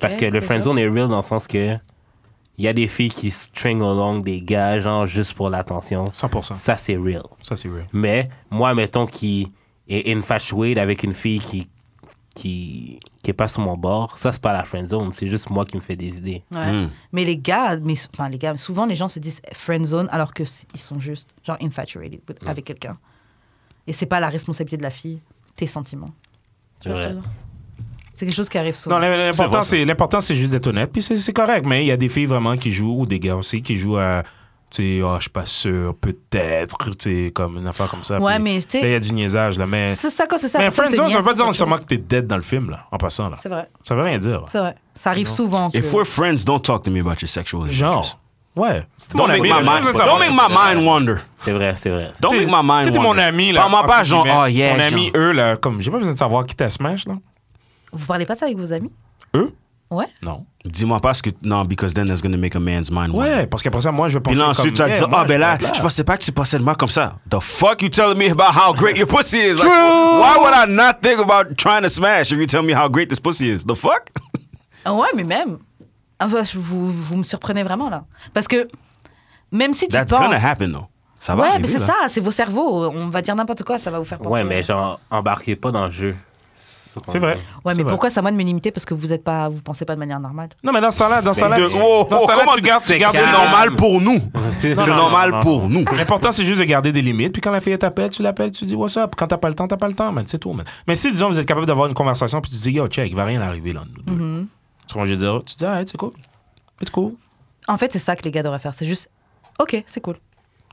S5: Parce que le friendzone est real dans le sens que il y a des filles qui string along des gars, genre juste pour l'attention.
S3: 100%.
S5: Ça, c'est real.
S3: Ça, c'est vrai.
S5: Mais moi, mettons, qui est infatué avec une fille qui, qui, qui est pas sur mon bord, ça, c'est pas la friendzone. C'est juste moi qui me fais des idées.
S2: Ouais.
S4: Hmm.
S2: Mais les gars, mais, enfin, les gars, souvent les gens se disent friend zone alors qu'ils sont juste, genre, infatuated with-
S5: Hmm.
S2: avec quelqu'un. Et c'est pas la responsabilité de la fille, tes sentiments. Tu vois ce
S5: Ouais.
S2: que je veux dire? C'est quelque chose qui arrive souvent.
S3: Non,
S4: C'est vrai, ça.
S3: l'important, c'est, l'important, c'est juste d'être honnête. Puis c'est, c'est correct. Mais il y a des filles vraiment qui jouent, ou des gars aussi, qui jouent à. Tu sais, oh, je suis pas sûr, peut-être. Tu sais, comme une affaire comme ça.
S2: Ouais,
S3: Puis
S2: mais tu sais-
S3: Là, il y a du niaisage, là. Mais.
S2: C'est ça, quand c'est ça.
S3: mais
S2: personne te
S3: friendzone, ça veut
S2: niaise
S3: pas
S2: pour
S3: dire
S2: quelque
S3: nécessairement
S2: chose.
S3: que t'es dead dans le film, là, en passant, là.
S2: C'est vrai.
S3: Ça veut rien dire.
S2: C'est vrai. Ça arrive souvent. que-
S4: If we're friends, don't talk to me about your sexual adventures.
S3: Genre. Ouais. C'est
S4: Don't
S3: mon
S4: make my
S3: ami, là, je veux
S4: mind.
S3: savoir.
S4: Don't make my mind wander.
S5: C'est vrai, c'est vrai.
S4: Don't
S3: Tu sais,
S4: make my mind
S3: si t'es
S4: wander.
S3: mon ami, là.
S4: Parle-moi pas,
S3: entre
S4: genre,
S3: guillemets,
S4: oh yeah.
S3: Mon
S4: genre.
S3: ami, eux, là, comme, j'ai pas besoin de savoir qui t'a smash, là.
S2: Vous parlez pas de ça avec vos amis
S3: Eux?
S2: Ouais.
S3: Non.
S4: Dis-moi pas ce que. Non, because then that's gonna make a man's mind wander.
S3: Ouais, parce qu'après ça, moi, je vais penser.
S4: Puis là, ensuite, tu
S3: comme,
S4: vas
S3: Hey,
S4: dire,
S3: moi,
S4: ah, ben là,
S3: suis pas
S4: je pensais pas que tu pensais de moi comme ça. The fuck you telling me about how great your pussy is? Like, why would I not think about trying to smash if you tell me how great this pussy is? The fuck?
S2: Ah Ouais, mais même. bah, Ah, vous, vous, vous me surprenez vraiment là. Parce que même si tu
S4: That's
S2: penses.
S4: gonna happen, though. Ça va
S2: Ouais,
S4: arriver,
S2: mais c'est
S4: là.
S2: ça, c'est vos cerveaux. On va dire n'importe quoi, ça va vous faire penser.
S5: Ouais, mais genre, embarquez pas dans le jeu.
S3: C'est vrai.
S2: Ouais,
S3: C'est
S2: mais
S3: vrai.
S2: pourquoi c'est à moi de me limiter parce que vous êtes pas, vous pensez pas de manière normale.
S3: Non, mais dans ce temps-là, dans ce
S5: Mais
S3: temps-là,
S4: De-
S3: tu-
S4: oh,
S3: dans ce
S4: oh,
S3: temps-là,
S4: comment
S3: tu
S4: tu-
S3: gardes, tu
S5: c'est
S3: gardes-
S5: calme.
S4: C'est
S3: Non,
S4: normal pour nous.
S5: C'est
S4: C'est normal pour nous.
S3: L'important, c'est juste de garder des limites. Puis quand la fille t'appelle, tu l'appelles, tu dis What's up. Quand t'as pas le temps, t'as pas le temps, man. C'est tout, man. Mais si, disons, vous êtes capable d'avoir une conversation, puis tu dis Yo, check, il va rien arriver, là, nous deux.
S2: Mm-hmm.
S3: Tu vois, je veux dire, tu dis Ah, hey, c'est cool. C'est cool.
S2: En fait, c'est ça que les gars devraient faire. C'est juste, ok, c'est cool.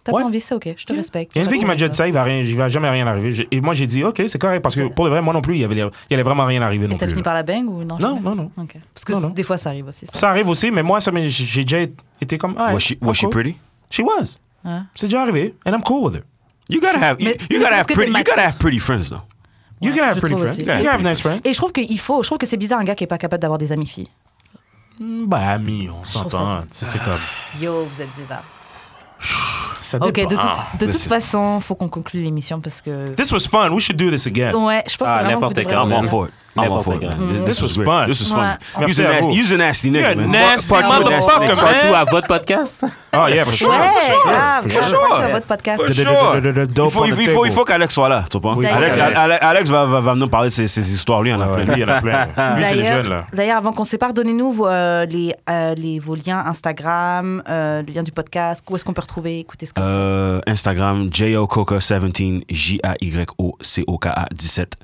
S2: T'as
S3: Ouais.
S2: pas envie, c'est ok, je te respecte.
S3: Il y a une fille qui m'a déjà dit
S2: dit
S3: ça, il va, rien, il va jamais rien arriver. J'ai- Et moi, j'ai dit Ok, c'est correct, parce que pour le vrai, moi non plus, il y avait, il y allait vraiment rien arriver non
S2: T'as
S3: plus.
S2: fini
S3: là.
S2: par la bang ou non
S3: euh, Non,
S2: jamais?
S3: non, non.
S2: Ok. Parce que
S3: Non, non.
S2: des fois, ça arrive aussi. ça.
S3: Ça arrive aussi, mais moi, ça m'est- j'ai déjà été comme ah,
S4: Was she, was she
S3: cool.
S4: pretty?
S3: She was.
S2: Ouais.
S3: C'est déjà arrivé, and I'm cool with her.
S4: You gotta have, you,
S2: Mais-
S4: you
S2: mais
S4: gotta
S2: c'est
S4: have
S2: parce que
S4: pretty,
S2: t'es
S4: you gotta have pretty friends, though.
S3: You
S2: Ouais,
S3: can have
S2: je
S3: pretty
S2: trouve
S3: friends.
S2: aussi.
S3: You can have nice friends.
S2: Et je trouve qu'il faut, je trouve que c'est bizarre un gars qui est pas capable d'avoir des amis filles.
S3: Mm, Bah, ami, on
S2: trouve
S3: s'entend. Tu sais, C'est comme.
S2: Yo, vous êtes bizarre.
S3: Ça
S2: Ok, de
S3: dépend. Ah,
S2: toute, de
S4: mais
S2: toute
S4: c'est-
S2: façon, faut qu'on conclue l'émission parce que.
S3: This was fun. We should do this again.
S2: Ouais, je pense que
S5: Ah,
S2: vraiment
S5: n'importe
S2: vous devrez-
S5: quand,
S4: I'm all for it. I'm all for it,
S5: N'importe
S4: man. This, this was
S3: was
S4: fun.
S3: fun.
S4: This was
S2: Ouais.
S4: fun. You's
S3: Merci
S4: a,
S3: à
S4: na-
S3: vous.
S4: you's a nasty
S3: You're
S4: nigga,
S3: a
S4: man.
S3: nasty
S4: Fuck you,
S3: motherfucker,
S4: nasty nigga.
S3: man.
S5: Surtout à votre podcast.
S3: Oh, yeah, for sure.
S2: Ouais,
S3: For sure.
S2: grave,
S3: For
S2: grave,
S3: sure.
S2: grave, votre podcast.
S4: For
S3: The- the-
S4: sure.
S3: the- the- the- the
S4: Il
S3: dope
S4: faut,
S3: on
S4: il
S3: the
S4: faut, il faut, il
S3: table.
S4: faut qu'Alex soit là, tu comprends?
S3: Oui,
S4: Alex,
S2: Alex.
S4: Alex, Alex va, va, va venir parler de ces, ces histoires, lui, il y en a
S3: Ah Ouais,
S4: plein.
S3: Lui, il y en a
S5: Ah,
S3: plein. Lui, c'est le jeune, là.
S2: D'ailleurs, d'ailleurs, avant qu'on se sépare, donnez-nous vos, euh, les, euh, les- vos liens Instagram, euh, le lien du podcast, où est-ce qu'on peut retrouver, écoutez ce que...
S4: Euh, Instagram, JOCoca17, J-A-Y-O-C-O-K-A 17.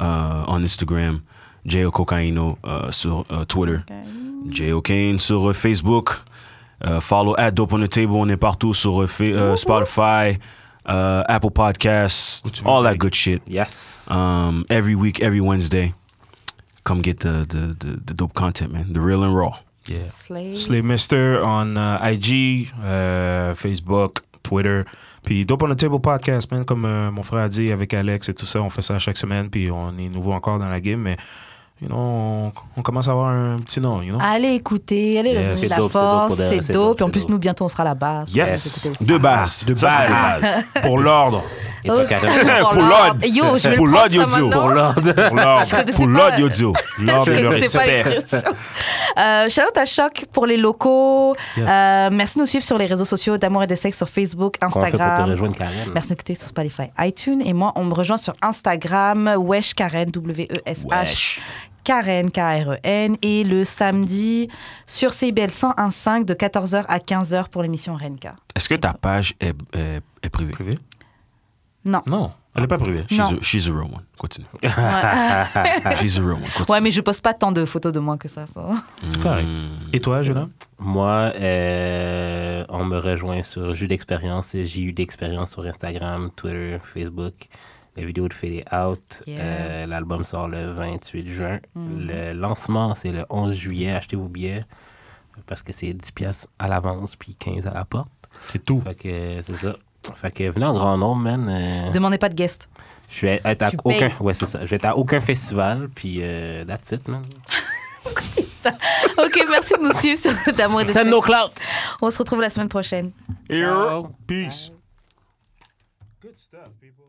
S4: Euh, on Instagram, JOCocaino euh, sur euh, Twitter. J.O. Kane sur euh, Facebook. Euh, follow at Dope on the Table. On est partout sur euh, fa- euh, Spotify, euh, Apple Podcasts, all that good shit.
S5: Yes.
S4: Um, every week, every Wednesday. Come get the, the, the, the dope content, man. The real and raw.
S2: Slay.
S3: Slave Mister on euh, IG, euh, Facebook, Twitter. Puis Dope on the Table Podcast, man, comme euh, mon frère a dit avec Alex et tout ça, on fait ça chaque semaine, puis on est nouveau encore dans la game, mais you know, on, on commence à avoir un petit nom, you know?
S2: Allez écouter, allez
S3: Yeah,
S2: le
S3: c'est
S2: la
S5: dope, c'est dope
S2: force,
S5: pour de-
S2: c'est
S5: c'est
S2: dope.
S5: dope,
S2: Et en
S5: c'est
S2: plus,
S5: dope.
S2: nous, bientôt, on sera là-bas. so
S3: Yes.
S2: vous pouvez écouter
S4: Ah, De
S2: aussi.
S4: base.
S3: De
S4: Ça, c'est
S3: base.
S4: de base.
S3: Pour l'ordre.
S5: Et toi, Karen.
S2: Oh,
S4: Pour
S2: Lord.
S4: l'ordre.
S2: Yo, je vais
S4: Pour
S2: le
S4: l'ordre,
S2: prendre, ça,
S4: yo, yo.
S2: maintenant.
S5: Pour l'ordre.
S3: Pour l'ordre.
S2: Je connaissais
S4: Pour
S2: pas-
S4: l'audio. audio.
S3: L'ordre et
S2: Je
S3: le
S2: connaissais pas
S3: respect.
S2: écrire ça. Euh, shout out à Choc pour les locaux.
S3: Yes.
S2: Euh, merci de nous suivre sur les réseaux sociaux d'Amour et des Sexes sur Facebook,
S5: Comment on fait pour te
S2: Instagram.
S5: rejoindre, Karen?
S2: Merci d'écouter sur Spotify, iTunes. Et moi, on me rejoint sur Instagram, Wesh Karen, W-E-S-H. Karen, K-R-E-N. Et le samedi, sur CIBL 101.5 de 14h à 15h pour l'émission Renka.
S4: Est-ce que ta page est, est, est privée?
S3: Privé?
S2: Non.
S3: Non, elle n'est pas privée.
S4: She's,
S2: Non.
S4: A, she's a real one. Continue. she's a real one. Continue.
S2: Ouais, mais je poste pas tant de photos de moi que ça. ça.
S3: C'est correct. Et toi, jeune homme?
S5: Moi, euh, on me rejoint sur Jus d'expérience. et J'ai eu d'expérience sur Instagram, Twitter, Facebook. La vidéo de Fade Out.
S2: Yeah. Mm.
S5: Euh, L'album sort le 28 juin. Le lancement, c'est le 11 juillet. Achetez vos billets parce que c'est 10 pièces à l'avance puis 15 à la porte.
S3: C'est tout.
S5: Fait que euh, c'est ça. Fait que venez en grand nombre, man. Euh,
S2: Demandez pas de guest.
S5: je vais être à
S2: Tu
S5: aucun.
S2: payes.
S5: Ouais, c'est ça. Je vais être à aucun festival puis euh, that's it, man.
S2: Ok, merci de nous suivre sur D'amour et des
S5: Send
S2: Sexes.
S5: no clout.
S2: On
S4: Mm.
S2: Oh. se retrouve la semaine prochaine.
S4: Here.
S5: Ciao.
S4: Peace.
S3: Good stuff, people.